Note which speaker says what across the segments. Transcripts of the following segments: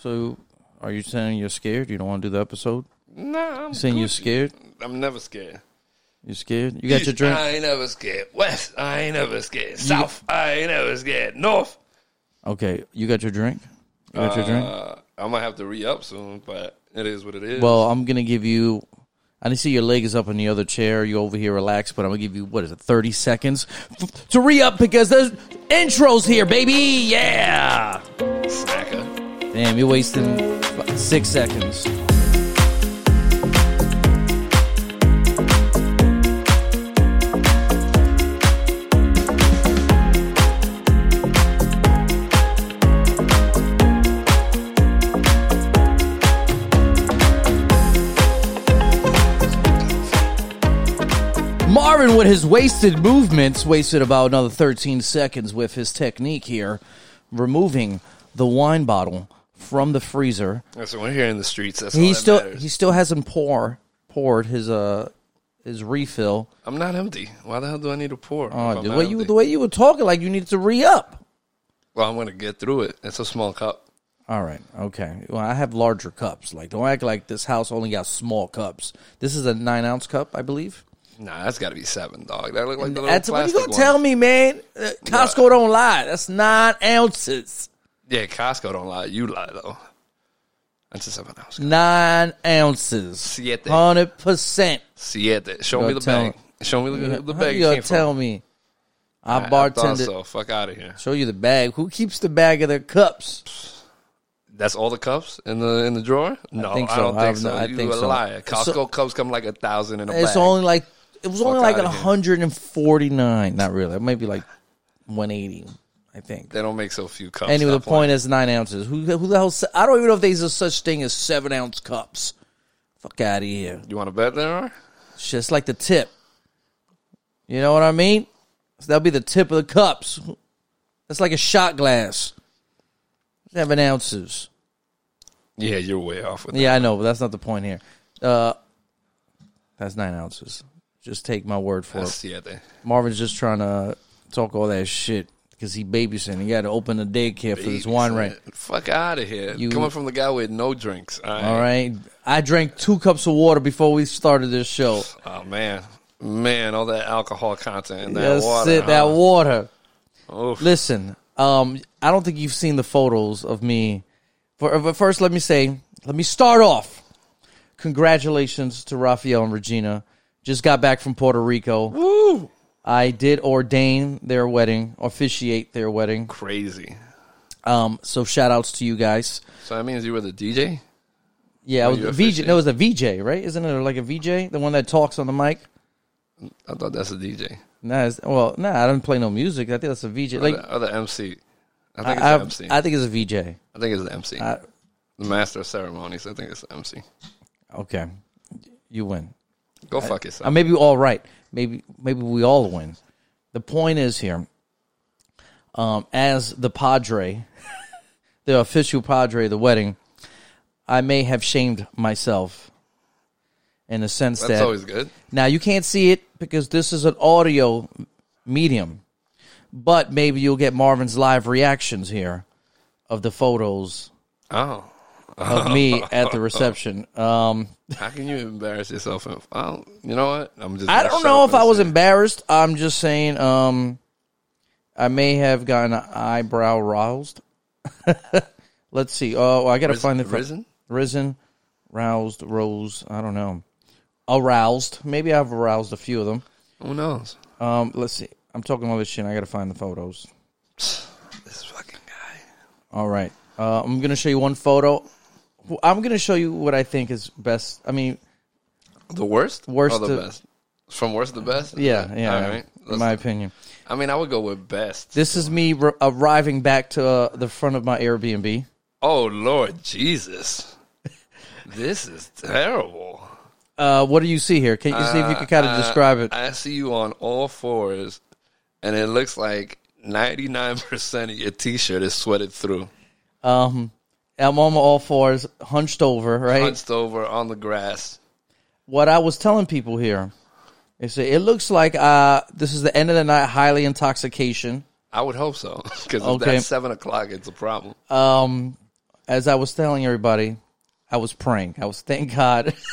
Speaker 1: So, are you saying you're scared? You don't want to do the episode?
Speaker 2: No, I'm
Speaker 1: You saying you're
Speaker 2: Gucci.
Speaker 1: scared?
Speaker 2: I'm never scared.
Speaker 1: You scared? You got your drink?
Speaker 2: I ain't never scared. West, I ain't never scared. South, I ain't never scared. North,
Speaker 1: Okay, you got your drink? You got your drink?
Speaker 2: uh, I might have to re up soon, but it is what it is.
Speaker 1: Well, I'm gonna give you. I didn't see your leg is up in the other chair. You over here relaxed, but I'm gonna give you what is it, 30 seconds f- to re up because there's intros here, baby. Yeah.
Speaker 2: Snacker.
Speaker 1: Damn, you're wasting f- six seconds. Marvin, with his wasted movements, wasted about another 13 seconds with his technique here, removing the wine bottle from the freezer.
Speaker 2: That's what we're here in the streets. That's all
Speaker 1: He
Speaker 2: that
Speaker 1: still
Speaker 2: matters.
Speaker 1: he still hasn't pour poured his uh his refill.
Speaker 2: I'm not empty. Why the hell do I need to pour?
Speaker 1: Oh,
Speaker 2: if
Speaker 1: dude,
Speaker 2: I'm
Speaker 1: what
Speaker 2: not
Speaker 1: you
Speaker 2: empty?
Speaker 1: the way you were talking, like you need to re up.
Speaker 2: Well, I'm gonna get through it. It's a small cup.
Speaker 1: All right, okay. Well, I have larger cups. Like, don't act like this house only got small cups. This is a nine ounce cup, I believe.
Speaker 2: Nah, that's got to be seven, dog. That look like the little
Speaker 1: That's what you
Speaker 2: plastic
Speaker 1: gonna
Speaker 2: one.
Speaker 1: tell me, man. Uh, Costco don't lie. That's nine ounces.
Speaker 2: Yeah, Costco don't lie. You lie though. That's a seven ounce.
Speaker 1: Nine ounces.
Speaker 2: Siete.
Speaker 1: Hundred percent.
Speaker 2: Siete. Show me
Speaker 1: You're
Speaker 2: the
Speaker 1: telling-
Speaker 2: bag. Show me the, the
Speaker 1: How
Speaker 2: bag.
Speaker 1: you
Speaker 2: it
Speaker 1: gonna
Speaker 2: came from.
Speaker 1: tell me? I,
Speaker 2: I- I thought
Speaker 1: bartended.
Speaker 2: so. Fuck out of here.
Speaker 1: Show you the bag. Who keeps the bag of their cups?
Speaker 2: That's all the cups in the in the drawer. No, I,
Speaker 1: think so.
Speaker 2: don't think
Speaker 1: I've
Speaker 2: so.
Speaker 1: not- I
Speaker 2: you
Speaker 1: think
Speaker 2: a
Speaker 1: so.
Speaker 2: liar.
Speaker 1: It's
Speaker 2: Costco
Speaker 1: so-
Speaker 2: cups come like a thousand in a
Speaker 1: It's
Speaker 2: bag.
Speaker 1: only like it was only like
Speaker 2: outta here.
Speaker 1: 149. Not really. It might be like 180. I think.
Speaker 2: they don't make so few cups.
Speaker 1: Anyway, the
Speaker 2: Stop lying.
Speaker 1: point is nine ounces. Who who the hell? sa- I don't even know if there's a such thing as seven ounce cups. Fuck out of here.
Speaker 2: You want to bet there are?
Speaker 1: It's just like the tip. You know what I mean? So that'll be the tip of the cups. That's like a shot glass. Seven ounces.
Speaker 2: Yeah, you're way off with
Speaker 1: Yeah, I know, but that's not the point here. Uh, that's nine ounces. Just take my word for
Speaker 2: that.
Speaker 1: it.
Speaker 2: Siete.
Speaker 1: Marvin's just trying to talk all that shit because he babysitting. He got to open the daycare for this wine
Speaker 2: Babies,
Speaker 1: right.
Speaker 2: man. Fuck out of here.
Speaker 1: You-
Speaker 2: Coming from the guy with no drinks. All right.
Speaker 1: All right, I drank two cups of water before we started this show.
Speaker 2: Oh man, man, all that alcohol content in that
Speaker 1: That's
Speaker 2: water.
Speaker 1: it. That
Speaker 2: huh?
Speaker 1: water.
Speaker 2: Oof.
Speaker 1: Listen, um, I don't think you've seen the photos of me. For, uh, but first, let me say, let me start off. Congratulations to Rafael and Regina. Just got back from Puerto Rico.
Speaker 2: Woo!
Speaker 1: I did ordain their wedding, officiate their wedding.
Speaker 2: Crazy.
Speaker 1: Um, so shout outs to you guys.
Speaker 2: So that means you were the DJ. you
Speaker 1: Yeah, it was the VJ.
Speaker 2: officiate?
Speaker 1: No, it was a VJ, right? Isn't it like a VJ, the one that talks on the mic?
Speaker 2: I thought that's a DJ.
Speaker 1: Nah, it's, well, nah, I don't play no music. I think that's a VJ. Like,
Speaker 2: Or the, or the MC. I think
Speaker 1: I,
Speaker 2: it's the MC. I,
Speaker 1: I think it's a VJ.
Speaker 2: think it's the MC.
Speaker 1: I-
Speaker 2: the master of ceremonies. I think it's the MC.
Speaker 1: Okay, you win.
Speaker 2: Go fuck yourself.
Speaker 1: Uh, maybe all right. Maybe maybe we all win. The point is here. Um, as the padre, the official padre of the wedding, I may have shamed myself in the sense
Speaker 2: that's
Speaker 1: that
Speaker 2: always good.
Speaker 1: now you can't see it because this is an audio medium, but maybe you'll get Marvin's live reactions here of the photos
Speaker 2: Oh,
Speaker 1: of me at the reception. Um,
Speaker 2: how can you embarrass yourself? If, I don't, you know what? I'm just.
Speaker 1: I
Speaker 2: gonna
Speaker 1: don't
Speaker 2: shut
Speaker 1: know
Speaker 2: up
Speaker 1: if
Speaker 2: and
Speaker 1: I was
Speaker 2: say-
Speaker 1: embarrassed. I'm just saying, um, I may have gotten an eyebrow roused. Let's see. Oh, I gotta find the
Speaker 2: risen?
Speaker 1: risen, roused, rose. I don't know. Aroused. Maybe I've aroused a few of them.
Speaker 2: Who knows?
Speaker 1: Um, let's see. I'm talking all this shit. and I gotta find the photos.
Speaker 2: This fucking guy.
Speaker 1: All right. Uh, I'm gonna show you one photo. I'm gonna show you what I think is best. I mean,
Speaker 2: The worst.
Speaker 1: Worst
Speaker 2: Or the
Speaker 1: to-
Speaker 2: best. From worst to best.
Speaker 1: yeah, yeah.
Speaker 2: All right.
Speaker 1: in
Speaker 2: Let's-
Speaker 1: my opinion.
Speaker 2: I mean, I would go with best.
Speaker 1: This is me r- arriving back to uh, the front of my Airbnb.
Speaker 2: Oh Lord Jesus, this is terrible.
Speaker 1: Uh, what do you see here? Can you see if you can kind of describe it?
Speaker 2: Uh, I see you on all fours, and it looks like ninety nine percent of your t shirt is sweated through,
Speaker 1: Um, I'm on all fours, hunched over, right?
Speaker 2: hunched over on the grass.
Speaker 1: What I was telling people here, they say it looks like uh, this is the end of the night, highly intoxication.
Speaker 2: I would hope so, because
Speaker 1: Okay.
Speaker 2: if that's seven o'clock, it's a problem.
Speaker 1: Um, as I was telling everybody, I was praying. I was thank God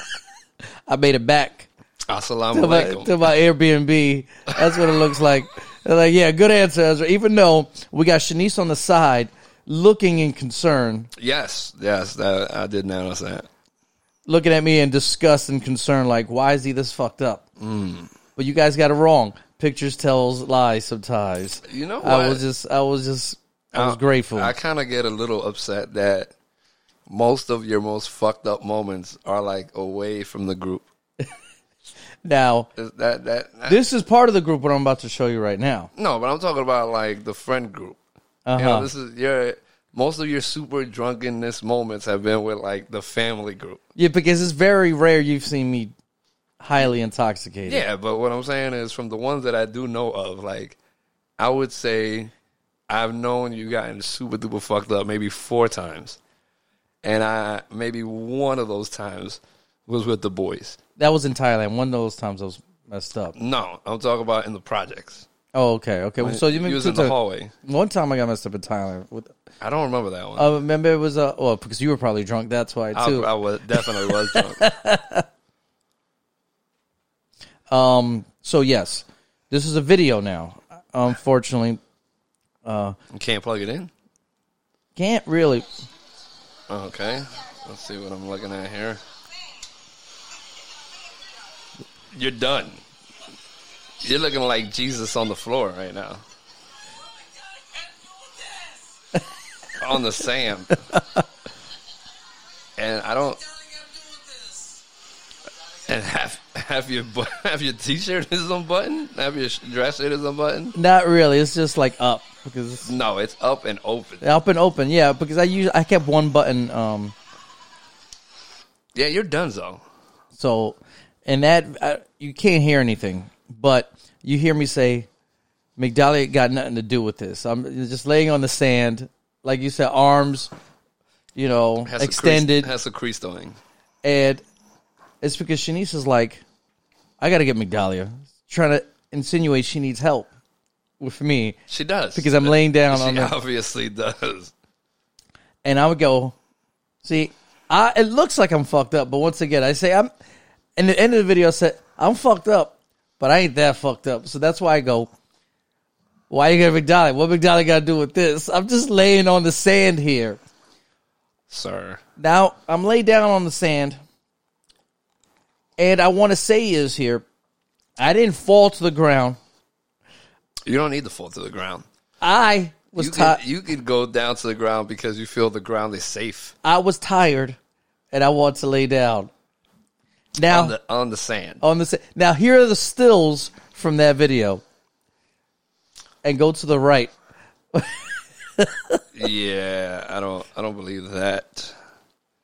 Speaker 1: I made it back
Speaker 2: Assalamu
Speaker 1: to my,
Speaker 2: alaikum.
Speaker 1: to my Airbnb. That's what it looks like. They're like, yeah, good answer, Ezra. Even though we got Shanice on the side looking in concern,
Speaker 2: Yes, yes, that, I did notice that.
Speaker 1: looking at me in disgust and concern, like, why is he this fucked up?
Speaker 2: Mm.
Speaker 1: But you guys got it wrong. Pictures tells lies sometimes.
Speaker 2: You know what? Uh,
Speaker 1: I was just, I was just, I was grateful.
Speaker 2: I kind of get a little upset that most of your most fucked up moments are like away from the group.
Speaker 1: now,
Speaker 2: Is That that, that-
Speaker 1: this is part of the group what I'm about to show you right now. Uh-huh.
Speaker 2: no, but I'm talking about like the friend group. You know, this is your most of your super drunkenness moments have been with like the family group.
Speaker 1: Yeah, because it's very rare you've seen me highly intoxicated.
Speaker 2: Yeah, but what I'm saying is from the ones that I do know of, like I would say I've known you gotten super duper fucked up maybe four times. And I maybe one of those times was with the boys.
Speaker 1: That was in Thailand. One of those times I was messed up.
Speaker 2: No, I'm talking about in the projects.
Speaker 1: Oh, okay, okay. Well, so you mean
Speaker 2: he was in the hallway.
Speaker 1: one time I got messed up in Thailand. With,
Speaker 2: I don't remember that one.
Speaker 1: I remember it was uh, well because you were probably drunk. That's why
Speaker 2: Oh, I,
Speaker 1: too.
Speaker 2: I was definitely was drunk.
Speaker 1: Um. So yes, this is a video now. Unfortunately,
Speaker 2: You Can't plug it in.
Speaker 1: can't really.
Speaker 2: Okay, let's see what I'm looking at here. You're done. You're looking like Jesus on the floor right now. on the sand. and I don't. And half half your bu- half your t-shirt is unbuttoned. Half your sh- dress shirt is unbuttoned.
Speaker 1: Not really. It's just like up because it's
Speaker 2: No, it's up and open.
Speaker 1: up and open. Yeah, because I use I kept one button. Um.
Speaker 2: Yeah, you're done though.
Speaker 1: So, and that I, you can't hear anything, but you hear me say, "McDowell ain't got nothing to do with this." I'm just laying on the sand, like you said, arms, you know,
Speaker 2: Has a
Speaker 1: extended,
Speaker 2: crease, has a crease thing.
Speaker 1: and it's because Shanice is like, "I got to get McDahlia," trying to insinuate she needs help with me
Speaker 2: She does
Speaker 1: because I'm laying down on
Speaker 2: She
Speaker 1: the
Speaker 2: obviously does.
Speaker 1: and I would go, see, I it looks like I'm fucked up, but once again, I say I'm. In the end of the video, I said I'm fucked up, but I ain't that fucked up. So that's why I go. Why you gonna McDonald? What McDonald got to do with this? I'm just laying on the sand here.
Speaker 2: Sir.
Speaker 1: Now I'm laid down on the sand, and I want to say is here, I didn't fall to the ground.
Speaker 2: You don't need to fall to the ground.
Speaker 1: I was
Speaker 2: You could,
Speaker 1: tired.
Speaker 2: you could go down to the ground because you feel the ground is safe
Speaker 1: I was tired, and I want to lay down. Now
Speaker 2: on the, on the sand.
Speaker 1: on the sa- now here are the stills from that video and go to the right
Speaker 2: Yeah, I don't I don't believe that.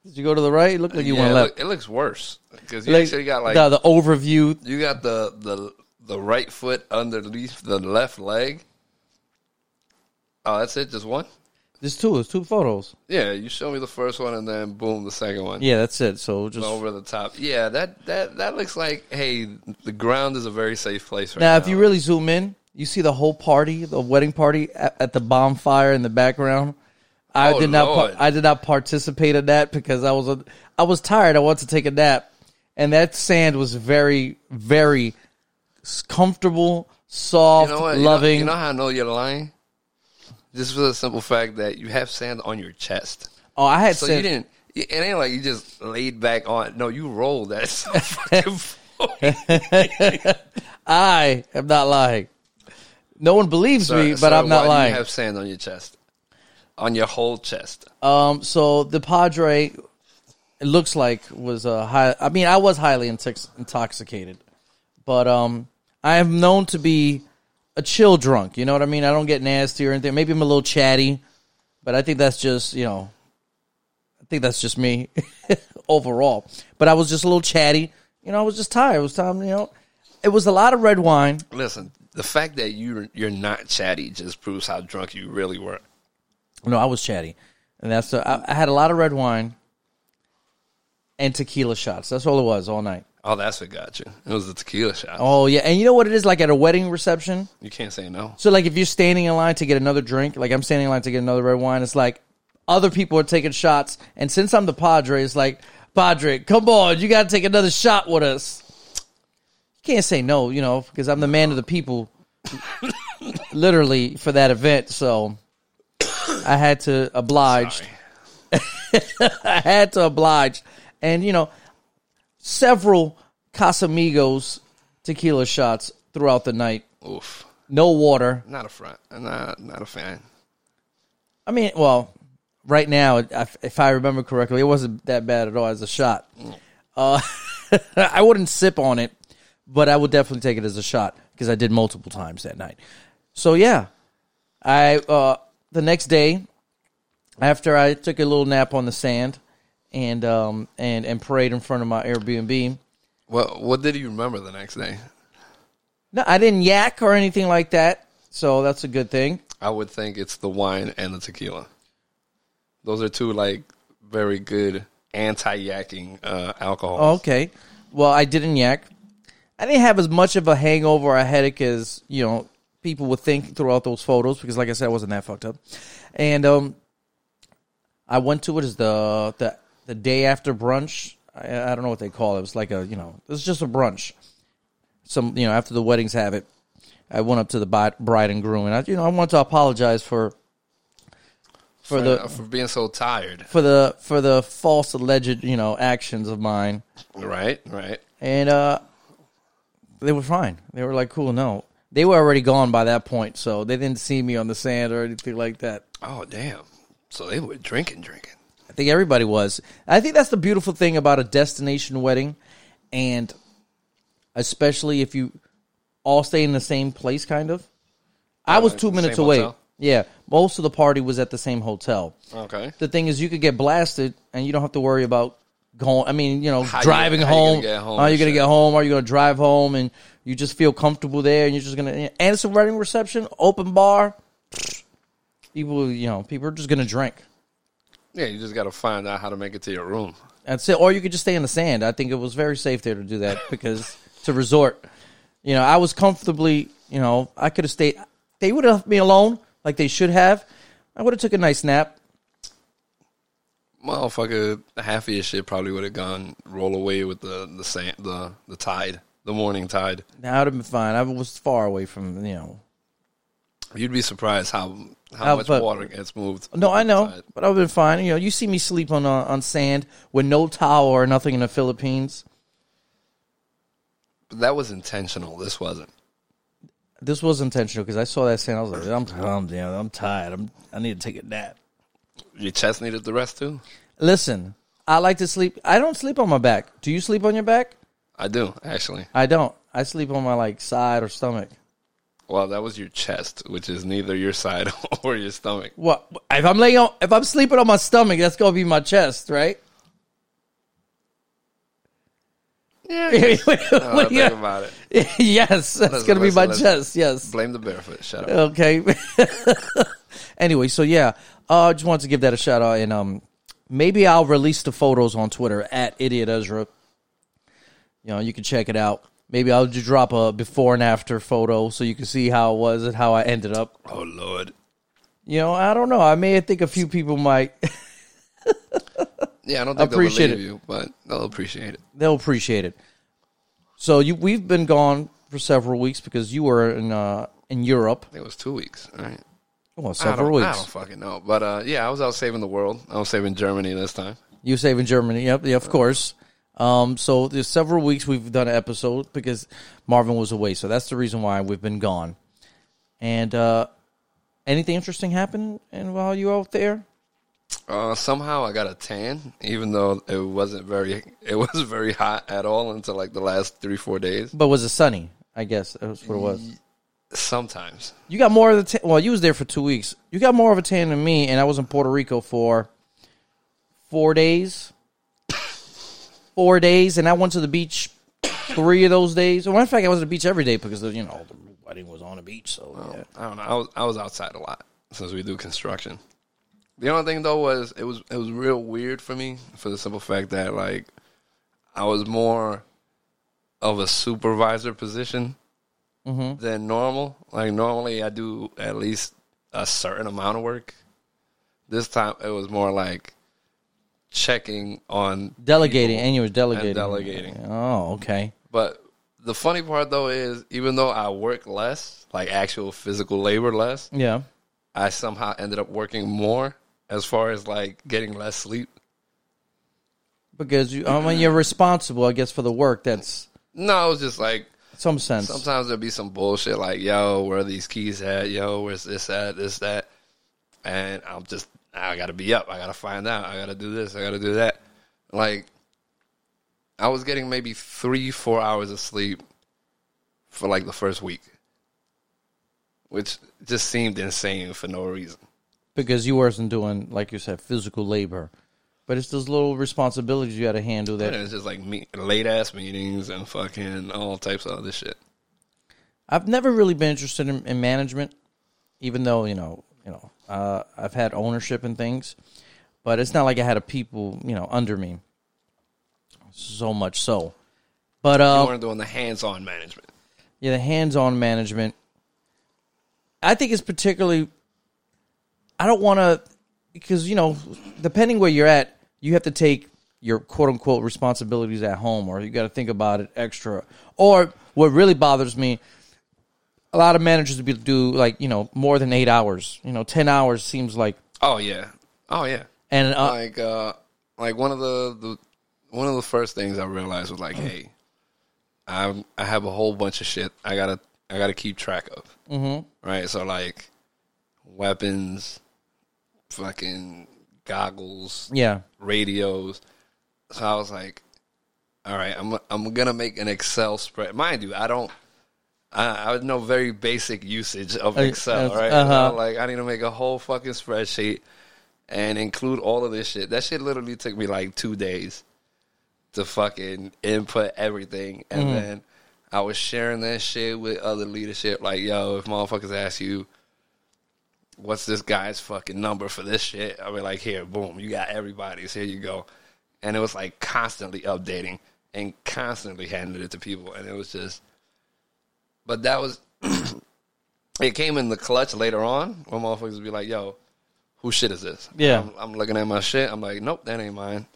Speaker 1: did you go to the right it looked like you
Speaker 2: Yeah,
Speaker 1: went
Speaker 2: it,
Speaker 1: left
Speaker 2: look- it looks worse because you
Speaker 1: Like,
Speaker 2: actually got like
Speaker 1: the, the overview
Speaker 2: you got the the the right foot underneath the left leg. Oh, that's it. Just one.
Speaker 1: there's two there's two photos
Speaker 2: Yeah, you show me the first one and then boom, the second one.
Speaker 1: yeah that's it so just
Speaker 2: over the top. Yeah, that that that looks like hey, the ground is a very safe place right now.
Speaker 1: now if you really zoom in you see the whole party the wedding party at, at the bonfire in the background I
Speaker 2: Oh,
Speaker 1: did not. par-
Speaker 2: Lord.
Speaker 1: I did not participate in that because I was. A, I was tired. I wanted to take a nap, and that sand was very, very s- comfortable, soft,
Speaker 2: You know what? You know-
Speaker 1: loving.
Speaker 2: You know, how I know you're lying? Just for the simple fact that you have sand on your chest.
Speaker 1: oh, I had
Speaker 2: So
Speaker 1: sand.
Speaker 2: you didn't. It ain't like you just laid back on. No, you rolled that. so fucking forward.
Speaker 1: I am not lying. No one believes me, but
Speaker 2: So
Speaker 1: I'm not
Speaker 2: why do
Speaker 1: lying.
Speaker 2: You have sand on your chest, on your whole chest.
Speaker 1: um, so the Padre, it looks like was a high. I mean, I was highly intox- intoxicated, but um, I am known to be a chill drunk. You know what I mean? I don't get nasty or anything. Maybe I'm a little chatty, but I think that's just you know, I think that's just me overall. But I was just a little chatty. You know, I was just tired. It was time. You know, it was a lot of red wine.
Speaker 2: Listen, the fact that you you're not chatty just proves how drunk you really were.
Speaker 1: No, I was chatty, and that's the, I, I had a lot of red wine and tequila shots. That's all it was all night.
Speaker 2: Oh, that's what got you. It was the tequila shot.
Speaker 1: Oh yeah, and you know what it is like at a wedding reception.
Speaker 2: You can't say no.
Speaker 1: So like if you're standing in line to get another drink, like I'm standing in line to get another red wine, it's like Other people are taking shots, and since I'm the Padre, it's like Padre, come on, you got to take another shot with us. You can't say no, you know, because I'm the man of the people, literally for that event. So I had to oblige. I had to oblige, and you know, several Casamigos tequila shots throughout the night.
Speaker 2: Oof.
Speaker 1: No water.
Speaker 2: Not a front. Not not a fan.
Speaker 1: I mean, well, right now, if if I remember correctly, it wasn't that bad at all as a shot. Uh, I wouldn't sip on it, but I would definitely take it as a shot because I did multiple times that night. So yeah, I uh, the next day after I took a little nap on the sand and um and and prayed in front of my Airbnb.
Speaker 2: What what did you remember the next day?
Speaker 1: No, I didn't yak or anything like that, so that's a good thing.
Speaker 2: I would think it's the wine and the tequila. Those are two like very good anti-yacking uh, alcohols.
Speaker 1: Okay. Well, I didn't yak. I didn't have as much of a hangover or a headache as, you know, people would think throughout those photos because like I said, I wasn't that fucked up. And um I went to it as the the, the day after brunch. I, I don't know what they call it. It was like a, you know, it was just a brunch. Some, you know, after the weddings have it, I went up to the bi- bride and groom and I, you know, I wanted to apologize for for Oh, the
Speaker 2: Uh, for being so tired.
Speaker 1: for the for the false alleged, you know, actions of mine.
Speaker 2: Right, right.
Speaker 1: and uh, they were fine. They were like, "Cool, no." They were already gone by that point, so they didn't see me on the sand or anything like that.
Speaker 2: Oh damn. So they were drinking, drinking.
Speaker 1: I think everybody was. I think that's the beautiful thing about a destination wedding, and especially if you all stay in the same place, kind of. I was
Speaker 2: Oh, like
Speaker 1: two
Speaker 2: the
Speaker 1: minutes
Speaker 2: same
Speaker 1: away.
Speaker 2: hotel?
Speaker 1: Yeah, most of the party was at the same hotel.
Speaker 2: Okay.
Speaker 1: The thing is, you could get blasted, and you don't have to worry about going. I mean, you know,
Speaker 2: you-
Speaker 1: driving
Speaker 2: how you gonna
Speaker 1: home.
Speaker 2: get home
Speaker 1: Are you
Speaker 2: and
Speaker 1: going to
Speaker 2: shit.
Speaker 1: get home? Are you going to drive home? And you just feel comfortable there, and you're just going to. And it's a wedding reception, open bar. People, you know, people are just going to drink.
Speaker 2: Yeah, you just got to find out how to make it to your room.
Speaker 1: That's it. Or you could just stay in the sand. I think it was very safe there to do that because to resort, you know, I was comfortably, you know, I could have stayed. They would have left me alone like they should have. I would have took a nice nap.
Speaker 2: Motherfucker, half of your shit probably would have gone roll away with the the sand, the the tide, the morning tide.
Speaker 1: That would have been fine. I was far away from, you know,
Speaker 2: You'd be surprised how how
Speaker 1: How
Speaker 2: much
Speaker 1: fuck-
Speaker 2: water gets moved.
Speaker 1: No, I know,
Speaker 2: Tide.
Speaker 1: but I've been fine. You know, you see me sleep on uh, on sand with no towel or nothing in the Philippines.
Speaker 2: But that was intentional. This wasn't.
Speaker 1: This was intentional because I saw that sand. I was like, I'm calm down. I'm tired. I'm I need to take a nap.
Speaker 2: Your chest needed the rest too.
Speaker 1: Listen, I like to sleep. I don't sleep on my back. Do you sleep on your back?
Speaker 2: I do actually.
Speaker 1: I don't. I sleep on my like side or stomach.
Speaker 2: Well, that was your chest, which is neither your side or your stomach.
Speaker 1: What if I'm laying on? If I'm sleeping on my stomach, that's gonna be my chest, right?
Speaker 2: Yeah.
Speaker 1: What do you-
Speaker 2: think about it.
Speaker 1: yes, Oh, that's
Speaker 2: Listen,
Speaker 1: gonna be my
Speaker 2: listen,
Speaker 1: chest. Yes.
Speaker 2: Blame the barefoot. Shut up.
Speaker 1: Okay. anyway, so yeah, I uh, just wanted to give that a shout out, and um, maybe I'll release the photos on Twitter at Idiot Ezra. You know, you can check it out. Maybe I'll just drop a before and after photo so you can see how it was and how I ended up.
Speaker 2: Oh lord.
Speaker 1: You know, I don't know. I may think a few people might
Speaker 2: Yeah, I don't think
Speaker 1: Appreciate
Speaker 2: they'll
Speaker 1: it.
Speaker 2: believe you, but they'll appreciate it.
Speaker 1: they'll appreciate it. So you, we've been gone for several weeks because you were in uh, in Europe.
Speaker 2: I think it was two weeks. All right.
Speaker 1: Well,
Speaker 2: I don't,
Speaker 1: several
Speaker 2: I
Speaker 1: weeks.
Speaker 2: don't fucking know. But uh, yeah, I was out saving the world. I was saving Germany this time.
Speaker 1: You saving Germany? Yep, yeah, of course. Um, so there's several weeks we've done an episode because Marvin was away, so that's the reason why we've been gone. And uh, anything interesting happened and while you were out there?
Speaker 2: Uh, somehow I got a tan, even though it wasn't very. It was very hot at all until like the last three four days.
Speaker 1: But was it sunny? I guess that's what it was.
Speaker 2: Sometimes
Speaker 1: You got more of the tan. Well, you was there for two weeks. You got more of a tan than me, and I was in Puerto Rico for four days. Four days, and I went to the beach three of those days. As a matter of fact, I was at the beach every day because you know the wedding was on the beach. So yeah.
Speaker 2: I don't know. I was I was outside a lot since we do construction. The only thing though was it was it was real weird for me for the simple fact that like I was more of a supervisor position Mm-hmm. than normal. Like normally I do at least a certain amount of work, This time it was more like checking on
Speaker 1: Delegating,
Speaker 2: people.
Speaker 1: and you were delegating.
Speaker 2: delegating.
Speaker 1: Oh, okay.
Speaker 2: But the funny part though is even though I work less, like actual physical labor less,
Speaker 1: Yeah.
Speaker 2: I somehow ended up working more as far as like getting less sleep.
Speaker 1: Because you, I mean, you're responsible, I guess, for the work. That's
Speaker 2: No, it was just like
Speaker 1: some sense.
Speaker 2: sometimes there'd be some bullshit like, yo, where are these keys at? Yo, where's this at? This, that. And I'm just, I gotta be up. I gotta find out. I gotta do this. I gotta do that. Like, I was getting maybe three, four hours of sleep for like the first week, which just seemed insane for no reason.
Speaker 1: Because you wasn't doing, like you said, physical labor. But it's those little responsibilities you got to handle that
Speaker 2: And it's just like me, late ass meetings and fucking all types of other shit.
Speaker 1: I've never really been interested in, in management, even though you know, you know, uh, I've had ownership and things, but it's not like I had a people you know under me. So much so, but
Speaker 2: We
Speaker 1: uh,
Speaker 2: weren't doing the hands on management.
Speaker 1: yeah, the hands-on management. I think it's particularly. I don't want to, because you know, depending where you're at, you have to take your quote unquote responsibilities at home, or you got to think about it extra. Or what really bothers me, a lot of managers be do like you know more than eight hours. You know, ten hours seems like,
Speaker 2: Oh, yeah. Oh, yeah.
Speaker 1: and uh,
Speaker 2: like uh like one of the, the one of the first things I realized was like, hey, I'm I have a whole bunch of shit I gotta I gotta keep track of. Mm-hmm. Right, so like weapons, fucking goggles,
Speaker 1: yeah,
Speaker 2: radios. So I was like, all right, I'm I'm gonna make an Excel spread. Mind you, I don't. I, I know very basic usage of Excel,
Speaker 1: uh,
Speaker 2: right?
Speaker 1: uh-huh.
Speaker 2: So, like I need to make a whole fucking spreadsheet and include all of this shit. That shit literally took me like two days to fucking input everything, and then I was sharing that shit with other leadership. Like, yo, if motherfuckers ask you, what's this guy's fucking number for this shit? I mean, like, here, boom, you got everybody's. Here you go. And it was like constantly updating and constantly handing it to people. And it was just, but that was, it came in the clutch later on when motherfuckers would be like, yo, whose shit is this?
Speaker 1: Yeah.
Speaker 2: I'm, I'm looking at my shit. I'm like, nope, that ain't mine.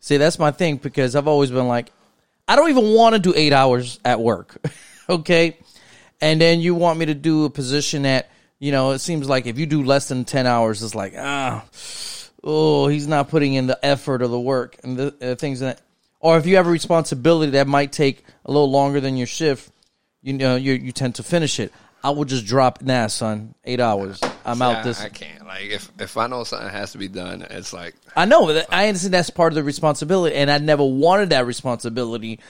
Speaker 1: See, that's my thing because I've always been like, I don't even want to do eight hours at work, okay? And then you want me to do a position that you know it seems like if you do less than ten hours, it's like ah, oh, he's not putting in the effort or the work and the uh, things that. Or if you have a responsibility that might take a little longer than your shift, you know you you tend to finish it. I will just drop nah, son. Eight hours. I'm
Speaker 2: I-
Speaker 1: out this.
Speaker 2: I can't. Like, if, if I know something has to be done, it's like,
Speaker 1: I know that I understand that's part of the responsibility, and I never wanted that responsibility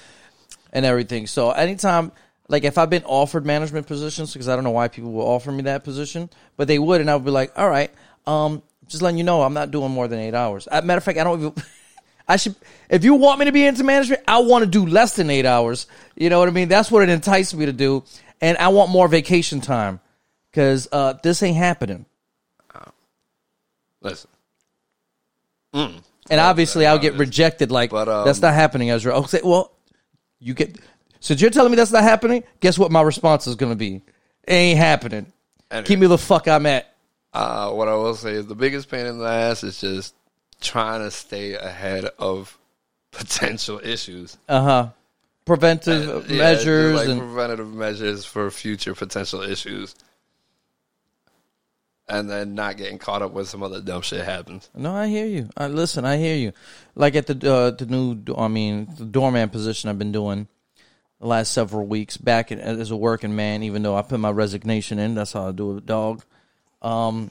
Speaker 1: and everything. So anytime, like if I've been offered management positions, because I don't know why people will offer me that position, but they would, and I would be like, all right, um, just letting you know, I'm not doing more than eight hours. As a matter of fact, I don't even. I should, if you want me to be into management, I want to do less than eight hours. You know what I mean? That's what it enticed me to do, and I want more vacation time because uh, this ain't happening.
Speaker 2: listen.
Speaker 1: And obviously, I'll get rejected. Like
Speaker 2: But, um,
Speaker 1: that's not happening, Ezra. I'll say, well, you get. Since you're telling me that's not happening, guess what? My response is going to be, it ain't happening.
Speaker 2: Anyway.
Speaker 1: Keep me the fuck I'm at.
Speaker 2: Uh, what I will say is the biggest pain in the ass is just trying to stay ahead of potential issues.
Speaker 1: Uh huh. Preventive
Speaker 2: Yeah, it's
Speaker 1: measures
Speaker 2: like
Speaker 1: and
Speaker 2: preventative measures for future potential issues, and then not getting caught up when some other dumb shit happens.
Speaker 1: No, I hear you. I listen. I hear you. Like at the uh, the new, I mean, the doorman position I've been doing the last several weeks. Back in, as a working man, even though I put my resignation in, that's how I do it, dog. Um,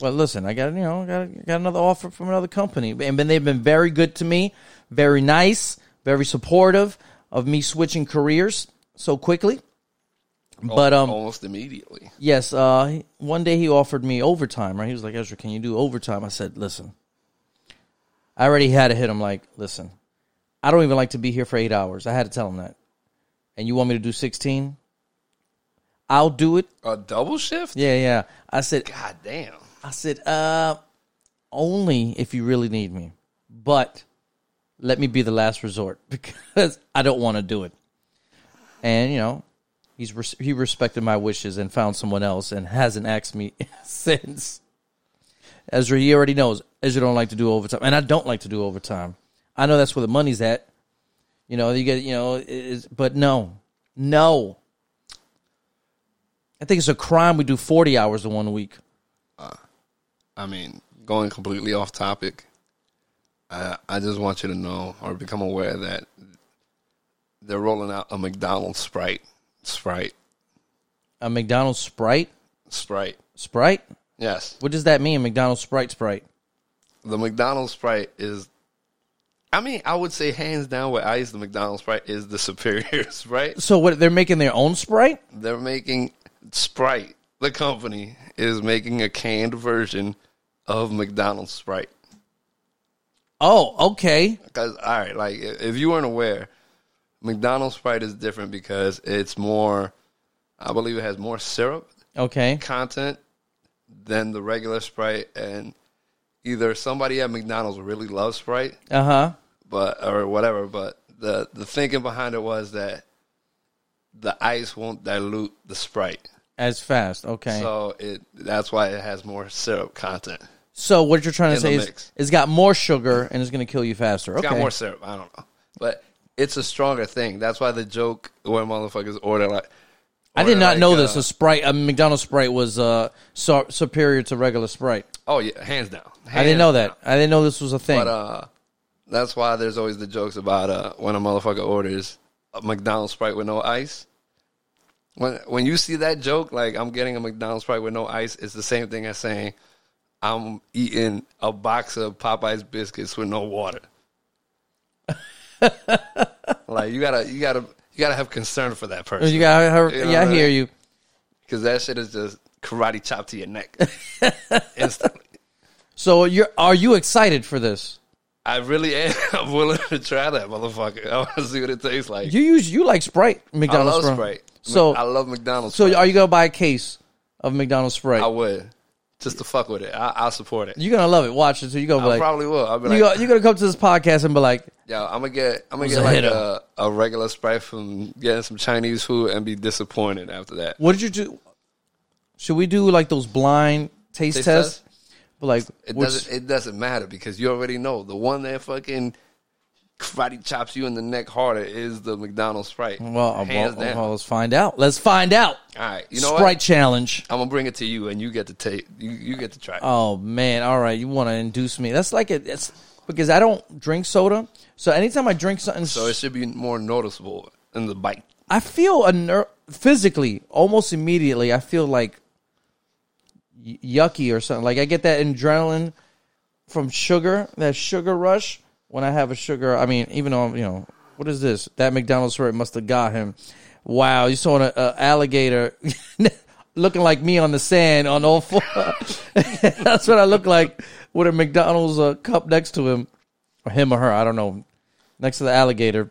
Speaker 1: well, listen, I got you know, got got another offer from another company, and then they've been very good to me, very nice, very supportive of me switching careers so quickly.
Speaker 2: Oh,
Speaker 1: But um,
Speaker 2: almost immediately,
Speaker 1: Yes. Uh, he- one day he offered me overtime. Right? He was like, Ezra, can you do overtime? I said, listen, I already had to hit him. Like, listen, I don't even like to be here for eight hours. I had to tell him that. And you want me to do sixteen? I'll do it.
Speaker 2: a double shift.
Speaker 1: Yeah, yeah. I said,
Speaker 2: God damn.
Speaker 1: I said, uh, only if you really need me. But let me be the last resort because I don't want to do it. And you know, he's res- he respected my wishes and found someone else and hasn't asked me since. Ezra, he already knows Ezra don't like to do overtime, and I don't like to do overtime. I know that's where the money's at. You know, you get, you know, it- it's, but no, no. I think it's a crime we do forty hours in one week.
Speaker 2: I mean, going completely off topic, I I just want you to know or become aware that they're rolling out a McDonald's Sprite, Sprite,
Speaker 1: A McDonald's Sprite,
Speaker 2: Sprite.
Speaker 1: Sprite.
Speaker 2: Yes,
Speaker 1: What does that mean? McDonald's Sprite, Sprite.
Speaker 2: the McDonald's Sprite is. I mean, I would say hands down with ice, the McDonald's Sprite is the superior Sprite.
Speaker 1: So what? They're making their own Sprite.
Speaker 2: They're making Sprite. The company is making a canned version of McDonald's Sprite.
Speaker 1: Oh, okay.
Speaker 2: Because all right, like i- if you weren't aware, McDonald's Sprite is different because it's more, I believe it has more syrup
Speaker 1: Okay.
Speaker 2: content than the regular Sprite, and either somebody at McDonald's really loves Sprite,
Speaker 1: Uh huh.
Speaker 2: but or whatever. But the the thinking behind it was that the ice won't dilute the Sprite,
Speaker 1: As fast. Okay. So,
Speaker 2: so it that's why it has more syrup content.
Speaker 1: what you're trying to
Speaker 2: In the
Speaker 1: say is
Speaker 2: mix.
Speaker 1: it's got more sugar and it's going to kill you faster. Okay.
Speaker 2: got more syrup. I don't know, but it's a stronger thing. That's why the joke where motherfuckers order like.
Speaker 1: I did
Speaker 2: order
Speaker 1: not
Speaker 2: like,
Speaker 1: know
Speaker 2: uh,
Speaker 1: this. A Sprite, a McDonald's Sprite was uh, so, superior to regular Sprite.
Speaker 2: oh yeah, hands down.
Speaker 1: I didn't
Speaker 2: Hands
Speaker 1: know
Speaker 2: down.
Speaker 1: that. I didn't know this was a thing.
Speaker 2: But uh, that's why there's always the jokes about uh when a motherfucker orders a McDonald's Sprite with no ice. When when you see that joke, like I'm getting a McDonald's Sprite with no ice, it's the same thing as saying I'm eating a box of Popeyes biscuits with no water. like you gotta you gotta you gotta have concern for that person.
Speaker 1: you got, her,
Speaker 2: uh, you know
Speaker 1: yeah, I
Speaker 2: what I
Speaker 1: hear
Speaker 2: mean?
Speaker 1: you.
Speaker 2: Because that shit is just karate chop to your neck instantly.
Speaker 1: So you're, are you excited for this?
Speaker 2: I really am willing to try that motherfucker. I want to see what it tastes like.
Speaker 1: You use you like Sprite
Speaker 2: I
Speaker 1: McDonald's
Speaker 2: love Sprite.
Speaker 1: So
Speaker 2: I love McDonald's.
Speaker 1: so
Speaker 2: Sprite.
Speaker 1: are you gonna buy a case of McDonald's Sprite?
Speaker 2: I would just to fuck with it. I, I'll support it.
Speaker 1: you're gonna love it. Watch it. So you gonna be
Speaker 2: I
Speaker 1: like,
Speaker 2: probably will. I'll be
Speaker 1: you
Speaker 2: like,
Speaker 1: go, you're gonna come to this podcast and be like,
Speaker 2: yo, I'm gonna get, I'm gonna
Speaker 1: a
Speaker 2: get like
Speaker 1: hitter.
Speaker 2: a, a regular Sprite from getting some Chinese food and be disappointed after that.
Speaker 1: what did you do? Should we do like those blind taste,
Speaker 2: Taste
Speaker 1: tests? But like,
Speaker 2: It
Speaker 1: which-
Speaker 2: doesn't. It doesn't matter because you already know the one that fucking karate chops you in the neck harder is the McDonald's Sprite.
Speaker 1: well, uh,
Speaker 2: hands
Speaker 1: well,
Speaker 2: down.
Speaker 1: well, let's find out. Let's find out.
Speaker 2: All right, you know
Speaker 1: Sprite
Speaker 2: what?
Speaker 1: challenge.
Speaker 2: I'm gonna bring it to you, and you get to take. You, you get to try. It.
Speaker 1: Oh man! All right, you want to induce me? That's like it. It's because I don't drink soda. So anytime I drink something,
Speaker 2: so it should be more noticeable in the bite.
Speaker 1: I feel a ner- physically almost immediately. I feel like y- yucky or something. Like I get that adrenaline from sugar, that sugar rush when I have a sugar. I mean, even though I'm, you know, what is this? That McDonald's story must have got him. Wow, you saw an uh, alligator looking like me on the sand on all four. That's what I look like with a McDonald's uh, cup next to him, or him or her. I don't know. Next to the alligator,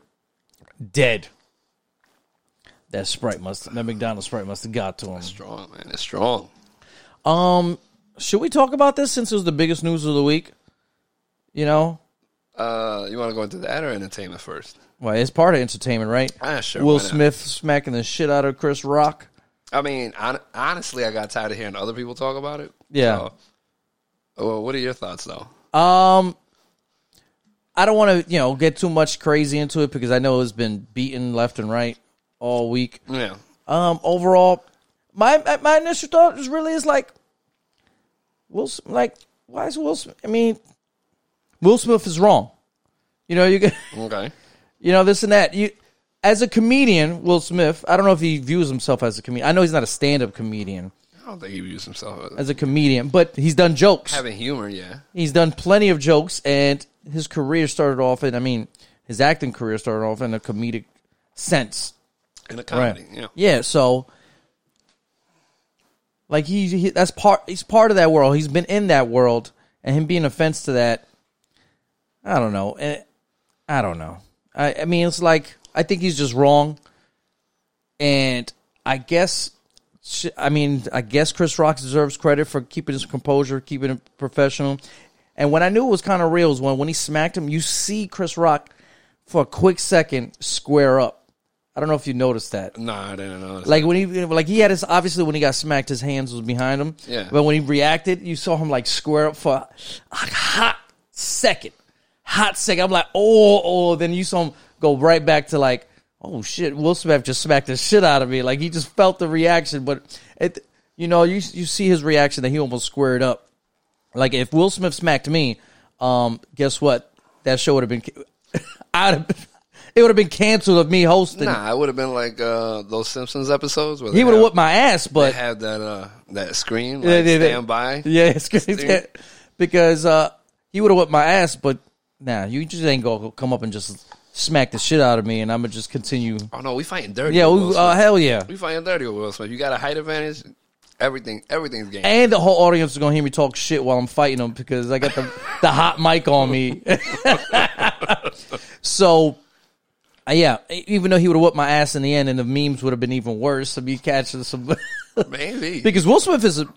Speaker 1: dead. That Sprite must that McDonald's Sprite must have got to him.
Speaker 2: Strong man, it's strong.
Speaker 1: Um, should we talk about this since it was the biggest news of the week? You know,
Speaker 2: Uh, you want to go into that or entertainment first?
Speaker 1: well, it's part of entertainment, right?
Speaker 2: Ah, sure.
Speaker 1: Will
Speaker 2: why not?
Speaker 1: Smith smacking the shit out of Chris Rock.
Speaker 2: I mean, hon- honestly, I got tired of hearing other people talk about it.
Speaker 1: Yeah.
Speaker 2: So, well, what are your thoughts though?
Speaker 1: Um, I don't want to you know get too much crazy into it because I know it's been beaten left and right all week.
Speaker 2: Yeah.
Speaker 1: Um, overall, my my- my initial thought is really is like, Will Sm- like why is Will Smith? I mean, Will Smith is wrong. You know you can.
Speaker 2: Okay.
Speaker 1: you know this and that you as a comedian will smith i don't know if he views himself as a comedian i know he's not a stand-up comedian
Speaker 2: I don't think he views himself as
Speaker 1: as a comedian but he's done jokes
Speaker 2: having humor. Yeah.
Speaker 1: he's done plenty of jokes and his career started off in i mean his acting career started off in a comedic sense
Speaker 2: In a comedy. Yeah.
Speaker 1: yeah so like he, he that's part he's part of that world he's been in that world and him being offense to that i don't know Eh, i don't know i i mean it's like i think he's just wrong and i guess sh- i mean i guess chris rock deserves credit for keeping his composure keeping it professional and when i knew it was kind of real is when when he smacked him you see chris rock for a quick second square up I don't know if you noticed that.
Speaker 2: Nah, I didn't know.
Speaker 1: Like when he like he had his obviously when he got smacked, his hands was behind him.
Speaker 2: Yeah.
Speaker 1: But when he reacted, you saw him like square up for a hot second. Hot second. I'm like, oh, oh. Then you saw him go right back to like, oh shit, Will Smith just smacked the shit out of me. Like he just felt the reaction, but it you know, you you see his reaction that he almost squared up. Like if Will Smith smacked me, um, guess what? That show would have been I'd have it would have been canceled of me hosting.
Speaker 2: nah, it would have been like uh, those Simpsons episodes. Where
Speaker 1: He would have
Speaker 2: have
Speaker 1: whipped my ass, but
Speaker 2: Have that uh, that screen like,
Speaker 1: Yeah, yeah, yeah.
Speaker 2: stand by.
Speaker 1: Yeah, it's crazy. because uh, he would have whipped my ass, but nah, you just ain't gonna come up and just smack the shit out of me, and I'm gonna just continue.
Speaker 2: Oh no, we fighting dirty.
Speaker 1: Yeah,
Speaker 2: with Will
Speaker 1: we, uh,
Speaker 2: Smith.
Speaker 1: hell yeah.
Speaker 2: we fighting dirty with Will Smith. You got a height advantage. Everything, everything's game.
Speaker 1: And the whole audience is gonna hear me talk shit while I'm fighting them because I got the the hot mic on me. so. uh, yeah, even though he would have whipped my ass in the end, and the memes would have been even worse. I'd be catching some
Speaker 2: Maybe
Speaker 1: because Will Smith is a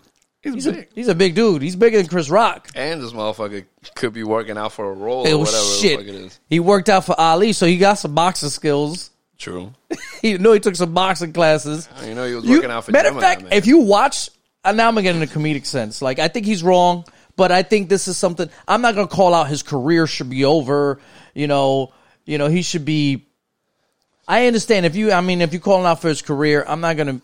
Speaker 2: he's,
Speaker 1: he's a
Speaker 2: big.
Speaker 1: he's a big dude. He's bigger than Chris Rock.
Speaker 2: and this motherfucker could be working out for a role
Speaker 1: Oh
Speaker 2: or whatever
Speaker 1: shit!
Speaker 2: the fuck it is.
Speaker 1: He worked out for Ali, so he got some boxing skills.
Speaker 2: True.
Speaker 1: He know he took some boxing classes.
Speaker 2: You know he was
Speaker 1: You-
Speaker 2: working out for
Speaker 1: matter of
Speaker 2: Gemini
Speaker 1: fact,
Speaker 2: Man.
Speaker 1: if you watch, and now I'm gonna get in a comedic sense. Like I think he's wrong, but I think this is something. I'm not gonna call out his career should be over. You know, you know he should be. I understand if you. I mean, if you calling out for his career, I'm not gonna.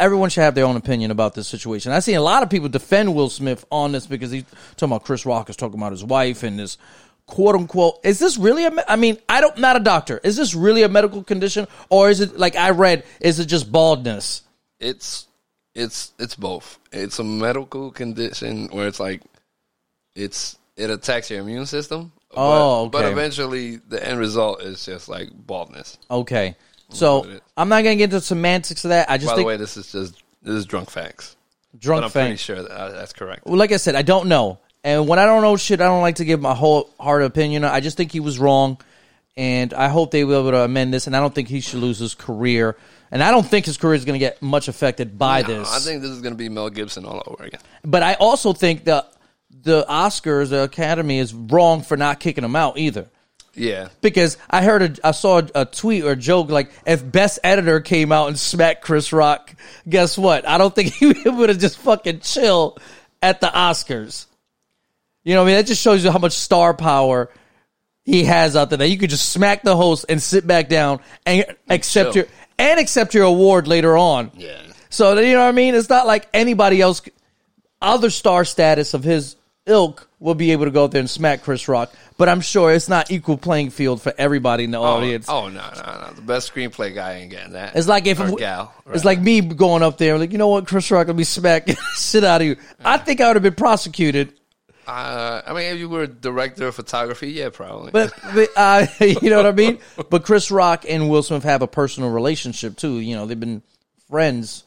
Speaker 1: Everyone should have their own opinion about this situation. I see a lot of people defend Will Smith on this because he's talking about Chris Rock is talking about his wife and this quote unquote. Is this really a? me- I mean, I don't. Not a doctor. Is this really a medical condition or is it like I read? Is it just baldness?
Speaker 2: it's it's it's both. It's a medical condition where it's like it's it attacks your immune system.
Speaker 1: Oh,
Speaker 2: but, but
Speaker 1: okay.
Speaker 2: eventually the end result is just like baldness.
Speaker 1: Okay. So
Speaker 2: what it is.
Speaker 1: I'm not gonna get into semantics of that. I just
Speaker 2: By the
Speaker 1: think
Speaker 2: way, this is just this is drunk facts. But
Speaker 1: drunk
Speaker 2: I'm
Speaker 1: thing.
Speaker 2: pretty sure that, uh, that's correct.
Speaker 1: Well, like I said, I don't know. And when I don't know shit, I don't like to give my whole hard opinion. I just think he was wrong, and I hope they will be able to amend this. And I don't think he should lose his career. And I don't think his career is going to get much affected by this.
Speaker 2: I think this is going to be Mel Gibson all over again.
Speaker 1: but I also think the the Oscars, the Academy, is wrong for not kicking him out either.
Speaker 2: Yeah,
Speaker 1: Because I heard, a, I saw a, a tweet or a joke like, if Best Editor came out and smacked Chris Rock, guess what? I don't think he would have just fucking chill at the Oscars. You know, what I mean, that just shows you how much star power he has out there. That you could just smack the host and sit back down and accept
Speaker 2: chill.
Speaker 1: your and accept your award later on.
Speaker 2: yeah.
Speaker 1: So you know what I mean? It's not like anybody else, other star status of his ilk will be able to go out there and smack Chris Rock. But I'm sure it's not equal playing field for everybody in the
Speaker 2: Oh,
Speaker 1: audience.
Speaker 2: oh no, no, no! The best screenplay guy ain't getting that.
Speaker 1: It's like if
Speaker 2: Or gal,
Speaker 1: it's like me going up there, like you know what, Chris Rock will be smacking the shit out of you. I think I would have been prosecuted,
Speaker 2: uh, I mean, if you were director of photography, yeah, probably.
Speaker 1: but, but, uh, you know what I mean. But Chris Rock and Will Smith have a personal relationship too. You know they've been friends,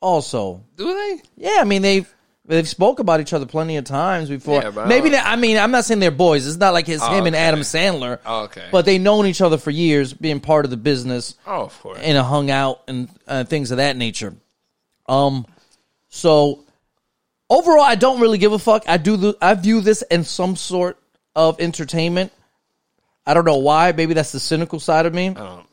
Speaker 1: also.
Speaker 2: do they?
Speaker 1: Yeah, I mean they've they've spoke about each other plenty of times before.
Speaker 2: Yeah, but I
Speaker 1: Maybe
Speaker 2: don't-
Speaker 1: they, I mean I'm not saying they're boys. It's not like it's him and Adam Sandler.
Speaker 2: Oh, okay.
Speaker 1: but they known each other for years, being part of the business
Speaker 2: Oh, of course.
Speaker 1: and hung out and uh, things of that nature. Um, so overall, I don't really give a fuck. I do. th- I view this in some sort of entertainment. I don't know why. Maybe that's the cynical side of me.
Speaker 2: I don't, Um,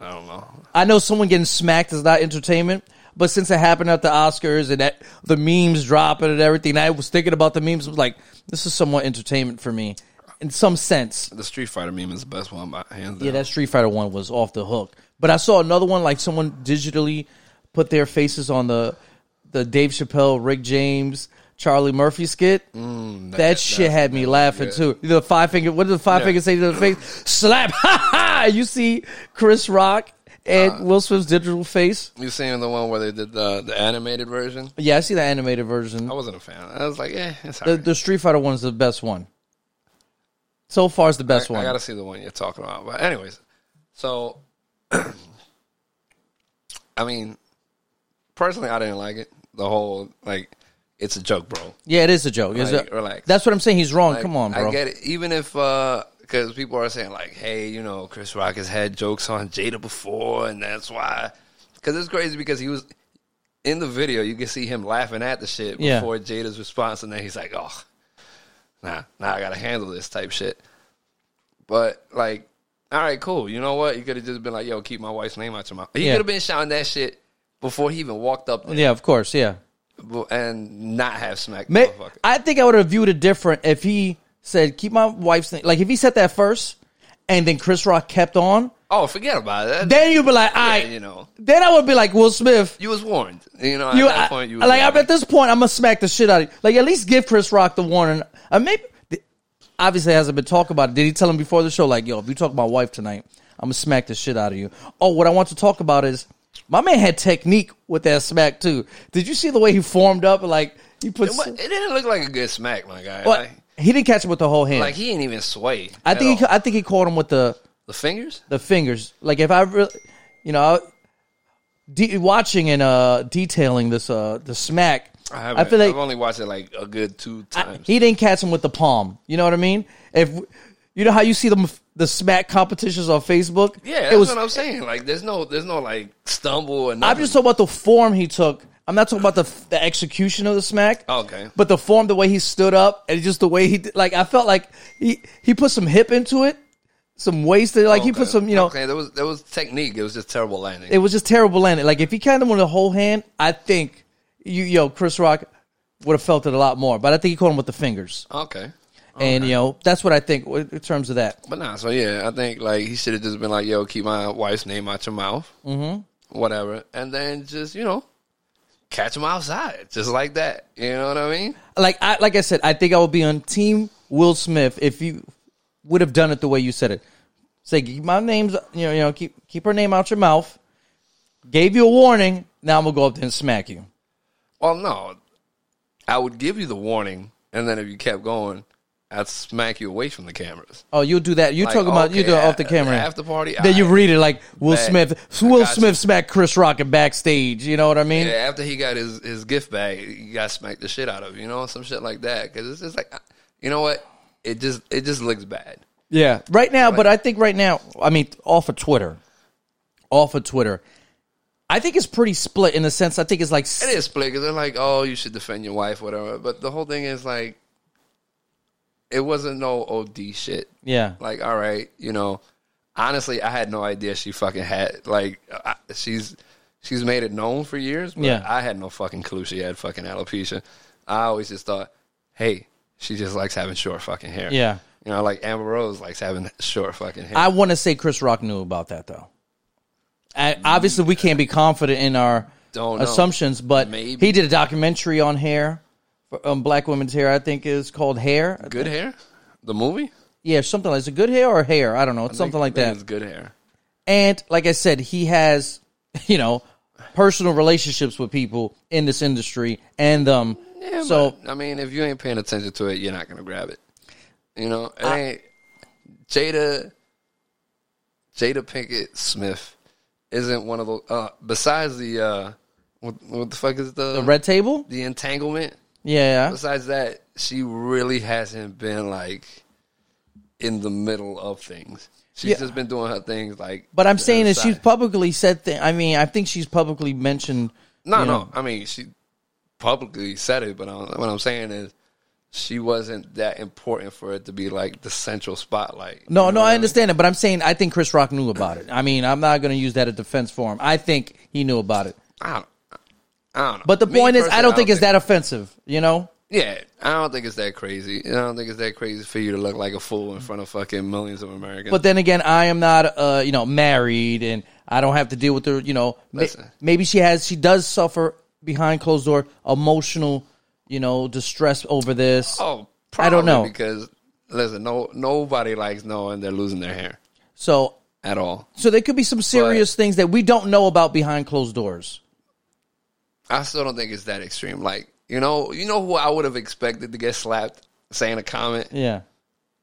Speaker 2: I don't know.
Speaker 1: I know someone getting smacked is not entertainment, but since it happened at the Oscars and that the memes dropping and everything, I was thinking about the memes. I was like, this is somewhat entertainment for me in some sense.
Speaker 2: The Street Fighter meme is the best one by hands down.
Speaker 1: Yeah, that Street Fighter one was off the hook. But I saw another one like someone digitally put their faces on the the Dave Chappelle, Rick James, Charlie Murphy skit. that, shit had me laughing too. The five finger. What did the five
Speaker 2: Yeah.
Speaker 1: finger say to the face? Slap! Ha ha! You see Chris Rock and Will Smith's digital face.
Speaker 2: you seen the one where they did the, the animated version?
Speaker 1: Yeah, I see the animated version.
Speaker 2: I wasn't a fan. I was like, eh, it's
Speaker 1: The,
Speaker 2: alright.
Speaker 1: the Street Fighter one's the best one. So far, it's the best
Speaker 2: I
Speaker 1: one.
Speaker 2: gotta see the one you're talking about. But anyways, so I mean, personally, I didn't like it. The whole like, it's a joke, bro.
Speaker 1: yeah, it is a joke. It's
Speaker 2: Like,
Speaker 1: a-
Speaker 2: relax.
Speaker 1: That's what I'm saying. He's wrong.
Speaker 2: Like,
Speaker 1: Come on, bro.
Speaker 2: I get it. Even if because people are saying like, hey, you know, Chris Rock has had jokes on Jada before, and that's why. Because it's crazy because he was in the video, you can see him laughing at the shit
Speaker 1: Yeah.
Speaker 2: before Jada's response, and then he's like, oh, nah, nah, I gotta handle this type shit. But like, all right, cool. You know what? He could have just been like, yo, keep my wife's name out your mouth. He
Speaker 1: Yeah.
Speaker 2: could have been shouting that shit before he even walked up there
Speaker 1: Yeah, of course. Yeah.
Speaker 2: and not have smacked
Speaker 1: Ma-
Speaker 2: the motherfucker.
Speaker 1: I think I would have viewed it different if he said, "Keep my wife's name." Like if he said that first, and then Chris Rock kept on,
Speaker 2: Oh, forget about it. That,
Speaker 1: then you'd be like, "I."
Speaker 2: you know,
Speaker 1: Then I would be like Will Smith.
Speaker 2: you was warned. You know, at
Speaker 1: You,
Speaker 2: that
Speaker 1: I-
Speaker 2: point, you was
Speaker 1: like
Speaker 2: warned.
Speaker 1: at this point, I'm gonna smack the shit out of you. Like at least give Chris Rock the warning. Uh, maybe obviously it hasn't been talked about. it. Did he tell him before the show? Like, yo, if you talk about my wife tonight, I'm gonna smack the shit out of you. Oh, what I want to talk about is my man had technique with that smack too. Did you see the way he formed up? Like he put.
Speaker 2: It wa- it didn't look like a good smack, my guy.
Speaker 1: Well,
Speaker 2: Like,
Speaker 1: he didn't catch him with the whole hand.
Speaker 2: like, he ain't even sway.
Speaker 1: I think he, I think he caught him with the
Speaker 2: the fingers.
Speaker 1: the fingers. Like if I really, you know, I- de- watching and uh detailing this uh the smack,
Speaker 2: I
Speaker 1: I,
Speaker 2: haven't. I
Speaker 1: feel
Speaker 2: have
Speaker 1: like
Speaker 2: only watched it like a good two
Speaker 1: I-
Speaker 2: times.
Speaker 1: he didn't catch him with the palm. You know what I mean? If you know how you see them the smack competitions on Facebook,
Speaker 2: yeah, that's
Speaker 1: it was.
Speaker 2: what I'm saying. Like, there's no, there's no like stumble and
Speaker 1: I'm just talking about the form he took. I'm not talking about the the execution of the smack.
Speaker 2: Oh, Okay.
Speaker 1: But the form, the way he stood up, and just the way he did- like, I felt like he he put some hip into it, some waist. Like he put some, you know,
Speaker 2: Okay, there was there was technique. It was just terrible landing.
Speaker 1: it was just terrible landing. Like if he kind of wanted a whole hand, I think you yo Chris Rock would have felt it a lot more. But I think he caught him with the fingers,
Speaker 2: okay,
Speaker 1: and you know that's what I think w- in terms of that.
Speaker 2: but nah. So yeah, I think like he should have just been like, "Yo, keep my wife's name out your mouth." Mm-hmm. Whatever, and then just you know, catch him outside, just like that. You know what I mean?
Speaker 1: Like I like I said, I think I would be on Team Will Smith if you would have done it the way you said it. Say "Keep my name's you know you know keep keep her name out your mouth. Gave you a warning. Now I'm gonna go up there and smack you.
Speaker 2: Well, no, I would give you the warning, and then if you kept going, I'd smack you away from the cameras.
Speaker 1: Oh, you'll do that. You're
Speaker 2: Like,
Speaker 1: talking about you
Speaker 2: okay,
Speaker 1: do it off the
Speaker 2: at-
Speaker 1: camera.
Speaker 2: after party,
Speaker 1: Then you
Speaker 2: alright.
Speaker 1: read it like Will
Speaker 2: Bet.
Speaker 1: Smith.
Speaker 2: I
Speaker 1: Will
Speaker 2: got you.
Speaker 1: Smith smacked Chris Rock and backstage. You know what I mean?
Speaker 2: Yeah, after he got his, his gift bag, he got smacked the shit out of you know some shit like that because it's just like I- you know what it just it just looks bad.
Speaker 1: Yeah, right now, but I think right now, I mean, off of Twitter, off of Twitter, I think it's pretty split in the sense. I think it's like
Speaker 2: It is split 'cause they're like, oh, you should defend your wife, whatever. But the whole thing is like, it wasn't no OD shit.
Speaker 1: yeah,
Speaker 2: Like, all right, you know, honestly, I had no idea she fucking had like I, she's she's made it known for years. But
Speaker 1: Yeah.
Speaker 2: I had no fucking clue she had fucking alopecia. I always just thought, hey, she just likes having short fucking hair.
Speaker 1: Yeah.
Speaker 2: you know, like Amber Rose likes having short fucking hair.
Speaker 1: I want to say Chris Rock knew about that though. I, obviously, we can't be confident in our
Speaker 2: Don't know.
Speaker 1: assumptions, but
Speaker 2: Maybe.
Speaker 1: he did a documentary on hair, um, black women's hair. I think is called Hair.
Speaker 2: good hair. The movie,
Speaker 1: Yeah, something like is it good hair or hair? I don't know. It's something
Speaker 2: I
Speaker 1: like
Speaker 2: think
Speaker 1: that.
Speaker 2: It's good hair.
Speaker 1: And like I said, he has, you know, personal relationships with people in this industry and um
Speaker 2: Yeah,
Speaker 1: so
Speaker 2: but, I mean, if you ain't paying attention to it, you're not gonna grab it. You know, it ain't Jada. Jada Pinkett Smith isn't one of those. Uh, besides the uh, what, what the fuck is the
Speaker 1: the red table?
Speaker 2: the entanglement?
Speaker 1: Yeah.
Speaker 2: Besides that, she really hasn't been like in the middle of things. She's
Speaker 1: Yeah.
Speaker 2: just been doing her things like.
Speaker 1: But I'm saying that
Speaker 2: inside.
Speaker 1: she's publicly said thi- I mean, I think she's publicly mentioned
Speaker 2: No,
Speaker 1: you
Speaker 2: no.
Speaker 1: know.
Speaker 2: I mean, she publicly said it, but I, what I'm saying is she wasn't that important for it to be like the central spotlight.
Speaker 1: No, no, I understand it, but I'm saying I think Chris Rock knew about it. I mean, I'm not going to use that as defense for him. I think he knew about it.
Speaker 2: I don't, I don't know.
Speaker 1: But the
Speaker 2: Me
Speaker 1: point is,
Speaker 2: personally,
Speaker 1: I don't think it's that offensive, you know?
Speaker 2: Yeah, I don't think it's that crazy. I don't think it's that crazy for you to look like a fool in front of fucking millions of Americans.
Speaker 1: But then again, I am not, uh, you know, married, and I don't have to deal with her. You know, ma-
Speaker 2: Listen.
Speaker 1: maybe she has, she does suffer behind closed door emotional, you know, distress over this.
Speaker 2: oh, probably
Speaker 1: I don't know.
Speaker 2: because listen, no, nobody likes knowing they're losing their hair
Speaker 1: So,
Speaker 2: at all.
Speaker 1: so there could be some serious things that we don't know about behind closed doors.
Speaker 2: I still don't think it's that extreme. Like you know, you know who I would have expected to get slapped saying a comment.
Speaker 1: Yeah,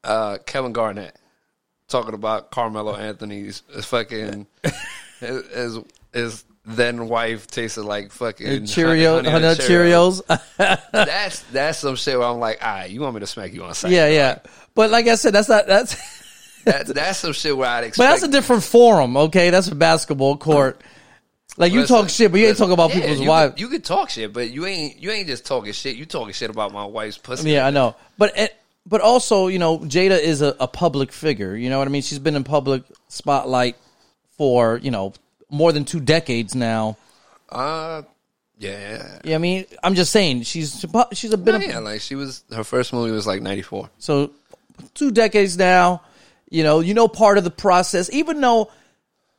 Speaker 2: uh, Kevin Garnett talking about Carmelo Anthony's fucking his, his then wife tasted like fucking
Speaker 1: Cheerio,
Speaker 2: honey- honey
Speaker 1: Honey Nut
Speaker 2: on Cheerios.
Speaker 1: Cheerios.
Speaker 2: That's that's some shit where I'm like, ah, you want me to smack you on sight?
Speaker 1: yeah, yeah. But like I said, that's not that's,
Speaker 2: that, that's some shit where I'd
Speaker 1: but
Speaker 2: expect.
Speaker 1: that's a different forum. Okay, that's a basketball court. Like you
Speaker 2: Listen,
Speaker 1: talk shit, but you ain't
Speaker 2: listen,
Speaker 1: talking about
Speaker 2: yeah,
Speaker 1: people's
Speaker 2: you
Speaker 1: wives.
Speaker 2: Could, you could talk shit, but you ain't you ain't just talking shit. You talking shit about my wife's pussy.
Speaker 1: Yeah, I know. But it, but also, you know, Jada is a, a public figure. You know what I mean? She's been in public spotlight for you know more than two decades now.
Speaker 2: Uh yeah.
Speaker 1: Yeah, I mean, I'm just saying she's she's a bit
Speaker 2: Yeah,
Speaker 1: of
Speaker 2: yeah, like she was her first movie was like 94.
Speaker 1: So two decades now, you know, you know part of the process, even though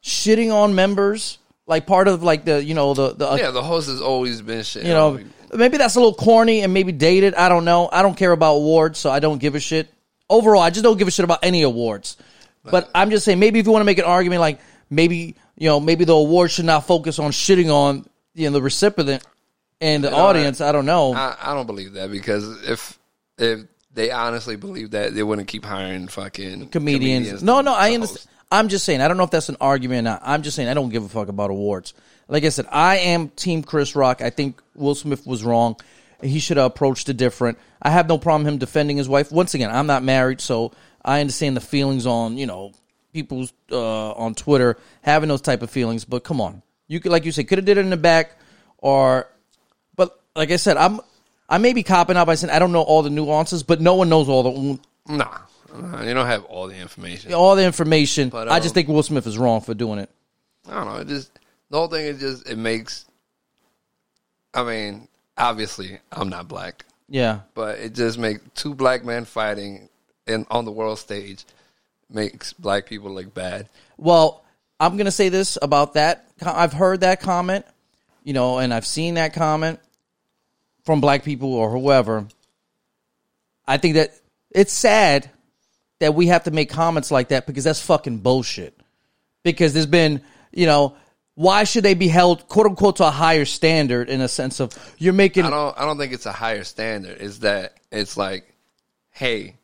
Speaker 1: shitting on members, like part of like the you know, the the
Speaker 2: Yeah, the host has always been shit.
Speaker 1: you know maybe that's a little corny and maybe dated. I don't know. I don't care about awards, so I don't give a shit. Overall, I just don't give a shit about any awards. But I'm just saying maybe if you want to make an argument like maybe you know, maybe the award should not focus on shitting on you know the recipient and the audience. I, don't know.
Speaker 2: I, I don't believe that because if if they honestly believe that, they wouldn't keep hiring fucking
Speaker 1: comedians.
Speaker 2: comedians
Speaker 1: no,
Speaker 2: to-
Speaker 1: no,
Speaker 2: to
Speaker 1: I
Speaker 2: host.
Speaker 1: understand. I'm just saying. I don't know if that's an argument. Or not. I'm just saying. I don't give a fuck about awards. Like I said, I am Team Chris Rock. I think Will Smith was wrong. He should have approached it different. I have no problem him defending his wife. Once again, I'm not married, so I understand the feelings on you know people uh, on Twitter having those type of feelings. But come on, you could like you said, could have did it in the back, or but like I said, I'm I may be copping out by saying I don't know all the nuances, but no one knows all the
Speaker 2: Nah, Nah, you don't have all the information.
Speaker 1: all the information.
Speaker 2: But,
Speaker 1: I just
Speaker 2: um,
Speaker 1: think Will Smith is wrong for doing it.
Speaker 2: I don't know. It just the whole thing is just it makes. I mean, obviously, I'm not black,
Speaker 1: Yeah,
Speaker 2: but it just makes two black men fighting in on the world stage makes black people look bad.
Speaker 1: Well, I'm gonna say this about that. I've heard that comment, you know, and I've seen that comment from black people or whoever. I think that it's sad that we have to make comments like that because that's fucking bullshit. Because there's been, you know, why should they be held quote unquote to a higher standard in a sense of you're making
Speaker 2: I don't. I don't think it's a higher standard. It's that it's like, hey,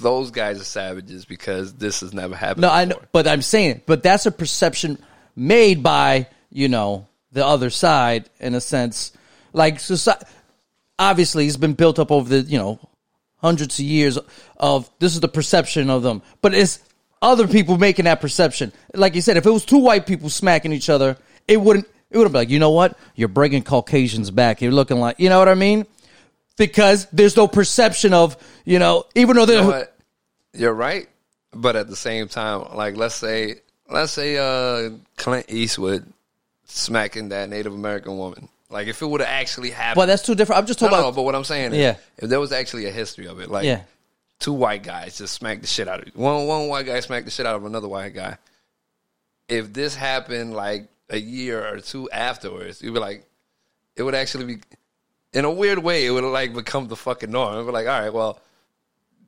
Speaker 2: those guys are savages because this has never happened.
Speaker 1: No, I know,
Speaker 2: before.
Speaker 1: but I'm saying, but that's a perception made by you know the other side in a sense. Like society, obviously, it's been built up over the you know hundreds of years of this is the perception of them, but it's other people making that perception. Like you said, if it was two white people smacking each other, it wouldn't. It would have been like, you know what? You're bringing Caucasians back. You're looking like, you know what I mean? Because there's no perception of, you know, even though they're
Speaker 2: but you're right. But at the same time, like let's say let's say uh Clint Eastwood smacking that Native American woman. Like if it would have actually happened.
Speaker 1: but that's too different. I'm just
Speaker 2: no,
Speaker 1: talking
Speaker 2: no,
Speaker 1: about
Speaker 2: but what I'm saying is
Speaker 1: Yeah.
Speaker 2: if there was actually a history of it, like
Speaker 1: Yeah.
Speaker 2: two white guys just smacked the shit out of one one white guy smacked the shit out of another white guy. If this happened like a year or two afterwards, you'd be like it would actually be in a weird way, it would like become the fucking norm. It'd be like, all right, well,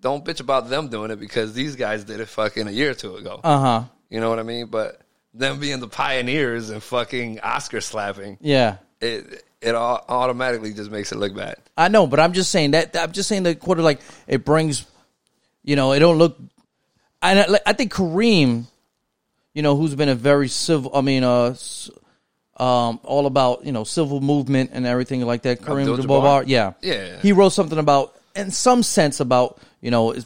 Speaker 2: don't bitch about them doing it because these guys did it fucking a year or two ago.
Speaker 1: uh huh.
Speaker 2: You know what I mean? But them being the pioneers and fucking Oscar slapping,
Speaker 1: Yeah,
Speaker 2: it it all automatically just makes it look bad.
Speaker 1: I know, but I'm just saying that. I'm just saying the quarter like it brings, you know, it don't look. And I, like, I think Kareem, you know, who's been a very civil. I mean, uh, s- um, all about you know civil movement and everything like that. Kareem
Speaker 2: Abdul-Jabbar?
Speaker 1: Abdul-Jabbar, yeah,
Speaker 2: Yeah.
Speaker 1: He wrote something about, in some sense, about you know, is-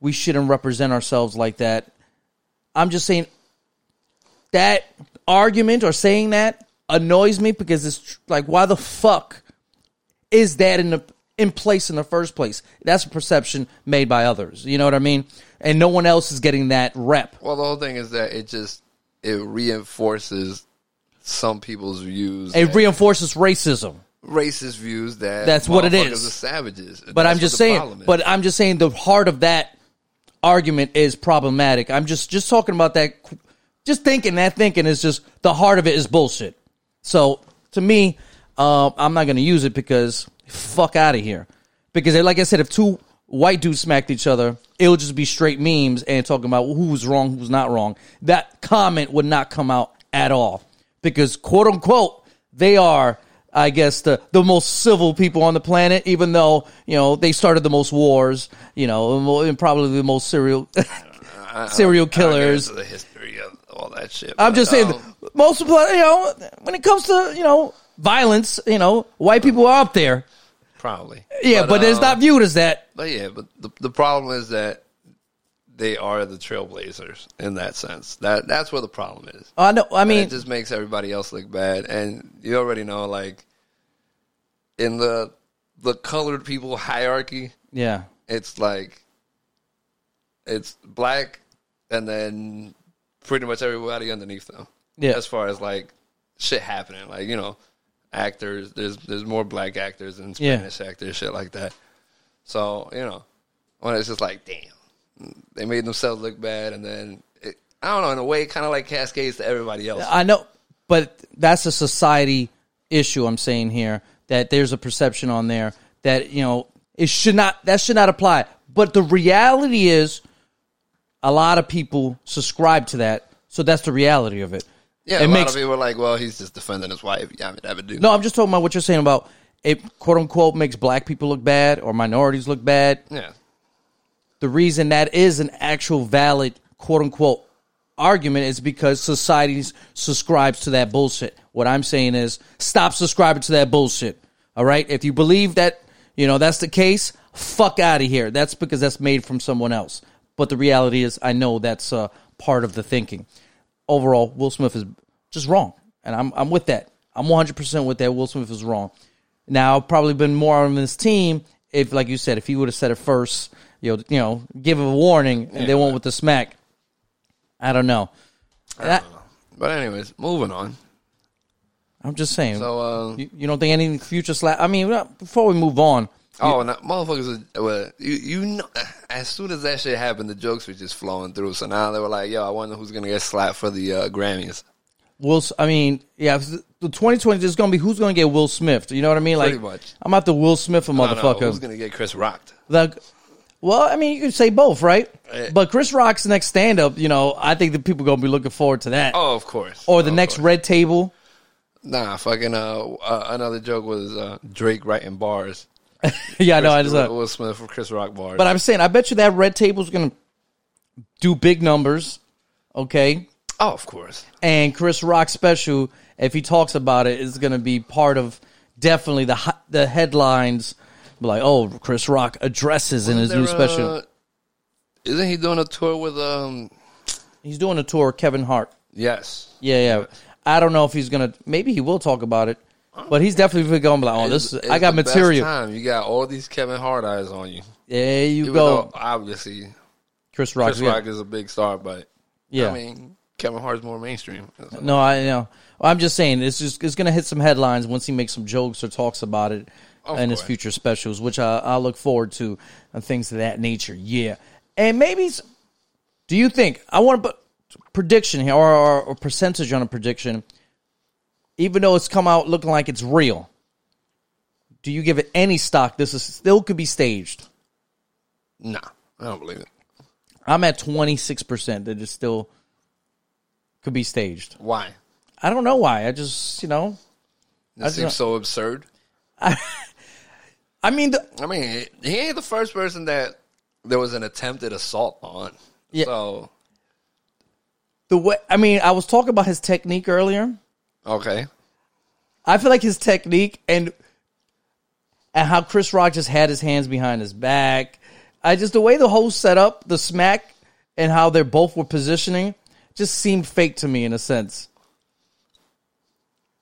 Speaker 1: we shouldn't represent ourselves like that. I'm just saying that argument or saying that annoys me because it's tr- like, why the fuck is that in the in place in the first place? That's a perception made by others. You know what I mean? And no one else is getting that rep.
Speaker 2: Well, the whole thing is that it just it reinforces some people's views,
Speaker 1: It
Speaker 2: that-
Speaker 1: reinforces racism.
Speaker 2: racist views that
Speaker 1: That's what it
Speaker 2: motherfuckers
Speaker 1: is.
Speaker 2: Are savages,
Speaker 1: But I'm just saying. But I'm just saying the heart of that argument is problematic. I'm just just talking about that. qu- Just thinking that thinking is just the heart of it is bullshit. So to me, uh, I'm not going to use it because fuck out of here. Because eh, like I said, if two white dudes smacked each other, it'll just be straight memes and talking about who was wrong, who was not wrong. That comment would not come out at all because quote unquote they are. I guess the, the most civil people on the planet, even though you know they started the most wars, you know, and mo- and probably the most serial serial killers.
Speaker 2: the history of all that shit. um,
Speaker 1: I'm just saying, most of, you know, when it comes to you know violence, you know, white people are up there.
Speaker 2: probably.
Speaker 1: Yeah, but, it's
Speaker 2: uh,
Speaker 1: not viewed as that.
Speaker 2: But yeah, but the, the problem is that they are the trailblazers in that sense. That that's where the problem is.
Speaker 1: I know. I
Speaker 2: And
Speaker 1: mean,
Speaker 2: it just makes everybody else look bad, and you already know, like in the the colored people hierarchy,
Speaker 1: yeah,
Speaker 2: it's like it's black and then pretty much everybody underneath them.
Speaker 1: Yeah.
Speaker 2: As far as like shit happening, like you know, actors. There's there's more black actors than
Speaker 1: Yeah.
Speaker 2: Spanish actors, shit like that. So you know, when it's just like, damn, they made themselves look bad, and then it, I don't know. In a way, kind of like cascades to everybody else.
Speaker 1: I know, but that's a society issue. I'm saying here that there's a perception on there that you know it should not that should not apply. But the reality is, a lot of people subscribe to that, so that's the reality of it.
Speaker 2: Yeah,
Speaker 1: it
Speaker 2: a
Speaker 1: makes
Speaker 2: lot of people are like, well, he's just defending his wife. Yeah, I mean, that would do.
Speaker 1: no. I'm just talking about what you're saying about it. Quote unquote makes black people look bad or minorities look bad.
Speaker 2: Yeah.
Speaker 1: the reason that is an actual valid quote unquote argument is because society subscribes to that bullshit. What I'm saying is stop subscribing to that bullshit. All right? If you believe that, you know, that's the case, fuck out of here. That's because that's made from someone else. But the reality is I know that's uh, part of the thinking. Overall, Will Smith is just wrong. And I'm I'm with that. I'm 100% with that Will Smith is wrong. Now, I've probably been more on his team if, like you said, if he would have said it first, you know, you know, give him a warning, and they went with the smack. I don't know. And I
Speaker 2: But anyways, moving on.
Speaker 1: am just saying.
Speaker 2: So, uh,
Speaker 1: you, you don't think any future slap? I mean, well, before we move on,
Speaker 2: oh, and that motherfuckers, were- were, you you know, as soon as that shit happened, the jokes were just flowing through. So now they were like, yo, I wonder who's gonna get slapped for the uh, Grammys.
Speaker 1: Will. S- I mean, yeah, if the 2020 is going to be who's going to get Will Smith. You know what I mean? Like,
Speaker 2: Pretty much.
Speaker 1: I'm out to Will Smith a
Speaker 2: I don't know,
Speaker 1: motherfucker.
Speaker 2: who's gonna get Chris rocked?
Speaker 1: Like, well, I mean, you could say both, right?
Speaker 2: Eh.
Speaker 1: But Chris Rock's next stand up, you know, I think the people going to be looking forward to that.
Speaker 2: Oh, of course.
Speaker 1: or the
Speaker 2: Of
Speaker 1: next
Speaker 2: course.
Speaker 1: Red Table.
Speaker 2: Nah, fucking. Uh, uh, another joke was uh, Drake writing bars.
Speaker 1: yeah, I know. I just. uh,
Speaker 2: Will Smith for Chris Rock bars.
Speaker 1: But I'm saying, I bet you that red table's going to do big numbers, okay?
Speaker 2: oh, of course.
Speaker 1: And Chris Rock special, if he talks about it, is going to be part of definitely the hi- the headlines. Like, oh, Chris Rock addresses in his
Speaker 2: There,
Speaker 1: new special.
Speaker 2: uh, isn't he doing a tour with um?
Speaker 1: He's doing a tour, with Kevin Hart.
Speaker 2: Yes.
Speaker 1: Yeah, yeah. I don't know if he's gonna. Maybe he will talk about it, but he's definitely going to be like, oh, this. Is,
Speaker 2: It's
Speaker 1: I got
Speaker 2: the best
Speaker 1: material.
Speaker 2: time. You got all these Kevin Hart eyes on you.
Speaker 1: There you
Speaker 2: Even
Speaker 1: go,
Speaker 2: though obviously
Speaker 1: Chris Rock.
Speaker 2: Chris
Speaker 1: yeah.
Speaker 2: Rock is a big star, but
Speaker 1: Yeah.
Speaker 2: I mean Kevin Hart's more mainstream.
Speaker 1: No, I know. I'm just saying it's just it's gonna hit some headlines once he makes some jokes or talks about it
Speaker 2: Of
Speaker 1: in his
Speaker 2: course.
Speaker 1: future specials, which I I look forward to and things of that nature. Yeah, and maybe s- do you think I want to put prediction here or, or, or percentage on a prediction, even though it's come out looking like it's real? Do you give it any stock? This is still could be staged.
Speaker 2: Nah, I don't believe it.
Speaker 1: I'm at 26 percent that it still could be staged.
Speaker 2: Why?
Speaker 1: I don't know why. I just you know.
Speaker 2: It seems so absurd.
Speaker 1: I mean, the,
Speaker 2: I mean, he ain't the first person that there was an attempted assault on.
Speaker 1: Yeah.
Speaker 2: So
Speaker 1: the way I mean, I was talking about his technique earlier.
Speaker 2: okay,
Speaker 1: I feel like his technique and and how Chris Rock just had his hands behind his back. I just the way the whole setup, the smack, and how they both were positioning just seemed fake to me in a sense.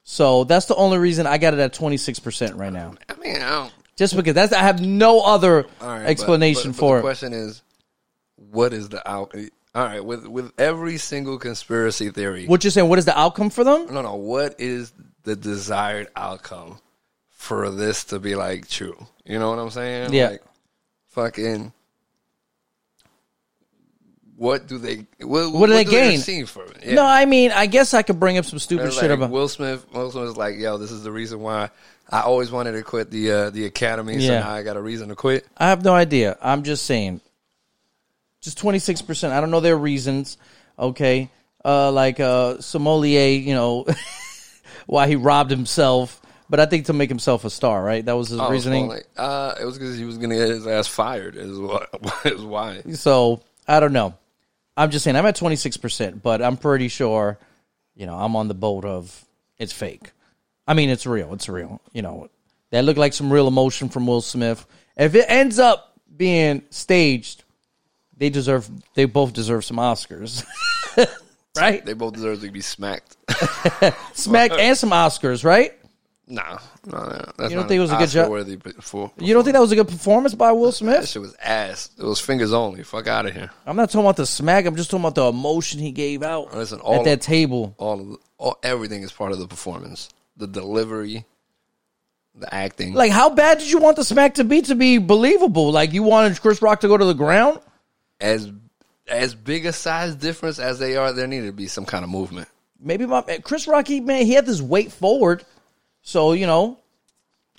Speaker 1: So that's the only reason I got it at twenty six percent right now.
Speaker 2: I mean, I don't.
Speaker 1: Just because that's I have no other
Speaker 2: All right, but-
Speaker 1: explanation
Speaker 2: but- but the
Speaker 1: for it.
Speaker 2: question is, what is the outcome? All right, with with every single conspiracy theory,
Speaker 1: What you're saying? What is the outcome for them?
Speaker 2: no, no. What is the desired outcome for this to be like true? You know what I'm saying?
Speaker 1: Yeah.
Speaker 2: Like, fucking. What do they? What,
Speaker 1: do they gain?
Speaker 2: Receive from it? Yeah.
Speaker 1: No, I mean, I guess I could bring up some stupid
Speaker 2: They're
Speaker 1: shit
Speaker 2: like,
Speaker 1: about.
Speaker 2: Will Smith. Will Smith was like, "Yo, this is the reason why I always wanted to quit the uh, the academy. So
Speaker 1: Yeah.
Speaker 2: now I got a reason to quit."
Speaker 1: I have no idea. I'm just saying. Just 26%. I don't know their reasons. Okay. Uh, like uh, Sommelier, you know, why he robbed himself. But I think to make himself a star, right? That was his
Speaker 2: I was
Speaker 1: reasoning.
Speaker 2: calling, uh, it was because he was going to get his ass fired. Is what is why.
Speaker 1: So I don't know. I'm just saying I'm at 26%, but I'm pretty sure, you know, I'm on the boat of it's fake. I mean, it's real. It's real. You know, that looked like some real emotion from Will Smith. If it ends up being staged, they deserve, they both deserve some Oscars. right?
Speaker 2: They both deserve to be smacked.
Speaker 1: Smack and some Oscars, right?
Speaker 2: Nah, no, no, that's
Speaker 1: You don't
Speaker 2: not
Speaker 1: think it was a good job?
Speaker 2: Worthy, but for
Speaker 1: You don't think that was a good performance by Will
Speaker 2: that
Speaker 1: Smith?
Speaker 2: shit was ass. It was fingers only. Fuck out of here.
Speaker 1: I'm not talking about the smack. I'm just talking about the emotion he gave out
Speaker 2: Listen, all
Speaker 1: at that table.
Speaker 2: all, of the- all everything is part of the performance, the delivery, the acting.
Speaker 1: Like, how bad did you want the smack to be to be believable? Like, you wanted Chris Rock to go to the ground?
Speaker 2: as as big a size difference as they are, there needed to be some kind of movement.
Speaker 1: Maybe my Chris Rock, he, man, he had this weight forward, so you know.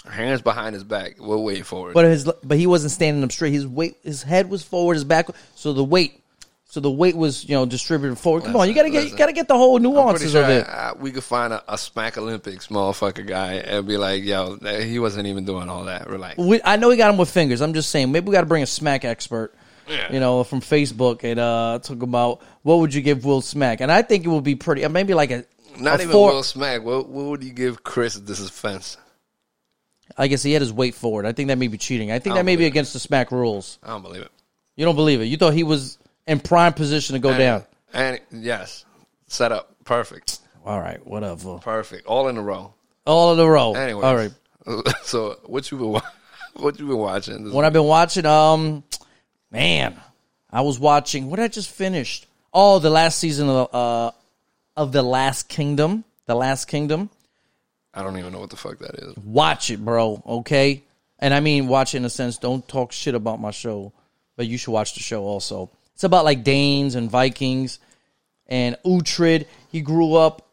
Speaker 2: Hands behind his back. We'll wait for it.
Speaker 1: But his, but he wasn't standing up straight. His weight, his head was forward, his back, so the weight, so the weight was you know distributed forward. Come on, you gotta get, you
Speaker 2: listen.
Speaker 1: gotta get the whole
Speaker 2: I'm pretty
Speaker 1: nuances
Speaker 2: sure
Speaker 1: of it.
Speaker 2: I- I- we could find a, a smack Olympics motherfucker guy and be like, "Yo, that- he wasn't even doing all that." We're like,
Speaker 1: We, I know he got him with fingers. I'm just saying, maybe we got to bring a smack expert,
Speaker 2: Yeah.
Speaker 1: you know, from Facebook and uh, talk about what would you give Will Smack, and I think it would be pretty, uh, maybe like a
Speaker 2: not
Speaker 1: a
Speaker 2: even
Speaker 1: four-
Speaker 2: Will Smack. What, what would you give Chris this offense?
Speaker 1: I guess he had his weight forward. I think that may be cheating. I think that may be
Speaker 2: believe it.
Speaker 1: against the smack rules.
Speaker 2: I don't believe it.
Speaker 1: You don't believe it? You thought he was in prime position to go down?
Speaker 2: And yes, set up perfect,
Speaker 1: All right, whatever.
Speaker 2: perfect, all in a row.
Speaker 1: All in a row.
Speaker 2: Anyway,
Speaker 1: All right.
Speaker 2: So what you been wa- what you been watching? This
Speaker 1: What I've been watching, um, man, I was watching. What I just finished? Oh, the last season of uh of the Last Kingdom. The Last Kingdom.
Speaker 2: I don't even know what the fuck that is.
Speaker 1: Watch it, bro. Okay, and I mean watch it in a sense. Don't talk shit about my show, but you should watch the show also. It's about like Danes and Vikings and Uhtred. He grew up.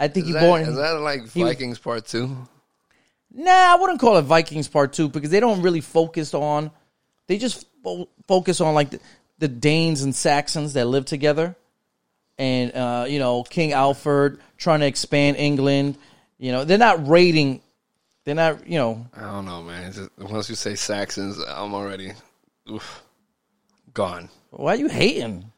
Speaker 1: I think
Speaker 2: Is
Speaker 1: he
Speaker 2: that,
Speaker 1: born.
Speaker 2: is that like Vikings Part Two?
Speaker 1: Nah, I wouldn't call it Vikings Part Two because they don't really focus on. They just fo- focus on like the, the Danes and Saxons that live together, and uh, you know King Alfred trying to expand England. You know they're not raiding. They're not. You know
Speaker 2: I don't know, man. It's just- once you say Saxons, I'm already oof, gone.
Speaker 1: why are you hating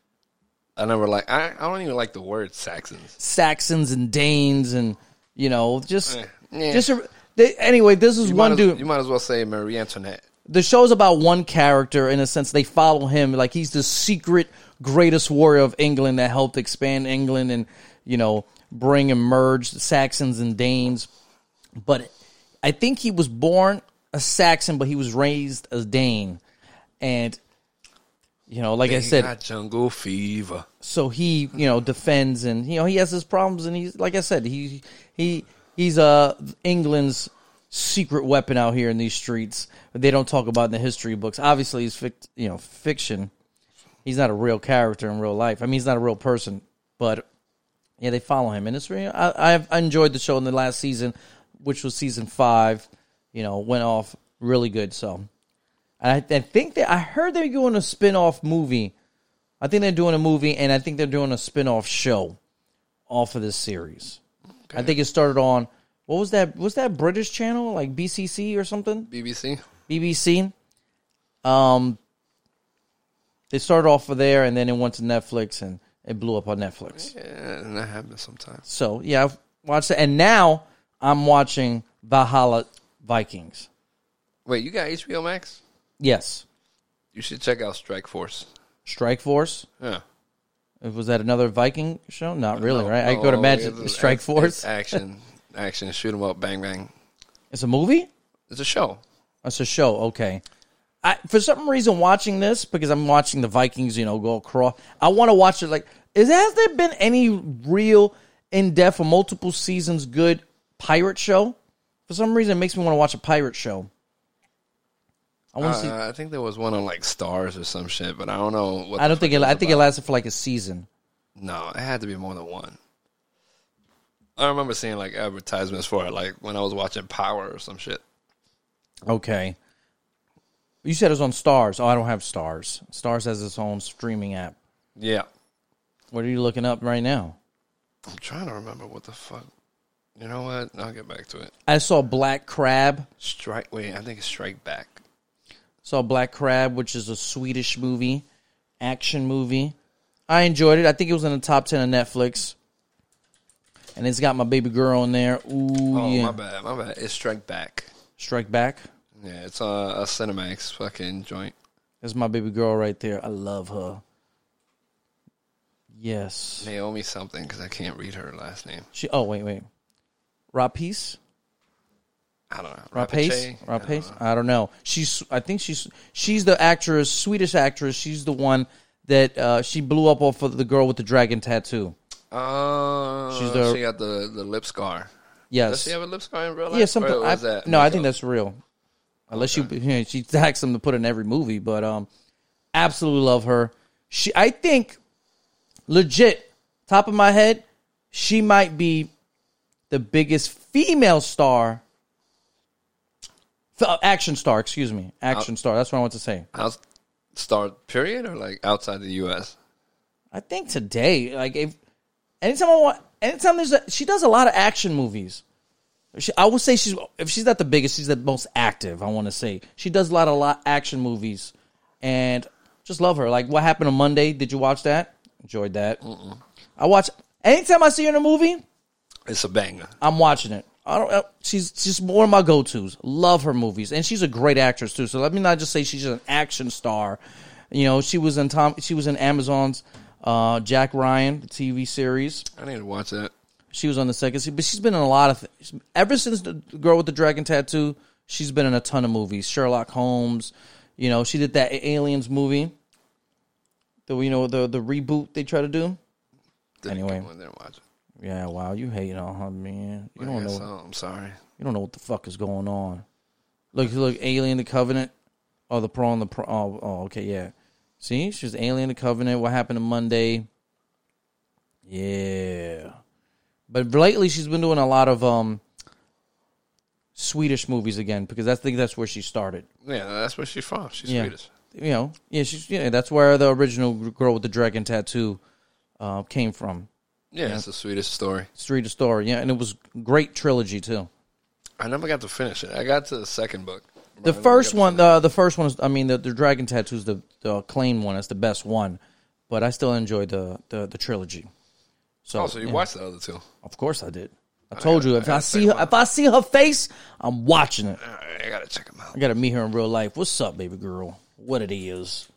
Speaker 2: I never like. I, I don't even like the word Saxons.
Speaker 1: Saxons and Danes and you know just
Speaker 2: yeah.
Speaker 1: just a, they, anyway. This is
Speaker 2: You might
Speaker 1: one
Speaker 2: as-
Speaker 1: dude.
Speaker 2: You might as well say Marie Antoinette.
Speaker 1: the show's about one character in a sense they follow him like he's the secret greatest warrior of england that helped expand england and you know bring and merge the saxons and danes but i think he was born a saxon but he was raised a dane and you know like i
Speaker 2: He
Speaker 1: said
Speaker 2: got jungle fever.
Speaker 1: so he you know defends and you know he has his problems and he's like I said he he he's uh England's secret weapon out here in these streets that they don't talk about in the history books. Obviously, he's fic- you know fiction. He's not a real character in real life. I mean, he's not a real person, but yeah, they follow him, and it's real. I I've, I enjoyed the show in the last season, which was season five. You know, went off really good. So, and I, I think that I heard they're doing a spin off movie. I think they're doing a movie, and I think they're doing a spin off show off of this series. I think it started on what was that? Was that British channel like BCC or something?
Speaker 2: BBC.
Speaker 1: BBC. Um, they started off of there, and then it went to Netflix, and it blew up on Netflix.
Speaker 2: Yeah, and that happens sometimes.
Speaker 1: So yeah, I've watched it, and now I'm watching Valhalla Vikings.
Speaker 2: Wait, you got HBO Max?
Speaker 1: Yes,
Speaker 2: You should check out Strike Force.
Speaker 1: Strike Force.
Speaker 2: Yeah.
Speaker 1: Was that another Viking show? Not really, right? I
Speaker 2: Oh,
Speaker 1: could
Speaker 2: oh,
Speaker 1: imagine
Speaker 2: it's-
Speaker 1: Strike
Speaker 2: it's-
Speaker 1: Force.
Speaker 2: it's action, action, shoot 'em up, bang bang.
Speaker 1: it's a movie.
Speaker 2: It's a show.
Speaker 1: That's a show. Okay. I, for some reason, watching this because I'm watching the Vikings, you know, go across. I want to watch it. Like, is has there been any real in depth or multiple seasons good pirate show? For some reason, it makes me want to watch a pirate show. I want to see.
Speaker 2: Uh, I think there was one on like Stars or some shit, but I don't know. What
Speaker 1: I
Speaker 2: the
Speaker 1: don't think it. I think it lasted for like a season.
Speaker 2: No, it had to be more than one. I remember seeing like advertisements for it, like when I was watching Power or some shit.
Speaker 1: Okay. You said it was on Stars. Oh, I don't have Stars. Stars has its own streaming app.
Speaker 2: Yeah,
Speaker 1: What are you looking up right now?
Speaker 2: I'm trying to remember what the fuck. You know what? I'll get back to it.
Speaker 1: I saw Black Crab.
Speaker 2: Strike. Wait, I think it's Strike Back.
Speaker 1: Saw Black Crab, which is a Swedish movie, action movie. I enjoyed it. I think it was in the top ten of Netflix. And it's got my baby girl in there. Ooh,
Speaker 2: Oh
Speaker 1: yeah.
Speaker 2: my bad, my bad. It's Strike Back.
Speaker 1: Strike Back.
Speaker 2: Yeah, it's a, a Cinemax fucking joint.
Speaker 1: That's my baby girl right there. I love her. Yes.
Speaker 2: Naomi something because I can't read her last name.
Speaker 1: She. Oh wait, wait. Rapis.
Speaker 2: I don't know.
Speaker 1: Rapace,
Speaker 2: Rapace? Uh-huh.
Speaker 1: Rapace. I don't know. She's. I think she's. She's the actress, Swedish actress. She's the one that uh, she blew up off of the girl with the dragon tattoo.
Speaker 2: Uh,
Speaker 1: She's the-
Speaker 2: she got the, the lip scar. Does
Speaker 1: Yes.
Speaker 2: she have a lip scar in real life?
Speaker 1: yeah. Something.
Speaker 2: Or
Speaker 1: I,
Speaker 2: was that
Speaker 1: no, I
Speaker 2: makeup?
Speaker 1: think that's real. Unless you, you know, she tags them to put in every movie, but um, absolutely love her. She. I think, legit, top of my head, she might be the biggest female star. f- uh, Action star, excuse me,
Speaker 2: Uh,
Speaker 1: action star. That's what I want to say.
Speaker 2: Out- star period or like outside the U.S.
Speaker 1: I think today, like if anytime I want, anytime there's a, she does a lot of action movies. She, I would say she's if she's not the biggest, she's the most active. I want to say she does a lot of lot action movies, and just love her. Like what happened on Monday? Did you watch that? Enjoyed that. I watch anytime I see her in a movie.
Speaker 2: It's a banger.
Speaker 1: I'm watching it. I don't. uh, She's she's one of my go tos. Love her movies, and she's a great actress too. So let me not just say she's an action star. You know, she was in Tom. She was in Amazon's uh, Jack Ryan the TV series.
Speaker 2: I need to watch that.
Speaker 1: She was on the second season, but she's been in a lot of things ever since the girl with the dragon tattoo. She's been in a ton of movies. Sherlock Holmes. You know, she did that Aliens movie. The you know the the reboot they try to do.
Speaker 2: Didn't
Speaker 1: Anyway.
Speaker 2: go in there and watch it.
Speaker 1: Yeah, wow, you hating on her, man. You don't
Speaker 2: I
Speaker 1: know.
Speaker 2: guess so. I'm sorry.
Speaker 1: You don't know what the fuck is going on. Look, look, Alien the Covenant. Oh, the prawn, the prawn. Oh, oh, okay, yeah. See, she's Alien the Covenant. What happened to Monday? Yeah, but lately she's been doing a lot of um Swedish movies again because I think that's where she started.
Speaker 2: Yeah, that's where she's from. She's
Speaker 1: Yeah.
Speaker 2: Swedish.
Speaker 1: You know, yeah, she's yeah. That's where the original girl with the dragon tattoo uh, came from.
Speaker 2: Yeah, it's a Swedish story.
Speaker 1: Swedish story, yeah, and it was great trilogy too.
Speaker 2: I never got to finish it. I got to the second book.
Speaker 1: The first one, uh, the the first one is, I mean, the, the Dragon Tattoo's the the acclaimed one. It's the best one, but I still enjoyed the the, the trilogy. So,
Speaker 2: Oh, so you
Speaker 1: yeah,
Speaker 2: watched the other two.
Speaker 1: of course I did. I told you if I,
Speaker 2: gotta
Speaker 1: see
Speaker 2: check
Speaker 1: her, if I see her face, I'm watching it.
Speaker 2: All right, I gotta check them out.
Speaker 1: I gotta meet her in real life. What's up, baby girl? What it is?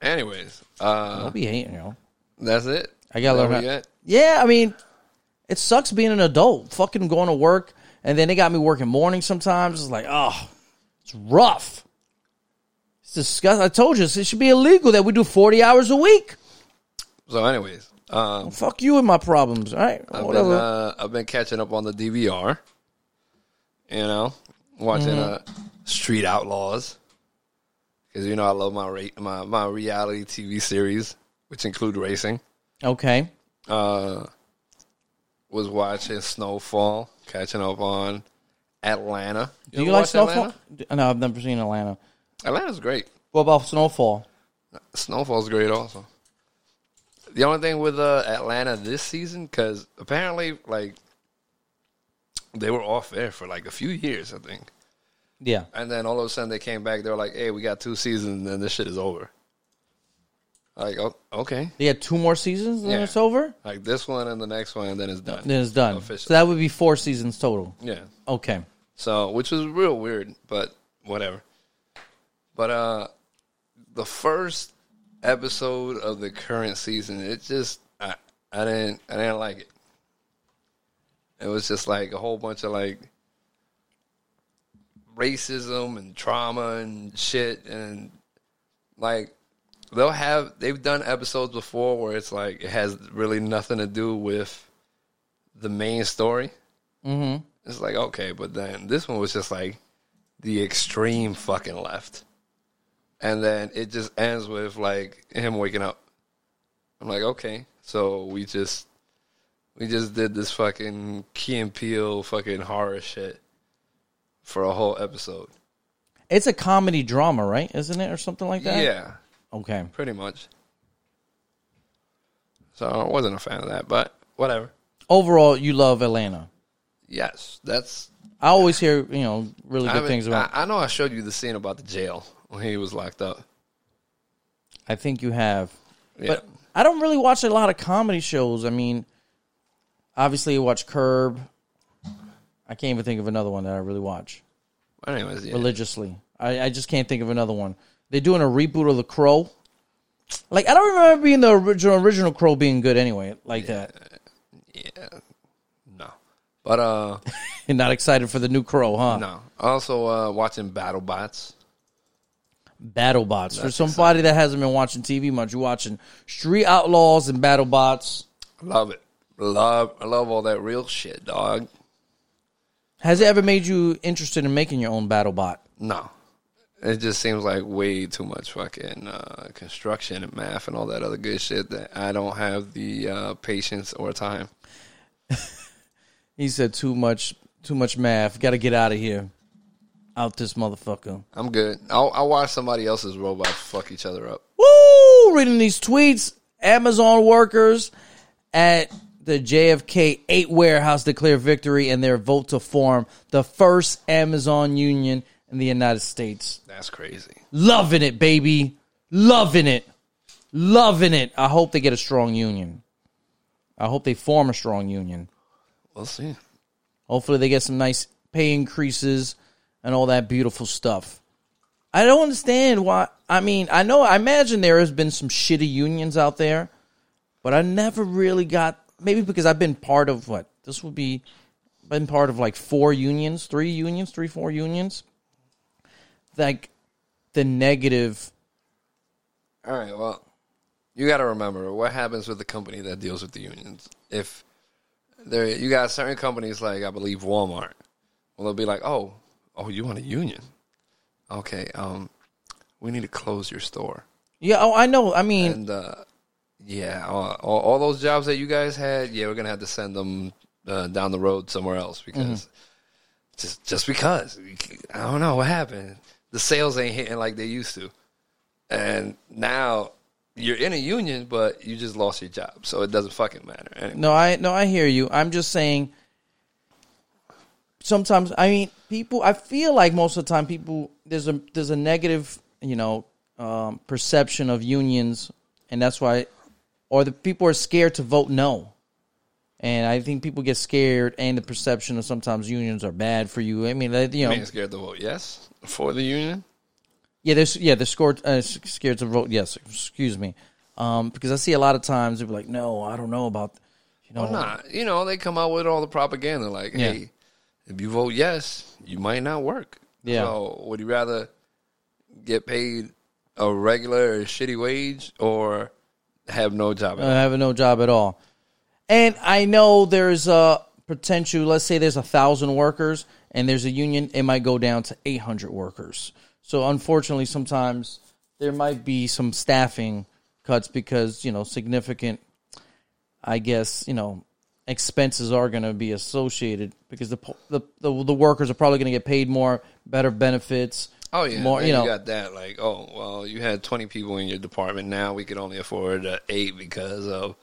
Speaker 2: Anyways, uh,
Speaker 1: Don't be hating, yo.
Speaker 2: that's it.
Speaker 1: I
Speaker 2: Is
Speaker 1: gotta learn.
Speaker 2: that where
Speaker 1: how-
Speaker 2: you at?
Speaker 1: yeah, I mean, it sucks being an adult. Fucking going to work, and then they got me working morning sometimes. It's like, oh, it's rough. It's disgusting. I told you, it should be illegal that we do forty hours a week.
Speaker 2: So, anyways, um,
Speaker 1: Fuck you and my problems. All right,
Speaker 2: I've been
Speaker 1: whatever.
Speaker 2: uh, I've been catching up on the DVR. You know, watching
Speaker 1: Mm-hmm.
Speaker 2: uh, Street Outlaws because you know I love my rate my my reality TV series, which include racing.
Speaker 1: okay,
Speaker 2: uh, was watching Snowfall, catching up on Atlanta.
Speaker 1: do you
Speaker 2: ever
Speaker 1: like
Speaker 2: watch
Speaker 1: Snowfall?
Speaker 2: Atlanta?
Speaker 1: No, I've never seen Atlanta.
Speaker 2: Atlanta's great.
Speaker 1: What about Snowfall?
Speaker 2: Snowfall's great also. The only thing with uh, Atlanta this season, because apparently, like, they were off air for like a few years, I think.
Speaker 1: Yeah,
Speaker 2: And then all of a sudden they came back. They were like, hey, we got two seasons and this shit is over. Like, oh, okay.
Speaker 1: they had two more seasons, and
Speaker 2: Yeah.
Speaker 1: it's over.
Speaker 2: Like this one and the next one, and then it's done.
Speaker 1: Then it's done. So
Speaker 2: Official.
Speaker 1: that would be four seasons total.
Speaker 2: Yeah.
Speaker 1: Okay.
Speaker 2: So, which was real weird, but whatever. But uh the first episode of the current season, it just I I didn't I didn't like it. It was just like a whole bunch of like racism and trauma and shit and like they'll have they've done episodes before where it's like it has really nothing to do with the main story. It's like okay, but then this one was just like the extreme fucking left, and then it just ends with like him waking up. I'm like, okay, so we just we just did this fucking Key and Peele fucking horror shit for a whole episode.
Speaker 1: It's a comedy drama, right? Isn't it, or something like that?
Speaker 2: Yeah,
Speaker 1: Okay.
Speaker 2: pretty much. So I wasn't a fan of that, but whatever.
Speaker 1: Overall, you love Atlanta.
Speaker 2: Yes, that's
Speaker 1: I always hear you know really
Speaker 2: I,
Speaker 1: good
Speaker 2: haven't-
Speaker 1: things about.
Speaker 2: I, I know I showed you the scene about the jail when he was locked up.
Speaker 1: I think you have,
Speaker 2: Yeah.
Speaker 1: but I don't really watch a lot of comedy shows. I mean, obviously, I watch Curb. I can't even think of another one that I really watch
Speaker 2: Anyways, yeah.
Speaker 1: religiously. I, I just can't think of another one. They're doing a reboot of The Crow. Like I don't remember being the original original Crow being good anyway, like that.
Speaker 2: yeah, no. But uh,
Speaker 1: You're not excited for the new Crow, huh?
Speaker 2: no. Also uh, watching Battle Bots.
Speaker 1: BattleBots. for somebody that hasn't been watching TV much, you're watching Street Outlaws and BattleBots.
Speaker 2: Love it. Love I love all that real shit, dog.
Speaker 1: Has it ever made you interested in making your own BattleBot?
Speaker 2: No. It just seems like way too much fucking uh, construction and math and all that other good shit that I don't have the uh, patience or time.
Speaker 1: He said too much, too much math. Got to get out of here, out this motherfucker.
Speaker 2: I'm good. I'll, I'll watch somebody else's robots fuck each other up.
Speaker 1: Woo! Reading these tweets, Amazon workers at the JFK eight warehouse declare victory in their vote to form the first Amazon union in the United States.
Speaker 2: That's crazy.
Speaker 1: Loving it, baby. Loving it. Loving it. I hope they get a strong union. I hope they form a strong union.
Speaker 2: We'll see.
Speaker 1: Hopefully they get some nice pay increases and all that beautiful stuff. I don't understand why. I mean, I know, I imagine there has been some shitty unions out there, but I never really got. Maybe because I've been part of what this would be, been part of like four unions, three unions, three four unions. Like the negative.
Speaker 2: All right. Well, you got to remember what happens with the company that deals with the unions. If there, you got certain companies like I believe Walmart. Well, they'll be like, "Oh, oh, you want a union? Okay. Um, we need to close your store."
Speaker 1: Yeah, oh, I know. I mean,
Speaker 2: And uh, yeah, all, all, all those jobs that you guys had, yeah, we're gonna have to send them uh, down the road somewhere else because just just because I don't know what happened. The sales ain't hitting like they used to, and now you're in a union, but you just lost your job, so it doesn't fucking matter. And
Speaker 1: No, I no, I hear you. I'm just saying. Sometimes I mean, people. I feel like most of the time, people there's a there's a negative, you know, um, perception of unions, and that's why, or the people are scared to vote no, and I think people get scared, and the perception of sometimes unions are bad for you. I mean, they- you know,
Speaker 2: being scared to vote yes for the union.
Speaker 1: yeah, there's yeah, they're scored, uh, s- scared to vote yes. Excuse me, um, because I see a lot of times they're like, no, I don't know about, you know,
Speaker 2: Well, nah, you know they come out with all the propaganda like,
Speaker 1: Yeah.
Speaker 2: hey, if you vote yes, you might not work.
Speaker 1: Yeah.
Speaker 2: So would you rather get paid a regular or shitty wage or have no job? At all?
Speaker 1: I have uh, no job at all. And I know there's a potential. Let's say there's a thousand workers, and there's a union. It might go down to 800 workers. So unfortunately, sometimes there might be some staffing cuts because you know significant. I guess you know expenses are going to be associated because the po- the the, the workers are probably going to get paid more, better benefits.
Speaker 2: Oh yeah,
Speaker 1: more
Speaker 2: and
Speaker 1: you know.
Speaker 2: got that. Like, oh well, you had twenty people in your department. Now we could only afford uh, eight because of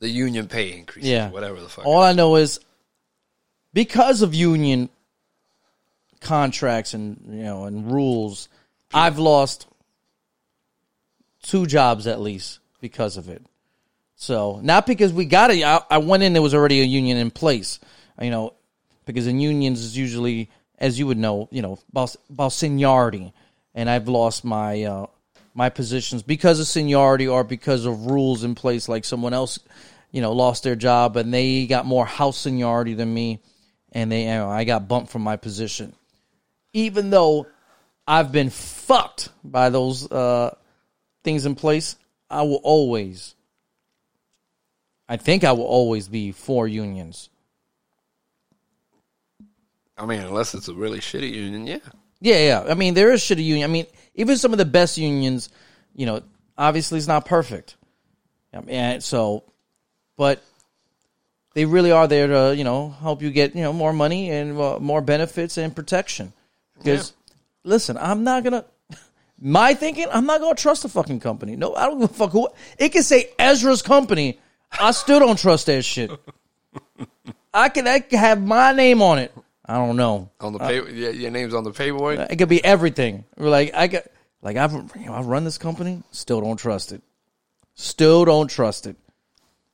Speaker 2: the union pay increase.
Speaker 1: Yeah.
Speaker 2: whatever the fuck.
Speaker 1: All I know is because of union contracts and you know and rules, I've lost two jobs at least because of it. So not because we got it. I, I went in there was already a union in place. You know, because in unions is usually, as you would know, you know about, about seniority, and I've lost my uh, my positions because of seniority or because of rules in place. Like someone else, you know, lost their job and they got more house seniority than me, and they you know, I got bumped from my position, even though I've been fucked by those uh, things in place. I will always I think I will always be for unions.
Speaker 2: I mean, unless it's a really shitty union, yeah.
Speaker 1: Yeah, yeah. I mean, there is shitty union. I mean, even some of the best unions, you know, obviously it's not perfect. I mean, and so, but they really are there to you know help you get you know more money and uh, more benefits and protection. Because listen, I'm not gonna. My thinking, I'm not gonna trust the fucking company. No, I don't give a fuck who. It can say Ezra's company. I still don't trust that shit. I can, I can have my name on it. I don't know.
Speaker 2: On the pay, yeah, your name's on the paperwork.
Speaker 1: It could be everything. We're like I got like I've you know, I run this company, still don't trust it. Still don't trust it.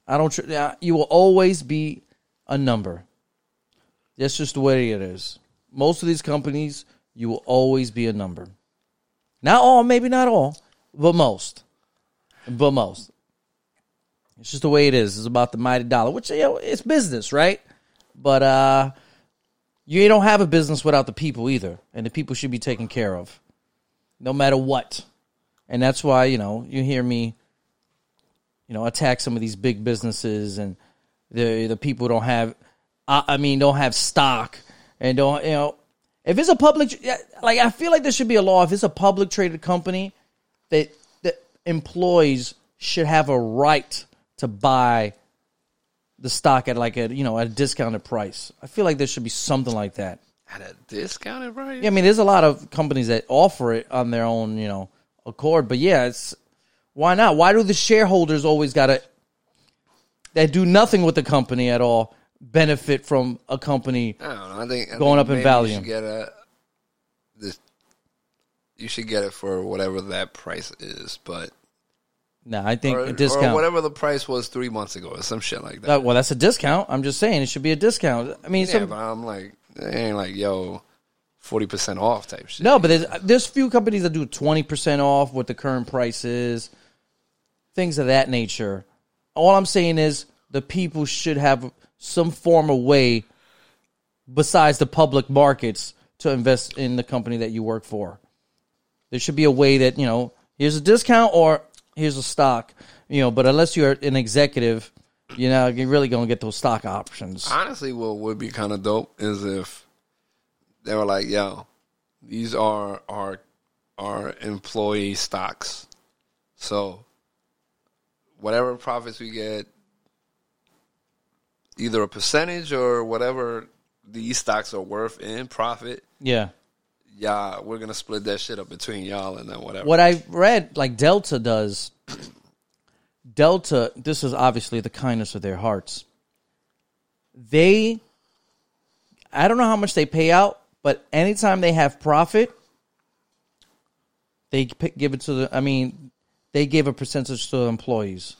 Speaker 1: I don't. Tr- yeah, you will always be a number. That's just the way it is. Most of these companies, you will always be a number. Not all, maybe not all, but most. But most. It's just the way it is. It's about the mighty dollar, which you know, it's business, right? But uh, you don't have a business without the people either, and the people should be taken care of, no matter what. And that's why you know you hear me, you know, attack some of these big businesses and the the people don't have, I, I mean, don't have stock and don't you know. If it's a public, yeah, like I feel like there should be a law. If it's a public traded company, that that employees should have a right to buy the stock at like a you know at a discounted price. I feel like there should be something like that.
Speaker 2: At a discounted price?
Speaker 1: Yeah, I mean, there's a lot of companies that offer it on their own, you know, accord. But yeah, it's why not? Why do the shareholders always gotta that do nothing with the company at all benefit from a company?
Speaker 2: I don't know. I think I
Speaker 1: Going
Speaker 2: think
Speaker 1: up in
Speaker 2: maybe
Speaker 1: value.
Speaker 2: You should get a this. You should get it for whatever that price is, but
Speaker 1: No, I think
Speaker 2: or,
Speaker 1: a
Speaker 2: or
Speaker 1: discount.
Speaker 2: whatever the price was three months ago, or some shit like that.
Speaker 1: Uh, well, that's a discount. I'm just saying it should be a discount. I mean,
Speaker 2: yeah,
Speaker 1: some,
Speaker 2: but I'm like, it ain't like yo, forty percent off type shit.
Speaker 1: No, but there's uh, there's few companies that do twenty percent off what the current price is, things of that nature. All I'm saying is the people should have some form of way besides the public markets to invest in the company that you work for. There should be a way that, you know, here's a discount or here's a stock. You know, but unless you're an executive, you know, you're really gonna get those stock options.
Speaker 2: Honestly, what would be kind of dope is if they were like, yo, these are our our employee stocks, so whatever profits we get, either a percentage or whatever these stocks are worth in profit.
Speaker 1: Yeah.
Speaker 2: Yeah, we're gonna split that shit up between y'all and then whatever.
Speaker 1: what I read, like Delta does, Delta, this is obviously the kindness of their hearts. They, I don't know how much they pay out, but anytime they have profit, they p- give it to the, I mean, they give a percentage to the employees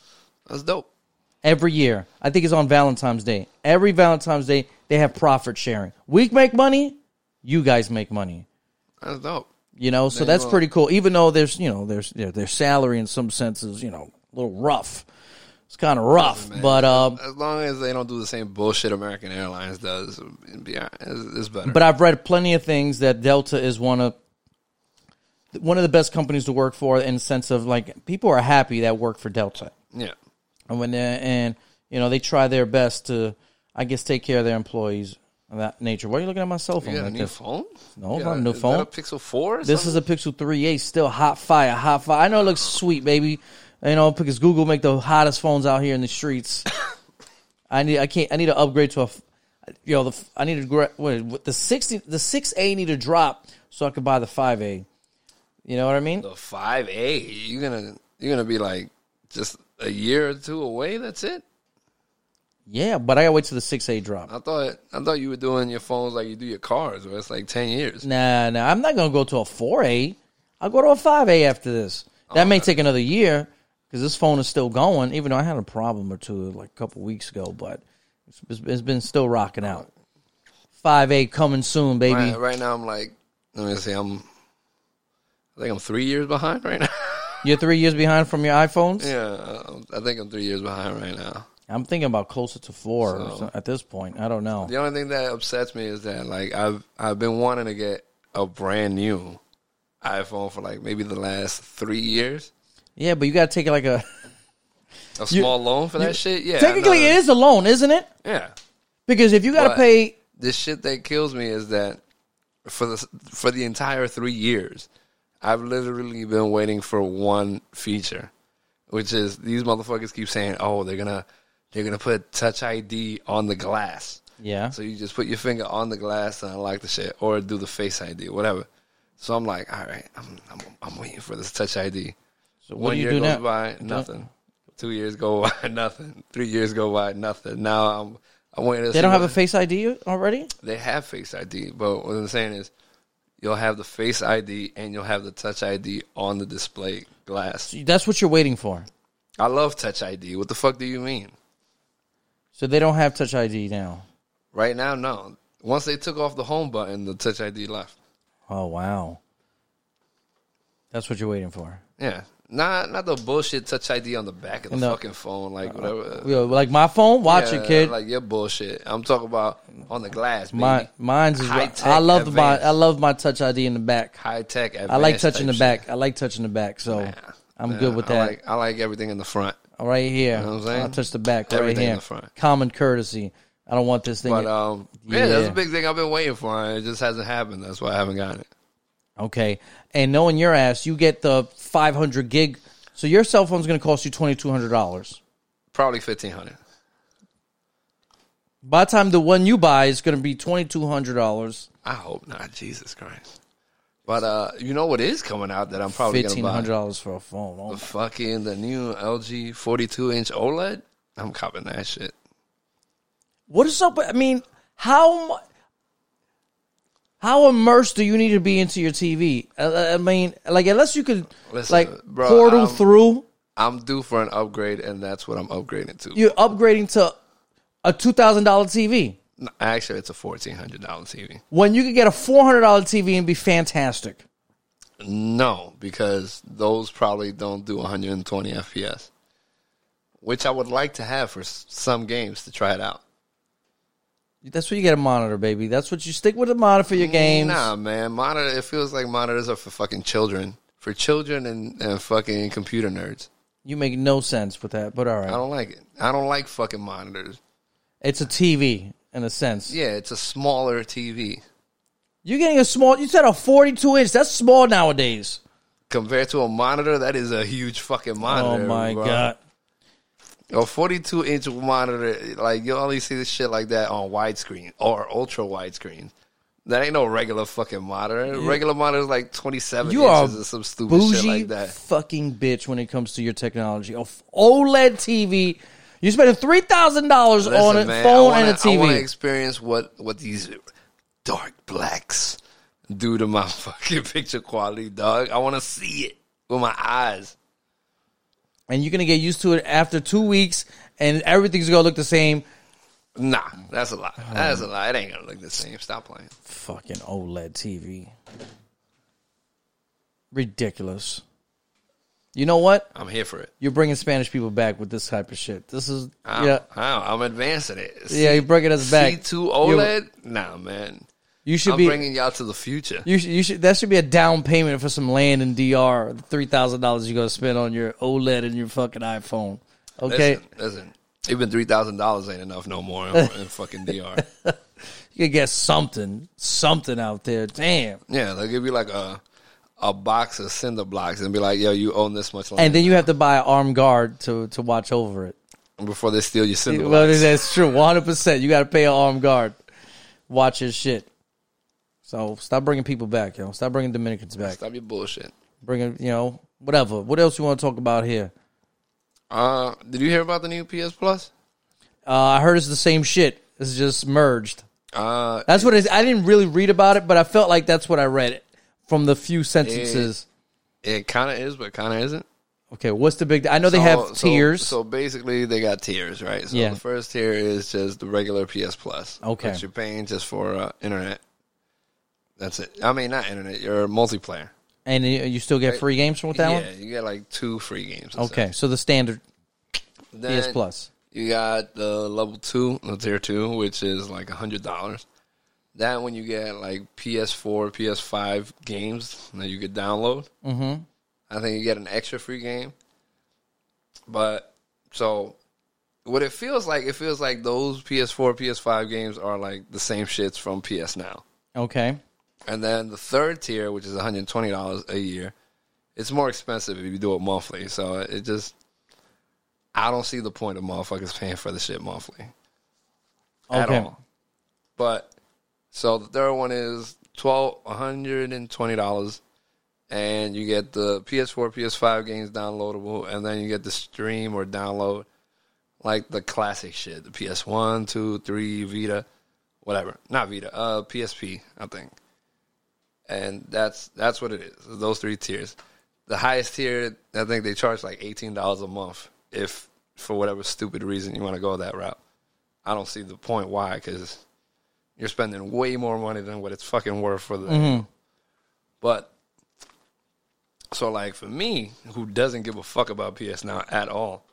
Speaker 2: That's dope.
Speaker 1: every year. I think it's on Valentine's Day. Every Valentine's Day, they have profit sharing. We make money, you guys make money
Speaker 2: That's dope.
Speaker 1: you know so that's pretty cool even though there's you know there's you know, their salary in some senses you know a little rough it's kind of rough but um
Speaker 2: As long as they don't do the same bullshit American Airlines does, it'd be- it's it's better.
Speaker 1: but i've read plenty of things that delta is one of one of the best companies to work for in the sense of like people are happy that work for delta
Speaker 2: yeah,
Speaker 1: and when they and you know they try their best to i guess take care of their employees of that nature why are you looking at my cell phone
Speaker 2: you got a
Speaker 1: like
Speaker 2: new
Speaker 1: this?
Speaker 2: phone?
Speaker 1: No,
Speaker 2: You
Speaker 1: not a
Speaker 2: got-
Speaker 1: new
Speaker 2: is that
Speaker 1: phone.
Speaker 2: a Pixel Four.
Speaker 1: This is a Pixel 3a, still hot fire, hot fire. I know it looks sweet, baby. You know, because Google make the hottest phones out here in the streets. I need, I can't, I need to upgrade to a, f- you know, the f- I need to gra- what, what- the sixty, the six A need to drop so I could buy the five A. You know what I mean?
Speaker 2: the five A. You're gonna you're gonna be like just a year or two away. That's it.
Speaker 1: Yeah, but I gotta wait till the six A drop.
Speaker 2: I thought I thought you were doing your phones like you do your cars, where it's like ten years.
Speaker 1: Nah, nah, I'm not gonna go to a four A. I'll go to a five A after this. That may take another year because this phone is still going. Even though I had a problem or two like a couple weeks ago, but it's, it's, it's been still rocking out. Five A coming soon, baby.
Speaker 2: Right, right now, I'm like, let me see, I'm. I think I'm three years behind right now.
Speaker 1: You're three years behind from your iPhones.
Speaker 2: yeah, I- I think I'm three years behind right now.
Speaker 1: I'm thinking about closer to four or so- at this point. I don't know.
Speaker 2: The only thing that upsets me is that like I've I've been wanting to get a brand new iPhone for like maybe the last three years.
Speaker 1: Yeah, but you gotta take it like a.
Speaker 2: A small loan for that shit. Yeah,
Speaker 1: Technically,
Speaker 2: no,
Speaker 1: it is a loan, isn't it?
Speaker 2: yeah.
Speaker 1: Because if you gotta
Speaker 2: But-
Speaker 1: pay,
Speaker 2: The shit that kills me is that for the for the entire three years, I've literally been waiting for one feature, which is these motherfuckers keep saying, "Oh, they're gonna they're gonna put Touch ID on the glass."
Speaker 1: yeah,
Speaker 2: So you just put your finger on the glass and unlock the shit, or do the Face ID, whatever. So I'm like, all right, I'm I'm, I'm waiting for this Touch ID.
Speaker 1: So what
Speaker 2: One
Speaker 1: do you
Speaker 2: year
Speaker 1: do
Speaker 2: goes
Speaker 1: now?
Speaker 2: by, nothing. Two years go by, nothing. Three years go by, nothing. Now I'm I'm waiting. To
Speaker 1: they don't have a Face ID already.
Speaker 2: They have Face ID, but what I'm saying is, you'll have the Face ID and you'll have the Touch ID on the display glass.
Speaker 1: That's what you're waiting for.
Speaker 2: I love Touch ID. What the fuck do you mean?
Speaker 1: So they don't have Touch ID now.
Speaker 2: Right now, no. Once they took off the home button, the Touch ID left.
Speaker 1: Oh wow, that's what you're waiting for.
Speaker 2: Yeah, Not not the bullshit touch ID on the back of the
Speaker 1: No.
Speaker 2: fucking phone, like whatever.
Speaker 1: You know, like my phone, watch
Speaker 2: Yeah,
Speaker 1: it, kid.
Speaker 2: Like your bullshit. I'm talking about on the glass, baby.
Speaker 1: my mine's is
Speaker 2: High-tech
Speaker 1: I love the my
Speaker 2: advanced.
Speaker 1: I love my touch ID in the back.
Speaker 2: high tech.
Speaker 1: I like touching the back. I like touching the back, so I'm good with that.
Speaker 2: I like, I like everything in the front.
Speaker 1: right here,
Speaker 2: know what I'm saying?
Speaker 1: I'll touch the back right
Speaker 2: Everything in
Speaker 1: here.
Speaker 2: the front.
Speaker 1: Common courtesy. I don't want this thing.
Speaker 2: But um, yeah, that's
Speaker 1: Yeah.
Speaker 2: a big thing I've been waiting for. And it just hasn't happened. That's why I haven't gotten it.
Speaker 1: okay, and knowing your ass, you get the 500 gig. So your cell phone's going to cost you twenty two hundred dollars.
Speaker 2: Probably fifteen hundred.
Speaker 1: By the time the one you buy is going to be twenty two hundred dollars,
Speaker 2: I hope not. Jesus Christ. But uh, you know what is coming out that I'm probably
Speaker 1: fifteen
Speaker 2: going to buy?
Speaker 1: hundred dollars for a phone. Oh,
Speaker 2: fucking the new LG 42 inch OLED. I'm copping that shit.
Speaker 1: What is up? with- I mean, how mu- how immersed do you need to be into your TV? I, I mean, like unless you could
Speaker 2: Listen,
Speaker 1: like
Speaker 2: bro,
Speaker 1: portal
Speaker 2: I'm-
Speaker 1: through,
Speaker 2: I'm due for an upgrade, and that's what I'm upgrading to.
Speaker 1: you're upgrading to a two thousand dollar TV
Speaker 2: No, Actually, it's a fourteen hundred dollar TV.
Speaker 1: when you could get a four hundred dollar TV and be fantastic.
Speaker 2: No, because those probably don't do 120 FPS, which I would like to have for s- some games to try it out.
Speaker 1: That's what you get a monitor, baby. That's what you stick with a monitor for your games.
Speaker 2: Nah, man, monitor. It feels like monitors are for fucking children, for children and, and fucking computer nerds.
Speaker 1: You make no sense with that, but
Speaker 2: I
Speaker 1: all right,
Speaker 2: don't like it. I don't like fucking monitors.
Speaker 1: it's a TV in a sense.
Speaker 2: Yeah, it's a smaller TV
Speaker 1: You're getting a small. You said a forty-two inch. That's small nowadays.
Speaker 2: compared to a monitor. That is a huge fucking
Speaker 1: Oh
Speaker 2: monitor.
Speaker 1: my
Speaker 2: bro.
Speaker 1: god.
Speaker 2: A 42 inch monitor, like you only see this shit like that on widescreen or ultra widescreen. That ain't no regular fucking monitor. Regular monitor is like 27
Speaker 1: You are
Speaker 2: inches or some stupid
Speaker 1: bougie
Speaker 2: shit like that.
Speaker 1: fucking bitch when it comes to your technology. A f- OLED TV. You're spending three thousand dollars on a
Speaker 2: Listen, man,
Speaker 1: phone
Speaker 2: I wanna,
Speaker 1: and a
Speaker 2: I want to
Speaker 1: TV.
Speaker 2: experience what, what these dark blacks do to my fucking picture quality, dog. I want to see it with my eyes.
Speaker 1: and you're gonna get used to it after two weeks, and everything's gonna look the same.
Speaker 2: Nah, that's a lie. That's a lie. It ain't going to look the same. Stop playing.
Speaker 1: Fucking OLED TV. Ridiculous. You know what?
Speaker 2: I'm here for it.
Speaker 1: You're bringing Spanish people back with this type of shit. This is
Speaker 2: I'm,
Speaker 1: yeah,
Speaker 2: I'm, I'm advancing it.
Speaker 1: yeah. You're bringing us back.
Speaker 2: C2 OLED? E Nah, man.
Speaker 1: You should
Speaker 2: I'm
Speaker 1: be.
Speaker 2: bringing y'all to the future.
Speaker 1: You should, you should. That should be a down payment for some land in DR. Three thousand dollars you're gonna spend on your OLED and your fucking iPhone. Okay,
Speaker 2: Listen, listen. Even three thousand dollars ain't enough no more in, in fucking DR.
Speaker 1: you can get something, something out there. Damn.
Speaker 2: Yeah, they'll give you like a a box of cinder blocks and be like, "Yo, you own this much
Speaker 1: And
Speaker 2: land."
Speaker 1: then you have to buy an armed guard to to watch over it.
Speaker 2: before they steal your cinder
Speaker 1: Well,
Speaker 2: blocks.
Speaker 1: that's true. One hundred percent. You got to pay an armed guard. Watch your shit. So stop bringing people back, yo. Stop bringing Dominicans back.
Speaker 2: Stop your bullshit.
Speaker 1: Bringing, you know, whatever. What else you want to talk about here?
Speaker 2: Uh, did you hear about the new PS Plus?
Speaker 1: Uh, I heard it's the same shit. It's just merged.
Speaker 2: Uh,
Speaker 1: That's what it is. I didn't really read about it, but I felt like that's what I read from the few sentences.
Speaker 2: it kind of is, but kind of isn't.
Speaker 1: Okay, what's the big? I know they
Speaker 2: So-
Speaker 1: have
Speaker 2: so-
Speaker 1: tiers.
Speaker 2: So basically, they got tiers, right? So
Speaker 1: Yeah.
Speaker 2: the first tier is just the regular PS Plus.
Speaker 1: Okay.
Speaker 2: That you're paying just for uh, internet. That's it. I mean, not internet. Your multiplayer.
Speaker 1: and you you still get free games with that
Speaker 2: yeah,
Speaker 1: one.
Speaker 2: you get like two free games. and
Speaker 1: Okay, so the standard
Speaker 2: stuff. Then
Speaker 1: PS Plus.
Speaker 2: You got the level two, the tier two, which is like hundred dollars. That one you get like PS4, PS5 games that you could download. Mm-hmm. I think you get an extra free game. But so what it feels like, it feels like those PS4, PS5 games are like the same shits from PS Now.
Speaker 1: Okay,
Speaker 2: And then the third tier, which is one hundred twenty dollars a year, it's more expensive if you do it monthly. So it just, I don't see the point of motherfuckers paying for the shit monthly at
Speaker 1: Okay.
Speaker 2: all. But so the third one is twelve one hundred and twenty dollars, and you get the PS4, PS5 games downloadable, and then you get the stream or download like the classic shit, the PS1, 2, 3, Vita, whatever. Not Vita, uh, PSP, I think. And that's that's what it is. Those three tiers. The highest tier, I think they charge like eighteen dollars a month if for whatever stupid reason you want to go that route. I don't see the point why because you're spending way more money than what it's fucking worth for the. But So like for me, who doesn't give a fuck about PS Now at all,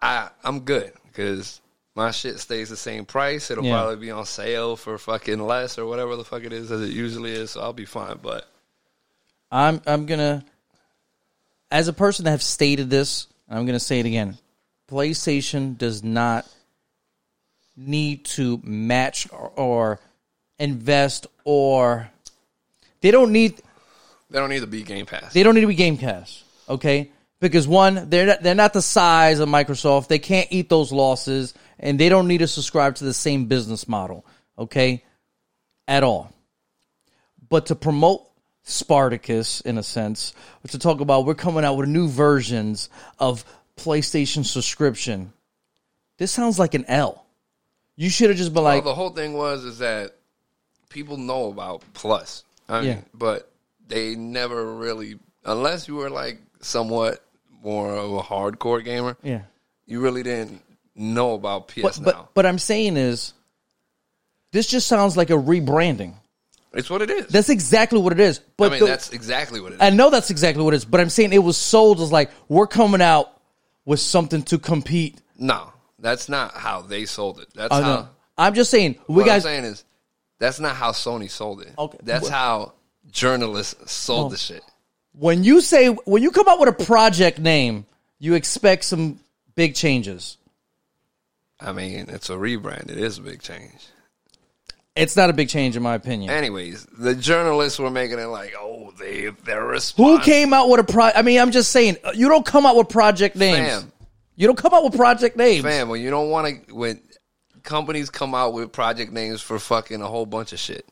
Speaker 2: I I'm good because my shit stays the same price. It'll
Speaker 1: Yeah.
Speaker 2: probably be on sale for fucking less or whatever the fuck it is as it usually is. So I'll be fine. But
Speaker 1: I'm I'm gonna as a person that have stated this, and I'm gonna say it again. PlayStation does not need to match or, or invest or they don't need
Speaker 2: they don't need to be Game Pass.
Speaker 1: they don't need to be Gamecast, okay? Because one, they're not, they're not the size of Microsoft. They can't eat those losses, and they don't need to subscribe to the same business model, okay? At all. But to promote Spartacus, in a sense, to talk about we're coming out with new versions of PlayStation subscription. This sounds like an L. You should have just been like,
Speaker 2: Well, the whole thing was is that people know about Plus, I mean,
Speaker 1: Yeah.
Speaker 2: but they never really, unless you were like somewhat more of a hardcore gamer,
Speaker 1: yeah.
Speaker 2: you really didn't know about PS
Speaker 1: But,
Speaker 2: Now.
Speaker 1: but but I'm saying is, this just sounds like a rebranding.
Speaker 2: It's what it is.
Speaker 1: That's exactly what it is. But
Speaker 2: I mean,
Speaker 1: the-
Speaker 2: that's exactly what it is.
Speaker 1: I know that's exactly what it is, but I'm saying it was sold as like we're coming out with something to compete.
Speaker 2: no, that's not how they sold it. That's
Speaker 1: I
Speaker 2: how.
Speaker 1: know. I'm just saying we
Speaker 2: What
Speaker 1: Oh, guys.
Speaker 2: I'm saying is, that's not how Sony sold it.
Speaker 1: Okay. Oh.
Speaker 2: That's
Speaker 1: Well-
Speaker 2: how journalists sold the shit.
Speaker 1: when you say when you come out with a project name, you expect some big changes.
Speaker 2: I mean, it's a rebrand. It is a big change.
Speaker 1: It's not a big change in my opinion.
Speaker 2: Anyways, the journalists were making it like, oh, they they're
Speaker 1: Who
Speaker 2: responsible.
Speaker 1: came out with a pro? I mean, I'm just saying uh, you don't come out with project names.
Speaker 2: Fam.
Speaker 1: You don't come out with project names.
Speaker 2: Man, when you don't want to, when companies come out with project names for fucking a whole bunch of shit.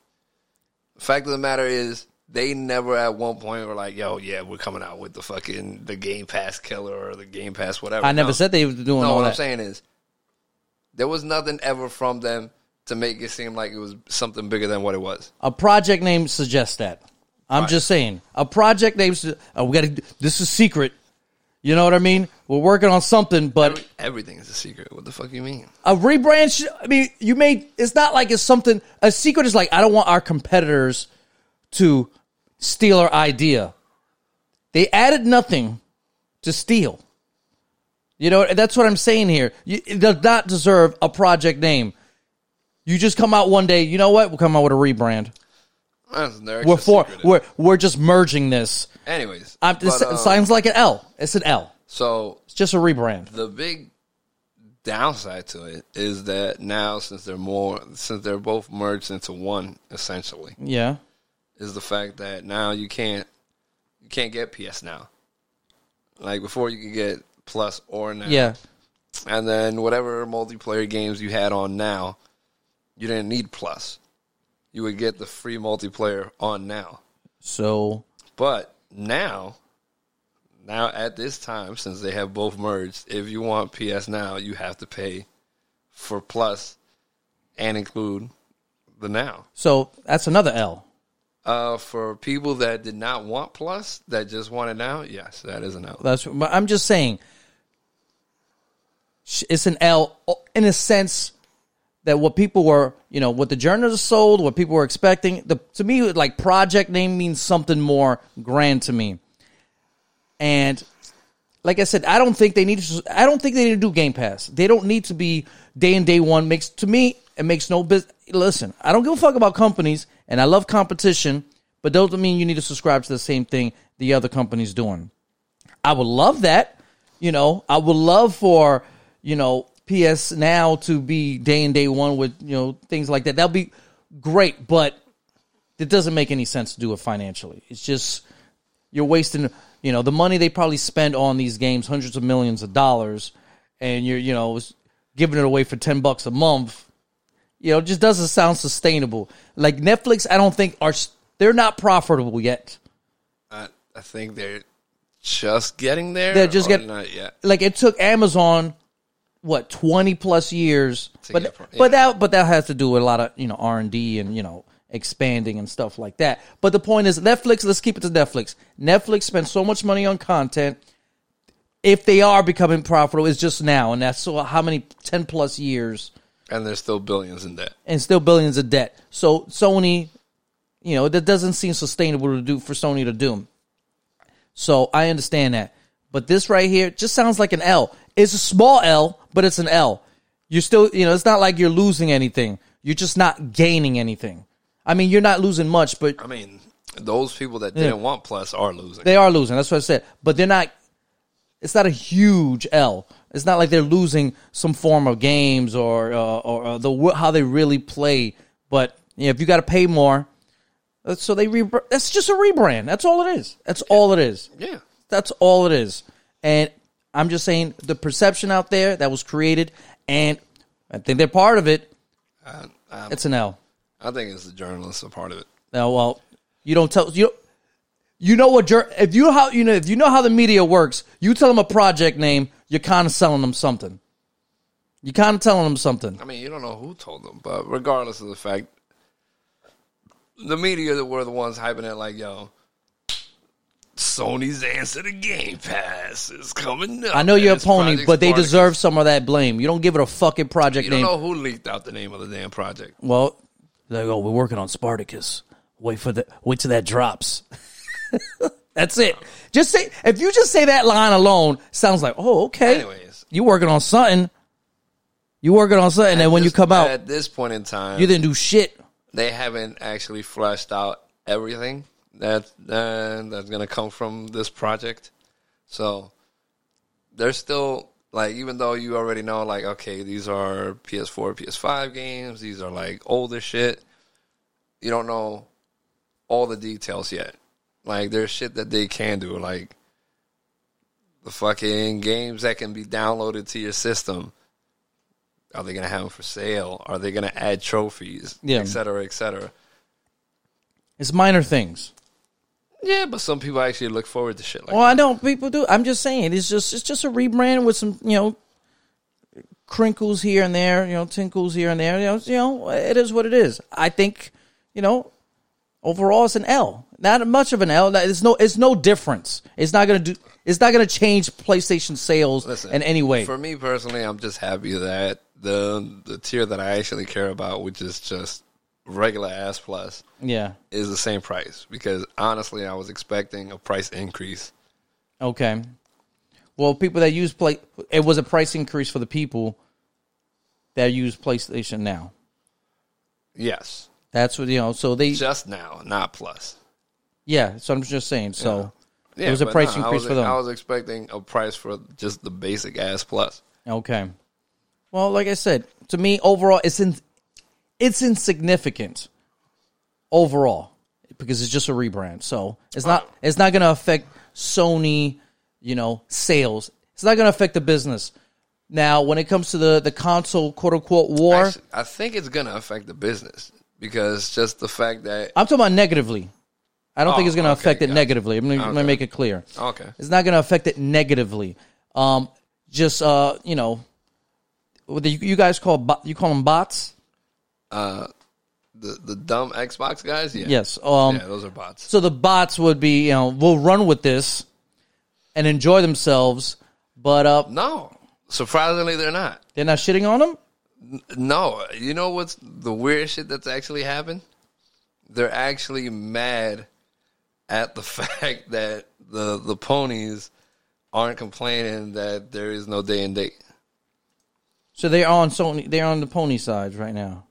Speaker 2: Fact of the matter is, they never at one point were like, yo, yeah, we're coming out with the fucking the Game Pass killer or the Game Pass whatever.
Speaker 1: I never
Speaker 2: No.
Speaker 1: said they were doing
Speaker 2: No,
Speaker 1: all
Speaker 2: what
Speaker 1: that.
Speaker 2: I'm saying is, there was nothing ever from them to make it seem like it was something bigger than what it was.
Speaker 1: A project name suggests that. I'm just saying. A project name. su- Oh, we got to. This is secret. You know what I mean? We're working on something, but
Speaker 2: Everything is a secret. What the fuck you mean?
Speaker 1: a rebrand. sh- I mean, you made. It's not like it's something. A secret is like I don't want our competitors to steal our idea. They added nothing to steal. You know, and that's what I'm saying here. You, it does not deserve a project name. You just come out one day. You know what? We'll come out with a rebrand.
Speaker 2: That's- they're
Speaker 1: We're
Speaker 2: just
Speaker 1: for
Speaker 2: secretive.
Speaker 1: we're we're just merging this.
Speaker 2: Anyways,
Speaker 1: I'm,
Speaker 2: but,
Speaker 1: this
Speaker 2: um,
Speaker 1: sounds like an L. It's an L.
Speaker 2: so
Speaker 1: It's just a rebrand.
Speaker 2: the big downside to it is that now since they're more since they're both merged into one essentially
Speaker 1: Yeah.
Speaker 2: is the fact that now you can't you can't get PS now. Like before you could get plus or now.
Speaker 1: Yeah.
Speaker 2: And then whatever multiplayer games you had on now, you didn't need plus. You would get the free multiplayer on now.
Speaker 1: So
Speaker 2: But now, now at this time, since they have both merged, if you want PS Now, you have to pay for Plus and include the Now.
Speaker 1: so that's another L.
Speaker 2: Uh, for people that did not want Plus, that just wanted Now, yes, that is an out.
Speaker 1: That's but I'm just saying sh- it's an L in a sense that what people were, you know, what the journalists sold, what people were expecting, the to me like project name means something more grand to me. And like I said, I don't think they need to I don't think they need to do Game Pass. They don't need to be day and day one makes to me it makes no business. Listen, I don't give a fuck about companies and I love competition, but that doesn't mean you need to subscribe to the same thing the other company's doing. I would love that. You know, I would love for you know PS Now to be day and day one with you know things like that. That'd be great, but it doesn't make any sense to do it financially. It's just you're wasting you know the money they probably spend on these games, hundreds of millions of dollars, and you're you know s- giving it away for ten bucks a month. You know, it just doesn't sound sustainable. Like Netflix, I don't think are s- they're not profitable yet.
Speaker 2: I, I think they're just getting there.
Speaker 1: They're just
Speaker 2: or
Speaker 1: getting-
Speaker 2: not yet.
Speaker 1: like it took Amazon what 20 plus years but
Speaker 2: get pro-
Speaker 1: but that but that has to do with a lot of you know R&D and you know expanding and stuff like that but the point is Netflix let's keep it to Netflix Netflix spends so much money on content if they are becoming profitable it's just now and that's so how many 10 plus years
Speaker 2: And there's still billions in debt.
Speaker 1: and still billions of debt so Sony you know that doesn't seem sustainable to do for Sony to do So I understand that. But this right here just sounds like an L. It's a small L, but it's an L. You're still, you know, it's not like you're losing anything. You're just not gaining anything. I mean, you're not losing much, but
Speaker 2: I mean, those people that didn't want plus are losing.
Speaker 1: they are losing. That's what I said. But they're not. It's not a huge L. It's not like they're losing some form of games or uh, or uh, the how they really play. But you know, if you got to pay more, uh, so they re- that's just a rebrand. That's all it is. That's all it is.
Speaker 2: yeah.
Speaker 1: That's all it is. And I'm just saying the perception out there that was created, and I think they're part of it.
Speaker 2: I, I,
Speaker 1: It's an L.
Speaker 2: I think it's the journalists are part of it.
Speaker 1: Now, well, you don't tell you. You know what? Jur- if you how you know if you know how the media works, you tell them a project name, you're kind of selling them something. You're kind of telling them something.
Speaker 2: I mean, you don't know who told them, but regardless of the fact, the media that were the ones hyping it like, yo, Sony's answer to Game Pass is coming up.
Speaker 1: I know you're
Speaker 2: and
Speaker 1: a
Speaker 2: it's
Speaker 1: pony,
Speaker 2: Project
Speaker 1: but they
Speaker 2: Spartacus.
Speaker 1: deserve some of that blame. You don't give it a fucking project
Speaker 2: You don't
Speaker 1: name.
Speaker 2: know who leaked out the name of the damn project.
Speaker 1: Well, they go. We're working on Spartacus. Wait for the wait till that drops. That's it. Just say if you just say that line alone sounds like oh okay.
Speaker 2: Anyways.
Speaker 1: you working on something. You working on something, and when you
Speaker 2: Just
Speaker 1: come out,
Speaker 2: At this point in time,
Speaker 1: you didn't do shit.
Speaker 2: they haven't actually fleshed out everything that uh, that's gonna come from this project. So they're still like, even though you already know, like, okay, these are PS4, PS5 games. These are like older shit. You don't know all the details yet. Like, there's shit that they can do, like the fucking games that can be downloaded to your system. Are they gonna have them for sale? Are they gonna add trophies?
Speaker 1: Yeah.
Speaker 2: et cetera, et cetera.
Speaker 1: It's minor things.
Speaker 2: Yeah, but some people actually look forward to shit like
Speaker 1: Well, I know people do. I'm just saying it's just it's just a rebrand with some you know crinkles here and there, you know tinkles here and there. You know, you know it is what it is. I think you know overall it's an L. Not much of an L. Like, It's no it's no difference. It's not gonna do. It's not gonna change PlayStation sales
Speaker 2: Listen,
Speaker 1: in any way.
Speaker 2: For me personally, I'm just happy that the the tier that I actually care about, which is just regular ass plus,
Speaker 1: yeah.
Speaker 2: is the same price. Because honestly, I was expecting a price increase.
Speaker 1: Okay. Well, people that use play, it was a price increase for the people that use PlayStation now.
Speaker 2: Yes,
Speaker 1: That's what you know. So they
Speaker 2: just now, not plus.
Speaker 1: Yeah, so I'm just saying. So
Speaker 2: Yeah,
Speaker 1: it was a
Speaker 2: but
Speaker 1: price
Speaker 2: no, I
Speaker 1: increase
Speaker 2: was-
Speaker 1: for them.
Speaker 2: I was expecting a price for just the basic ass plus.
Speaker 1: okay. Well, like I said, to me overall, it's in, it's insignificant overall because it's just a rebrand. So it's not it's not going to affect Sony, you know, sales. It's not going to affect the business. Now, when it comes to the the console quote unquote war,
Speaker 2: Actually, I think it's gonna affect the business because just the fact that
Speaker 1: I'm talking about negatively. I don't
Speaker 2: Oh,
Speaker 1: think it's going to
Speaker 2: okay,
Speaker 1: affect it
Speaker 2: gotcha.
Speaker 1: negatively. I'm going to make it clear.
Speaker 2: okay,
Speaker 1: It's not going to affect it negatively. Um, just uh, you know, what do you, you guys call bo- you call them bots?
Speaker 2: the the dumb Xbox guys, yeah,
Speaker 1: Yes. Um,
Speaker 2: yeah, those are bots.
Speaker 1: so the bots would be you know we'll run with this and enjoy themselves, but uh,
Speaker 2: No, surprisingly, they're not.
Speaker 1: they're not shitting on them.
Speaker 2: No, you know what's the weird shit that's actually happened? They're actually mad at the fact that the the ponies aren't complaining that there is no day and date.
Speaker 1: So they're on Sony. They're on the pony side right now.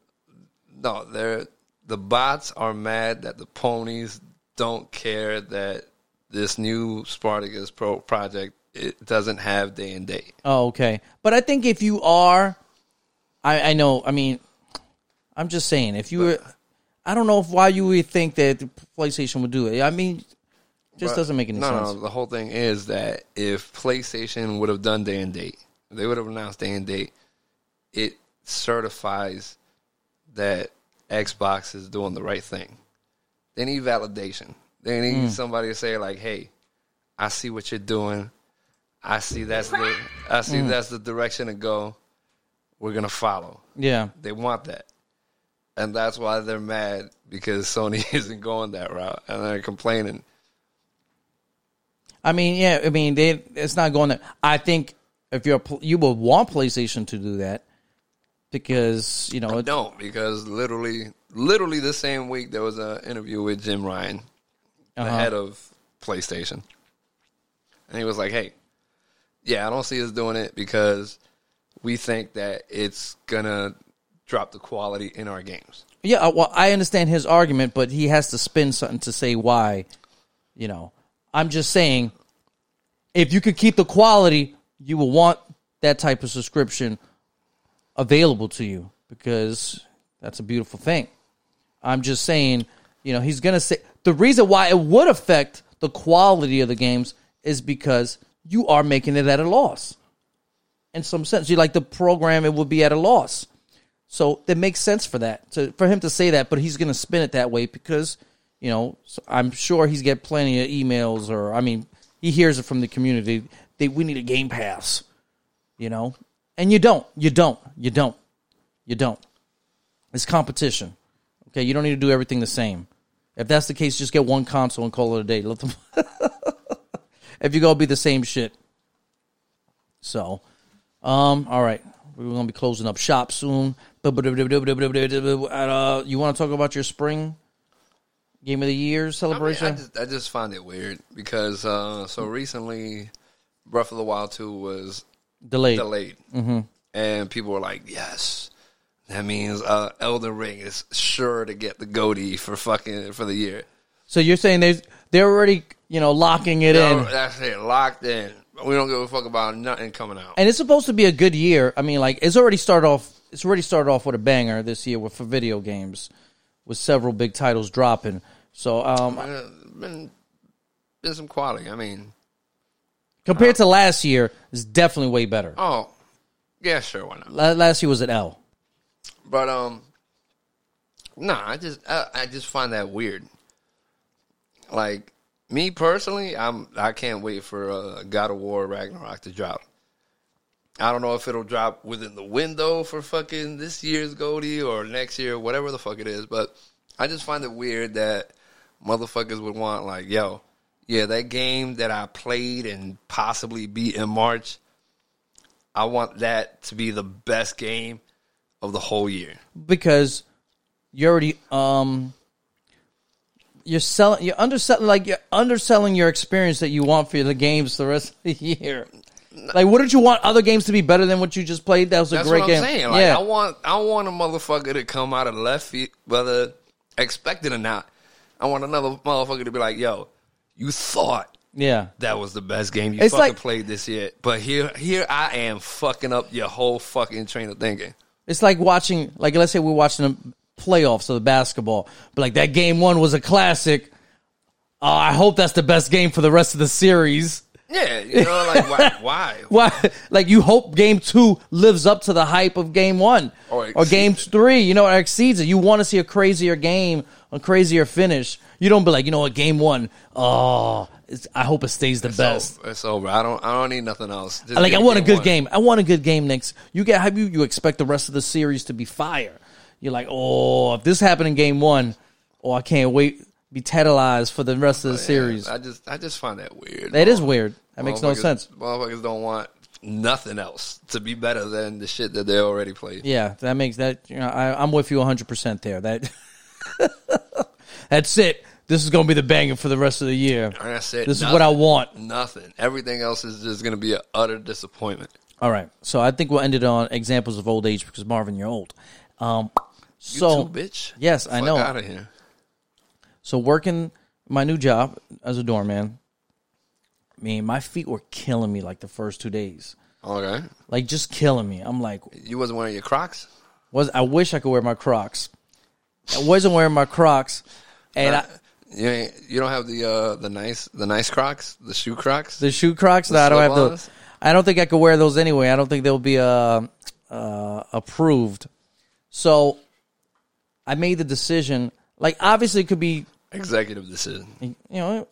Speaker 2: No, they're the bots are mad that the ponies don't care that this new Spartacus pro project it doesn't have day and date.
Speaker 1: Oh, okay. But I think if you are, I, I know. I mean, I'm just saying. If you were, I don't know if why you would think that the PlayStation would do it. I mean, just doesn't make any
Speaker 2: No,
Speaker 1: sense.
Speaker 2: no, the whole thing is that if PlayStation would have done day and date, they would have announced day and date. It certifies that Xbox is doing the right thing. They need validation. They
Speaker 1: Hmm.
Speaker 2: need somebody to say like, "Hey, I see what you're doing. I see that's the I see
Speaker 1: Hmm.
Speaker 2: that's the direction to go. We're gonna follow."
Speaker 1: Yeah.
Speaker 2: They want that. And that's why they're mad because Sony isn't going that route and they're complaining.
Speaker 1: I mean, yeah. I mean, they. It's not going to. I think if you're, a pl- you would want PlayStation to do that because you know.
Speaker 2: I
Speaker 1: It,
Speaker 2: don't because literally, literally the same week there was an interview with Jim Ryan, the head of PlayStation, and he was like, "Hey, yeah, I don't see us doing it because we think that it's gonna drop the quality in our games."
Speaker 1: Yeah, uh, well, I understand his argument, but he has to spin something to say why. You know, I'm just saying, if you could keep the quality, you will want that type of subscription available to you because that's a beautiful thing. I'm just saying, you know, he's gonna say the reason why it would affect the quality of the games is because you are making it at a loss. In some sense, you like the program, it would be at a loss. So that makes sense for that to, for him to say that, but he's going to spin it that way because you know so I'm sure he's get plenty of emails or I mean he hears it from the community that we need a Game Pass, you know, and you don't, you don't, you don't, you don't. It's competition. Okay, you don't need to do everything the same. If that's the case, just get one console and call it a day. Let them. if you go, be the same shit. So, um, all right, we're gonna be closing up shop soon. Uh, You want to talk about your spring game of the year
Speaker 2: I, mean,
Speaker 1: celebration?
Speaker 2: I just I just find it weird because uh, so recently, Breath of the Wild Two was
Speaker 1: Delayed.
Speaker 2: delayed, mm-hmm. and people were like, "Yes." That means uh, Elden Ring is sure to get the goatee for fucking for the year.
Speaker 1: So you're saying they they're already you know locking it
Speaker 2: No,
Speaker 1: in,
Speaker 2: that's it. Locked in. We don't give a fuck about nothing coming out.
Speaker 1: and it's supposed to be a good year. I mean, like it's already started off. It's already started off with a banger this year with for video games, with several big titles dropping. So um,
Speaker 2: Uh, been been some quality. I mean,
Speaker 1: compared to last year, it's definitely way better.
Speaker 2: oh yeah, sure, why not?
Speaker 1: La- Last year was an L.
Speaker 2: But um, nah, I just I, I just find that weird. Like me personally, I'm I can't wait for uh, God of War Ragnarok to drop. I don't know if it'll drop within the window for fucking this year's Goldie or next year, whatever the fuck it is. But I just find it weird that motherfuckers would want like, yo, yeah, that game that I played and possibly beat in March, I want that to be the best game of the whole year.
Speaker 1: because you're already um you're selling you're underselling like you're underselling your experience that you want for the games the rest of the year. Like, wouldn't you want other games to be better than what you just played? That was a
Speaker 2: That's
Speaker 1: great
Speaker 2: what I'm
Speaker 1: game.
Speaker 2: saying. Like
Speaker 1: yeah,
Speaker 2: I want I want a motherfucker to come out of left field, whether expected or not. I want another motherfucker to be like, yo, you thought
Speaker 1: yeah.
Speaker 2: that was the best game you
Speaker 1: It's
Speaker 2: fucking
Speaker 1: like-
Speaker 2: played this year. But here here I am fucking up your whole fucking train of thinking.
Speaker 1: It's like watching, like, let's say we're watching the playoffs of the basketball, but like that game one was a classic. Uh, I hope that's the best game for the rest of the series.
Speaker 2: Yeah, you know, like why why?
Speaker 1: Why? Like you hope game two lives up to the hype of game one
Speaker 2: Or
Speaker 1: or, game three, you know, or exceeds it. You want to see a crazier game, a crazier finish. You don't be like, you know what, game one, oh, it's, I hope it stays the best.
Speaker 2: It's over. It's over. I don't I don't need nothing else. Just
Speaker 1: like
Speaker 2: give
Speaker 1: I
Speaker 2: me
Speaker 1: want a good
Speaker 2: one.
Speaker 1: game. I want a good game next. You get have you you expect the rest of the series to be fire. You're like, oh, if this happened in game one, oh, I can't wait. Be tantalized for the rest of
Speaker 2: Oh,
Speaker 1: the series.
Speaker 2: I just I just find that weird.
Speaker 1: That is weird. That makes no
Speaker 2: Motherfuckers-
Speaker 1: sense.
Speaker 2: Motherfuckers don't want nothing else to be better than the shit that they already played.
Speaker 1: Yeah, that makes that. You know, I, I'm with you 100 percent there. That that's it. This is going to be the banger for the rest of the year.
Speaker 2: Like I said,
Speaker 1: This is what I want.
Speaker 2: Nothing. Everything else is just going to be an utter disappointment.
Speaker 1: All right, so I think we'll end it on examples of old age because Marvin, you're old. Um, so
Speaker 2: Too, bitch.
Speaker 1: yes, I know.
Speaker 2: Out of here.
Speaker 1: So working my new job as a doorman, I mean, my feet were killing me like the first two days,
Speaker 2: Okay.
Speaker 1: like just killing me. I'm like,
Speaker 2: You wasn't wearing your Crocs.
Speaker 1: was I wish I could wear my Crocs. I wasn't wearing my Crocs, and I,
Speaker 2: You ain't, you don't have the uh, the nice the nice Crocs, the shoe Crocs.
Speaker 1: The shoe Crocs? No, I don't have
Speaker 2: slip-ons?
Speaker 1: those. I don't think I could wear those anyway. I don't think they'll be uh, uh, approved. So I made the decision. Like, obviously, it could be,
Speaker 2: Executive decision.
Speaker 1: you know,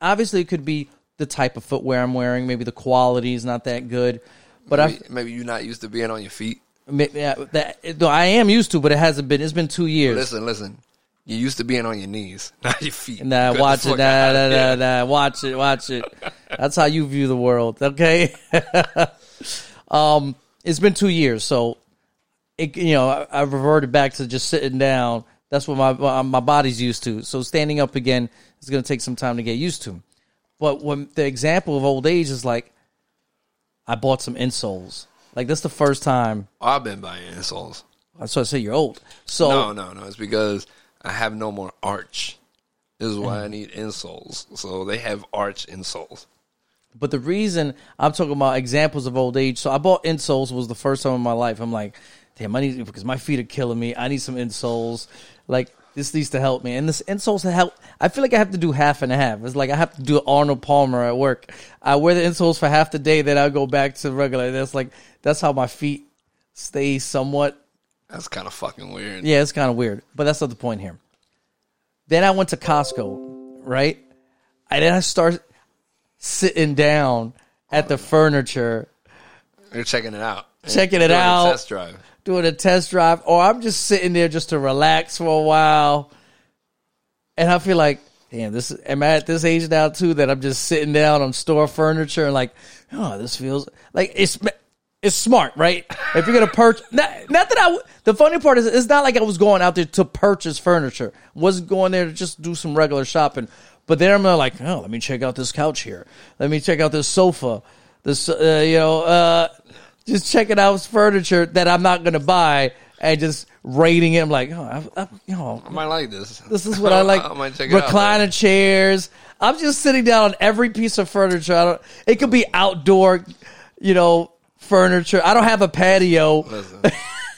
Speaker 1: obviously, it could be the type of footwear I'm wearing. Maybe the quality is not that good. But I,
Speaker 2: Maybe, maybe you're not used to being on your feet.
Speaker 1: ma- yeah, that, no, I am used to, but it hasn't been. It's been two years.
Speaker 2: Listen, listen. You're used to being on your knees, not your feet.
Speaker 1: Nah,
Speaker 2: Get the
Speaker 1: watch it,
Speaker 2: fuck
Speaker 1: nah,
Speaker 2: outta
Speaker 1: nah,
Speaker 2: here.
Speaker 1: nah, nah, watch it, watch it. That's how you view the world, okay? um, it's been two years, so it, you know I, I reverted back to just sitting down. That's what my my body's used to. So standing up again is going to take some time to get used to. But when the example of old age is like, I bought some insoles. Like that's the first time.
Speaker 2: Oh, I've been buying insoles.
Speaker 1: So I say you're old. So
Speaker 2: No, no, no. It's because I have no more arch. This is
Speaker 1: Mm.
Speaker 2: why I need insoles. So they have arch insoles.
Speaker 1: But the reason I'm talking about examples of old age, so I bought insoles was the first time in my life. I'm like, damn, I need because my feet are killing me. I need some insoles. Like this needs to help me, and this insoles help. I feel like I have to do half and half. It's like I have to do Arnold Palmer at work. I wear the insoles for half the day, then I go back to regular. That's like that's how my feet stay somewhat
Speaker 2: That's kind of fucking weird.
Speaker 1: yeah, it's kind of weird, but that's not the point here. Then I went to Costco, right? And then I start sitting down at the furniture,
Speaker 2: You're checking it out.
Speaker 1: Checking it
Speaker 2: Doing a
Speaker 1: out.
Speaker 2: Test drive.
Speaker 1: doing a test drive, or I'm just sitting there just to relax for a while. And I feel like, damn, this am I at this age now too that I'm just sitting down on store furniture and like, oh, this feels like it's it's smart, right? If you're gonna purchase, not, not that I. w- The funny part is, it's not like I was going out there to purchase furniture. Wasn't going there to just do some regular shopping. But then I'm like, oh, let me check out this couch here. Let me check out this sofa. This, uh, you know, uh, just checking out furniture that I'm not gonna buy and just rating it. I'm like, oh, I, I, you know,
Speaker 2: I might like this.
Speaker 1: this is what I like.
Speaker 2: I might check it out.
Speaker 1: Recliner chairs. I'm just sitting down on every piece of furniture. I don't, it could be outdoor, you know, furniture. I don't have a patio.
Speaker 2: Listen.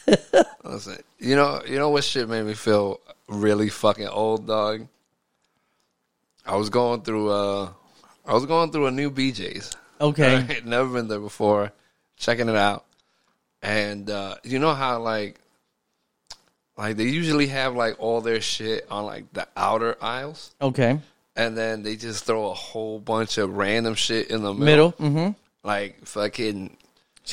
Speaker 2: Listen. You know, you know what shit made me feel really fucking old, dog? I was going through uh I was going through a new BJ's.
Speaker 1: Okay.
Speaker 2: Right? Never been there before. Checking it out. And uh you know how like like they usually have like all their shit on like the outer aisles
Speaker 1: Okay.
Speaker 2: and then they just throw a whole bunch of random shit in the middle.
Speaker 1: Middle. Mm-hmm.
Speaker 2: Like fucking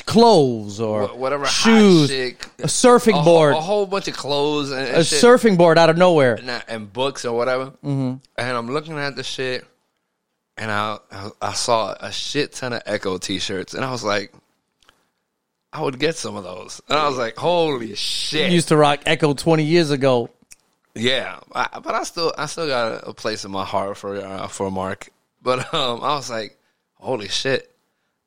Speaker 1: Clothes or
Speaker 2: wh- whatever
Speaker 1: shoes.
Speaker 2: hot shit
Speaker 1: A surfing
Speaker 2: a, whole-
Speaker 1: board.
Speaker 2: a whole bunch of clothes and, and
Speaker 1: a
Speaker 2: shit,
Speaker 1: surfing board out of nowhere.
Speaker 2: and, that- and books or whatever. Mm-hmm. And I'm looking at the shit, and I, I I saw a shit ton of Echo T-shirts, and I was like, I would get some of those. And I was like, holy shit,
Speaker 1: Used to rock Echo 20 years ago.
Speaker 2: yeah. I, but I still I still got a, a place in my heart for uh, for Mark. But um, I was like, holy shit.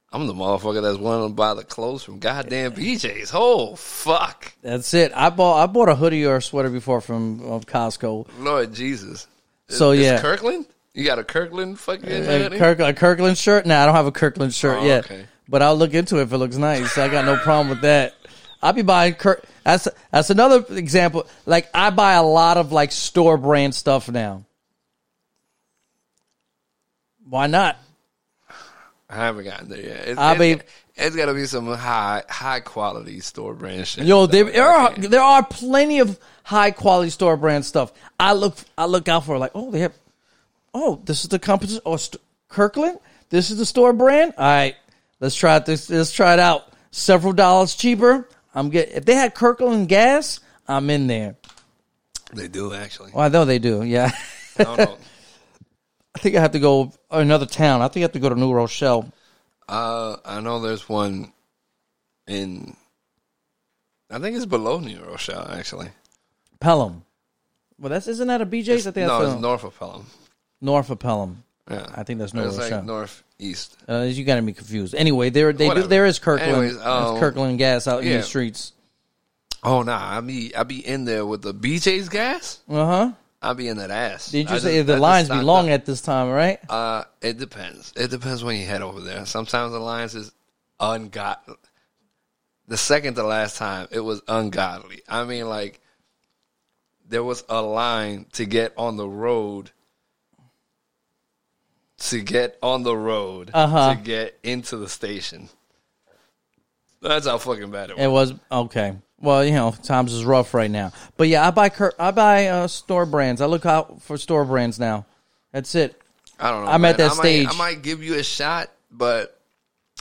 Speaker 2: I'm the motherfucker that's willing to buy the clothes from goddamn BJ's. Oh fuck,
Speaker 1: That's it. I bought I bought a hoodie or a sweater before from uh, Costco.
Speaker 2: Lord Jesus.
Speaker 1: So
Speaker 2: Is
Speaker 1: yeah,
Speaker 2: Kirkland. You got a Kirkland fucking
Speaker 1: a,
Speaker 2: hoodie?
Speaker 1: Kirk, a Kirkland shirt? Nah, I don't have a Kirkland shirt
Speaker 2: Oh,
Speaker 1: yet.
Speaker 2: okay.
Speaker 1: But I'll look into it if it looks nice. I got no problem with that. I'll be buying Kirk. That's that's another example. Like I buy a lot of like store brand stuff now. Why not?
Speaker 2: I haven't gotten there yet. It's,
Speaker 1: I
Speaker 2: it's-
Speaker 1: mean-
Speaker 2: it's got to be some high high quality store brand shit.
Speaker 1: Yo, there,
Speaker 2: though.
Speaker 1: there are there are plenty of high quality store brand stuff. I look I look out for like oh they have oh this is the competition oh st- Kirkland this is the store brand. All right, let's try it this let's try it out. Several dollars cheaper. I'm get if they had Kirkland gas, I'm in there.
Speaker 2: they do actually.
Speaker 1: Well, I know they do. Yeah,
Speaker 2: I don't know.
Speaker 1: I think I have to go another town. I think I have to go to New Rochelle.
Speaker 2: Uh, I know there's one in. I think it's below New Rochelle actually.
Speaker 1: Pelham. Well, that's isn't that a BJ's? I think
Speaker 2: no,
Speaker 1: that's
Speaker 2: it's
Speaker 1: a-
Speaker 2: north of Pelham.
Speaker 1: north of Pelham.
Speaker 2: Yeah,
Speaker 1: I think that's New
Speaker 2: it's
Speaker 1: Rochelle.
Speaker 2: like northeast.
Speaker 1: Uh, you got me confused. Anyway, there they do,
Speaker 2: Whatever.
Speaker 1: there is Kirkland,
Speaker 2: Anyways,
Speaker 1: There's
Speaker 2: um,
Speaker 1: Kirkland gas out in
Speaker 2: yeah.
Speaker 1: the streets.
Speaker 2: Oh nah, I be I be in there with the BJ's gas.
Speaker 1: Uh huh.
Speaker 2: I be in that ass.
Speaker 1: Did you
Speaker 2: I
Speaker 1: say
Speaker 2: just- I
Speaker 1: the
Speaker 2: just
Speaker 1: lines be
Speaker 2: stocked
Speaker 1: long
Speaker 2: up.
Speaker 1: at this time, right?
Speaker 2: Uh, it depends. It depends when you head over there. Sometimes the lines is ungodly. The second to last time, it was ungodly. I mean, like there was a line to get on the road, to get on the road, to
Speaker 1: Uh-huh.
Speaker 2: get into the station. That's how fucking bad it was.
Speaker 1: It was okay. Well, you know, times is rough right now. But yeah, I buy Kir- I buy uh, store brands. I look out for store brands now. That's it.
Speaker 2: I don't know.
Speaker 1: I'm at
Speaker 2: man.
Speaker 1: that
Speaker 2: I might-
Speaker 1: stage.
Speaker 2: I might give you a shot, but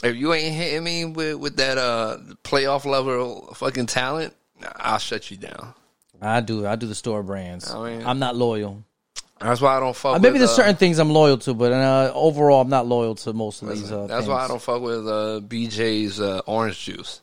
Speaker 2: if you ain't hitting me with, with that uh, playoff level fucking talent, I'll shut you down.
Speaker 1: I do. I do the store brands.
Speaker 2: I mean-
Speaker 1: I'm not loyal.
Speaker 2: That's why I don't fuck.
Speaker 1: Uh, maybe
Speaker 2: with,
Speaker 1: there's
Speaker 2: Oh, uh,
Speaker 1: certain things I'm loyal to, but uh, overall, I'm not loyal to most of these. Uh,
Speaker 2: That's why I
Speaker 1: things.
Speaker 2: don't fuck with uh, BJ's uh, orange juice.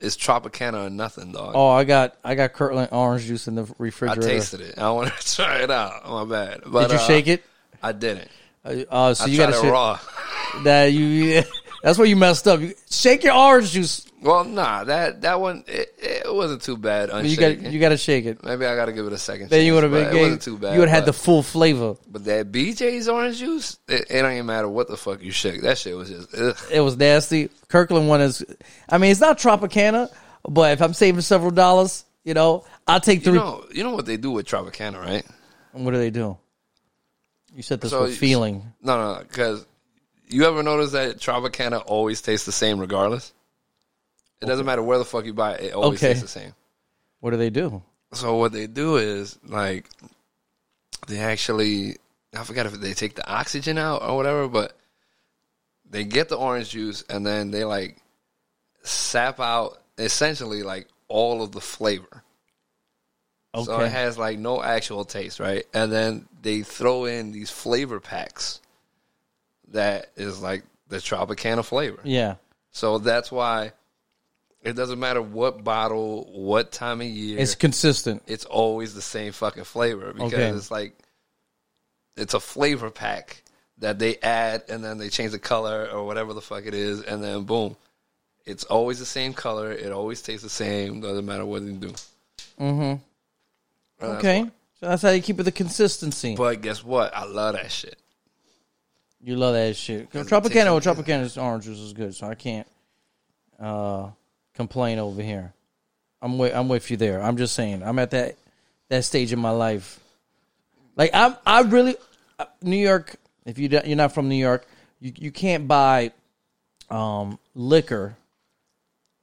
Speaker 2: It's Tropicana or nothing, dog.
Speaker 1: Oh, I got I got Kirkland orange juice in the
Speaker 2: I
Speaker 1: refrigerator.
Speaker 2: tasted it. I want to try it out. My bad. But,
Speaker 1: Did you
Speaker 2: uh,
Speaker 1: shake it?
Speaker 2: I didn't.
Speaker 1: Uh, so
Speaker 2: I
Speaker 1: you
Speaker 2: tried
Speaker 1: got to
Speaker 2: it
Speaker 1: shake
Speaker 2: raw.
Speaker 1: that you. That's where you messed up. You, shake your orange juice.
Speaker 2: Well, nah, that that one it, it wasn't too bad.
Speaker 1: You
Speaker 2: Unshaken.
Speaker 1: got you got to shake it.
Speaker 2: Maybe I got to give it a second.
Speaker 1: Then you would
Speaker 2: chance,
Speaker 1: have been.
Speaker 2: but It wasn't too bad.
Speaker 1: You would have had
Speaker 2: but-
Speaker 1: the full flavor.
Speaker 2: But that BJ's orange juice, it, it don't even matter what the fuck you shake. That shit was just. Ugh.
Speaker 1: It was nasty. Kirkland one is. I mean, it's not Tropicana, but if I'm saving several dollars, you know, I'll take
Speaker 2: You
Speaker 1: three.
Speaker 2: know, you know what they do with Tropicana, right?
Speaker 1: What do they do? You said this
Speaker 2: So
Speaker 1: with
Speaker 2: you-
Speaker 1: feeling.
Speaker 2: No, no, because you ever notice that Tropicana always tastes the same regardless. It doesn't matter where the fuck you buy it; it always
Speaker 1: Okay.
Speaker 2: tastes the same.
Speaker 1: What do they do?
Speaker 2: So what they do is like they actually I forgot if they take the oxygen out or whatever, but they get the orange juice and then they like sap out essentially like all of the flavor.
Speaker 1: Okay.
Speaker 2: So it has like no actual taste, right? And then they throw in these flavor packs that is like the Tropicana flavor.
Speaker 1: yeah.
Speaker 2: So that's why it doesn't matter what bottle, what time of year
Speaker 1: It's consistent.
Speaker 2: it's always the same fucking flavor because
Speaker 1: Okay.
Speaker 2: it's like it's a flavor pack that they add and then they change the color or whatever the fuck it is and then boom it's always the same color it always tastes the same doesn't matter what you do that's
Speaker 1: Okay. so that's how you keep it the consistency.
Speaker 2: but guess what i love that shit
Speaker 1: you love that shit.
Speaker 2: tastes
Speaker 1: Tropicana or Tropicana's oh, orange juice is good, so I can't uh, complain over here. I'm with I'm with you there. I'm just saying I'm at that that stage in my life. Like I'm I really uh, New York. If you don't- you're not from New York, you you can't buy um, liquor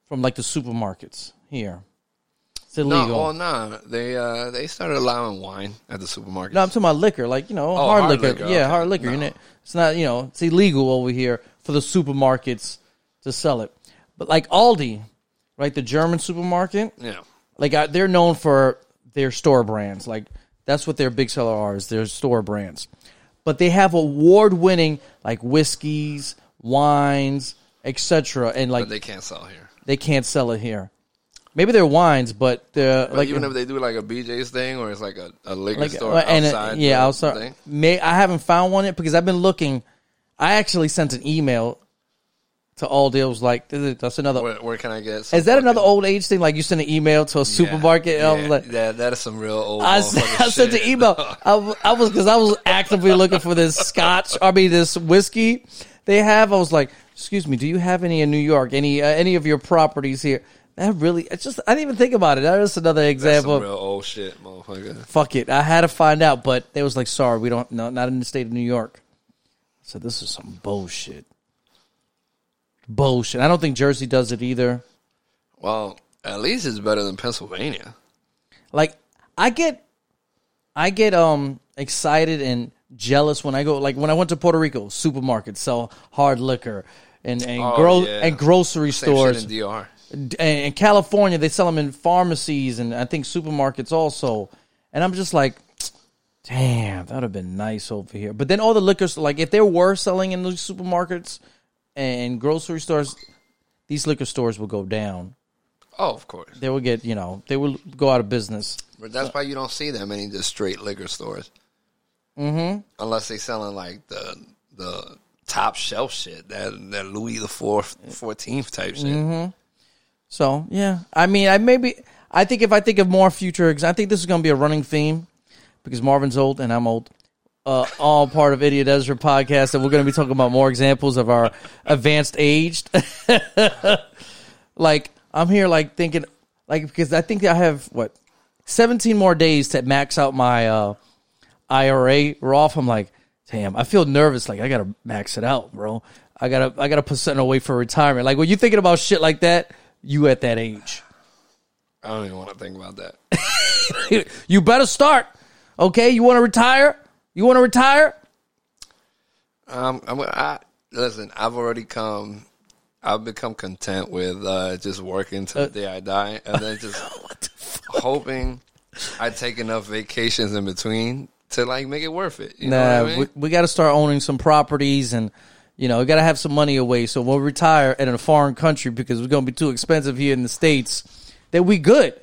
Speaker 1: from like the supermarkets here. It's illegal.
Speaker 2: no well nah they uh they started allowing wine at the supermarket
Speaker 1: No, I'm talking about liquor, like you know,
Speaker 2: Oh,
Speaker 1: hard,
Speaker 2: hard
Speaker 1: liquor.
Speaker 2: liquor,
Speaker 1: Yeah,
Speaker 2: okay.
Speaker 1: hard liquor. You
Speaker 2: No.
Speaker 1: know, it's not you know, it's illegal over here for the supermarkets to sell it. But like Aldi, right, the German supermarket,
Speaker 2: yeah
Speaker 1: like I, they're known for their store brands. Like that's what their big seller are is their store brands. But they have award winning like whiskeys, wines, etc. And like
Speaker 2: but they can't sell here
Speaker 1: they can't sell it here. Maybe they're wines, but they're
Speaker 2: like
Speaker 1: like uh,
Speaker 2: even if they do like a bj's thing or it's like a, a liquor
Speaker 1: like,
Speaker 2: store
Speaker 1: uh, and, uh,
Speaker 2: outside
Speaker 1: yeah,
Speaker 2: the
Speaker 1: outside.
Speaker 2: thing.
Speaker 1: May I haven't found one yet because I've been looking. I actually sent an email to Aldi. It was like, this is- that's another.
Speaker 2: Where, where can i get some
Speaker 1: Is that
Speaker 2: fucking-
Speaker 1: another old age thing? Like you send an email to a supermarket?
Speaker 2: Yeah,
Speaker 1: and I was like,
Speaker 2: yeah, that is some real old.
Speaker 1: I,
Speaker 2: motherfucking
Speaker 1: sent, I sent
Speaker 2: shit.
Speaker 1: the email. I, w- I was because I was actively looking for this Scotch. I mean, this whiskey they have. I was like, "Excuse me, do you have any in New York? Any uh, any of your properties here?" That really, it's just I didn't even think about it. That was another
Speaker 2: That's
Speaker 1: example.
Speaker 2: some real old shit, motherfucker.
Speaker 1: fuck it. I had to find out, but they was like, sorry, we don't, no, not in the state of New York. I said, this is some bullshit. Bullshit. I don't think Jersey does it either.
Speaker 2: Well, at least it's better than Pennsylvania.
Speaker 1: Like, I get, I get, um, excited and jealous when I go, like, when I went to Puerto Rico, supermarkets sell hard liquor and, and,
Speaker 2: Oh,
Speaker 1: gro-
Speaker 2: yeah.
Speaker 1: and grocery
Speaker 2: Same
Speaker 1: stores.
Speaker 2: shit in DR.
Speaker 1: D- and in California, they sell them in pharmacies and I think supermarkets also. And I'm just like, damn, that would have been nice over here. But then all the liquors, like if they were selling in those supermarkets and grocery stores, these liquor stores will go down.
Speaker 2: Oh, of course.
Speaker 1: They will get, you know, they will go out of business.
Speaker 2: But that's why you don't see that many just straight liquor stores. Mm-hmm. Unless they selling like the the top shelf shit, that that Louis the Fourth Fourteenth type shit.
Speaker 1: So yeah, I mean, I maybe I think if I think of more future, ex- I think this is going to be a running theme because Marvin's old and I'm old. Uh, all part of Idiot Ezra podcast, and we're going to be talking about more examples of our advanced aged. like I'm here, like thinking, like because I think I have what 17 more days to max out my uh, IRA Roth. I'm like, damn, I feel nervous. Like I gotta max it out, bro. I gotta I gotta put something away for retirement. Like when you thinking about shit like that, you at that age.
Speaker 2: I don't even want to think about that.
Speaker 1: you better start. Okay, you want to retire? You want to retire?
Speaker 2: Um, I'm, I listen. I've already come. I've become content with uh, just working till the day I die, and then just hoping I take enough vacations in between to like make it worth it. You know
Speaker 1: Nah,
Speaker 2: what I mean?
Speaker 1: we, we got to start owning some properties and. You know, we gotta have some money away. So we'll retire in a foreign country because it's gonna be too expensive here in the states. That we good.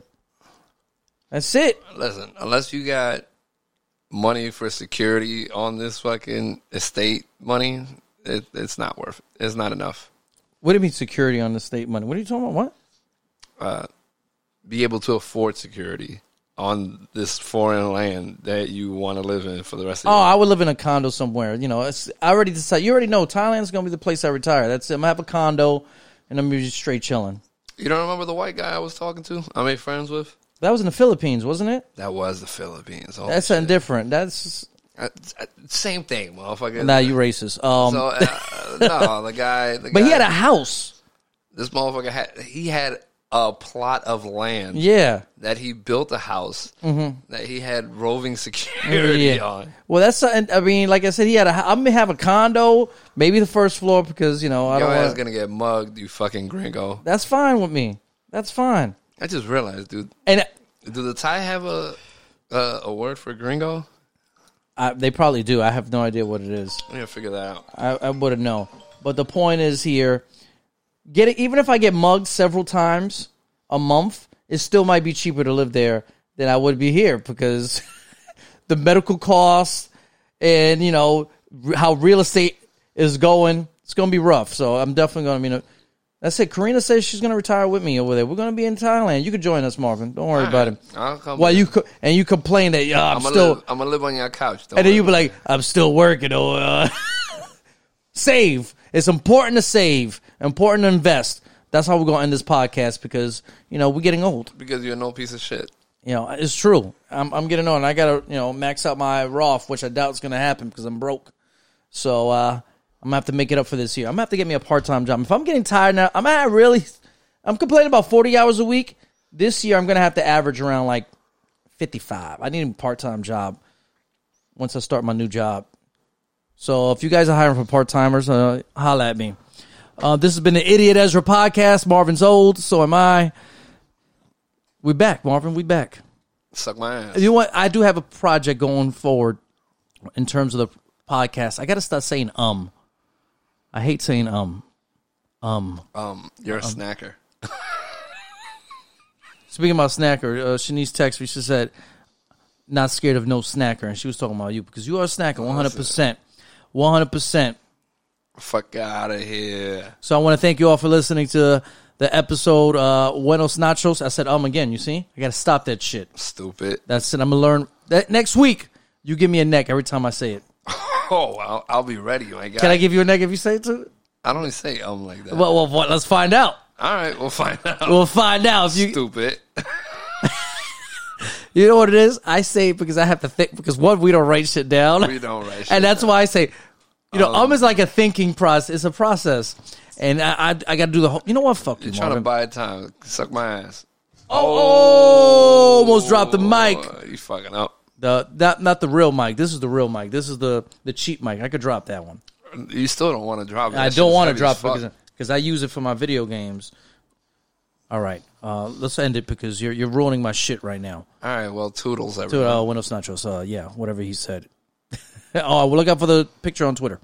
Speaker 1: That's it.
Speaker 2: listen, unless you got money for security on this fucking estate money, it, it's not worth. It. It's not enough.
Speaker 1: What do you mean security on the state money? What are you talking about? What?
Speaker 2: Be able to afford security on this foreign land that you want to live in for the rest of
Speaker 1: Oh,
Speaker 2: your
Speaker 1: I would live in a condo somewhere. You know, it's, I already decided. You already know Thailand's gonna be the place I retire. That's it. I'm gonna have a condo, and I'm just straight chilling.
Speaker 2: You don't remember the white guy I was talking to? I made friends with?
Speaker 1: That was in the Philippines, wasn't it?
Speaker 2: That was the Philippines. Oh,
Speaker 1: That's
Speaker 2: shit.
Speaker 1: something different. That's
Speaker 2: Uh, uh, same thing, motherfucker.
Speaker 1: now nah, you racist. Um,
Speaker 2: So, uh, no, the guy. The
Speaker 1: but
Speaker 2: guy,
Speaker 1: he had a house.
Speaker 2: this motherfucker had he had a plot of land
Speaker 1: Yeah.
Speaker 2: that he built a house that he had roving security
Speaker 1: Mm-hmm. Yeah.
Speaker 2: on.
Speaker 1: Well, that's something. I mean, like I said, he had a. hou- I'm gonna have a condo, maybe the first floor because you know I
Speaker 2: Your
Speaker 1: don't.
Speaker 2: ass
Speaker 1: Wanna,
Speaker 2: gonna get mugged, you fucking gringo.
Speaker 1: that's fine with me. That's fine.
Speaker 2: I just realized, dude.
Speaker 1: And
Speaker 2: Do the Thai have a uh, a word for gringo?
Speaker 1: I, they probably do. I have no idea what it is.
Speaker 2: I'm gonna figure that out.
Speaker 1: I, I wouldn't know. But the point is here, get it, even if I get mugged several times a month, it still might be cheaper to live there than I would be here because the medical costs and you know r- how real estate is going. It's going to be rough. So I'm definitely going to. You know, that's it. Karina says she's going to retire with me over there. We're going to be in Thailand. You can join us, Marvin. Don't worry about it.
Speaker 2: I'll come.
Speaker 1: While you co- and you complain that yeah, I'm,
Speaker 2: I'm gonna
Speaker 1: still
Speaker 2: live, I'm gonna live on your couch. Don't
Speaker 1: and then
Speaker 2: worry.
Speaker 1: you be like, I'm still working. Or uh, save. It's important to save. Important to invest. That's how we're gonna end this podcast because you know we're getting old.
Speaker 2: because you're no piece of shit.
Speaker 1: You know it's true. I'm, I'm getting old. And I gotta you know max out my Roth, which I doubt is gonna happen because I'm broke. So uh, I'm gonna have to make it up for this year. I'm gonna have to get me a part time job. If I'm getting tired now, I'm at really. I'm complaining about 40 hours a week. This year, I'm gonna have to average around like 55. I need a part time job once I start my new job. So if you guys are hiring for part timers, uh, holla at me. Uh, this has been the Idiot Ezra podcast. Marvin's old, so am I. We back, Marvin. We back.
Speaker 2: Suck my ass.
Speaker 1: You know what? I do have a project going forward in terms of the podcast. I got to start saying um. I hate saying um.
Speaker 2: Um, you're a snacker.
Speaker 1: Speaking about snacker, uh, Shanice texted me. She said, "Not scared of no snacker," and she was talking about you because you are a snacker, one hundred percent, one hundred percent.
Speaker 2: Fuck out of here.
Speaker 1: So I want to thank you all for listening to the episode uh Buenos Nachos. I said um again, you see? I gotta stop that shit.
Speaker 2: Stupid.
Speaker 1: That's it. I'm gonna learn that next week you give me a neck every time I say it.
Speaker 2: Oh, I'll, I'll be ready. My God.
Speaker 1: Can I give you a neck if you say it too?
Speaker 2: I don't say um like that.
Speaker 1: Well, well, well let's find out.
Speaker 2: All right, we'll find out.
Speaker 1: We'll find out. If you
Speaker 2: Stupid.
Speaker 1: you know what it is? I say it because I have to think because one, we don't write shit down.
Speaker 2: We don't write shit
Speaker 1: And that's why I say you know, um, is like a thinking process. It's a process. And I I, I gotta do the whole you know what? Fuck you,
Speaker 2: You're trying to
Speaker 1: Marvin.
Speaker 2: buy time. Suck my ass.
Speaker 1: oh, oh, almost dropped the mic.
Speaker 2: Oh, you fucking up.
Speaker 1: The not not the real mic. This is the real mic. This is the the cheap mic. I could drop that one.
Speaker 2: You still don't want to drop it.
Speaker 1: I
Speaker 2: That
Speaker 1: don't
Speaker 2: shit's
Speaker 1: want to
Speaker 2: heavy
Speaker 1: drop
Speaker 2: as
Speaker 1: it
Speaker 2: fuck.
Speaker 1: because because I use it for my video games. All right, uh, let's end it because you're you're ruining my shit right now.
Speaker 2: All right, well, toodles, everyone.
Speaker 1: Uh, So, uh, Windows Nachos. Uh, yeah, whatever he said. oh, well, look out for the picture on Twitter.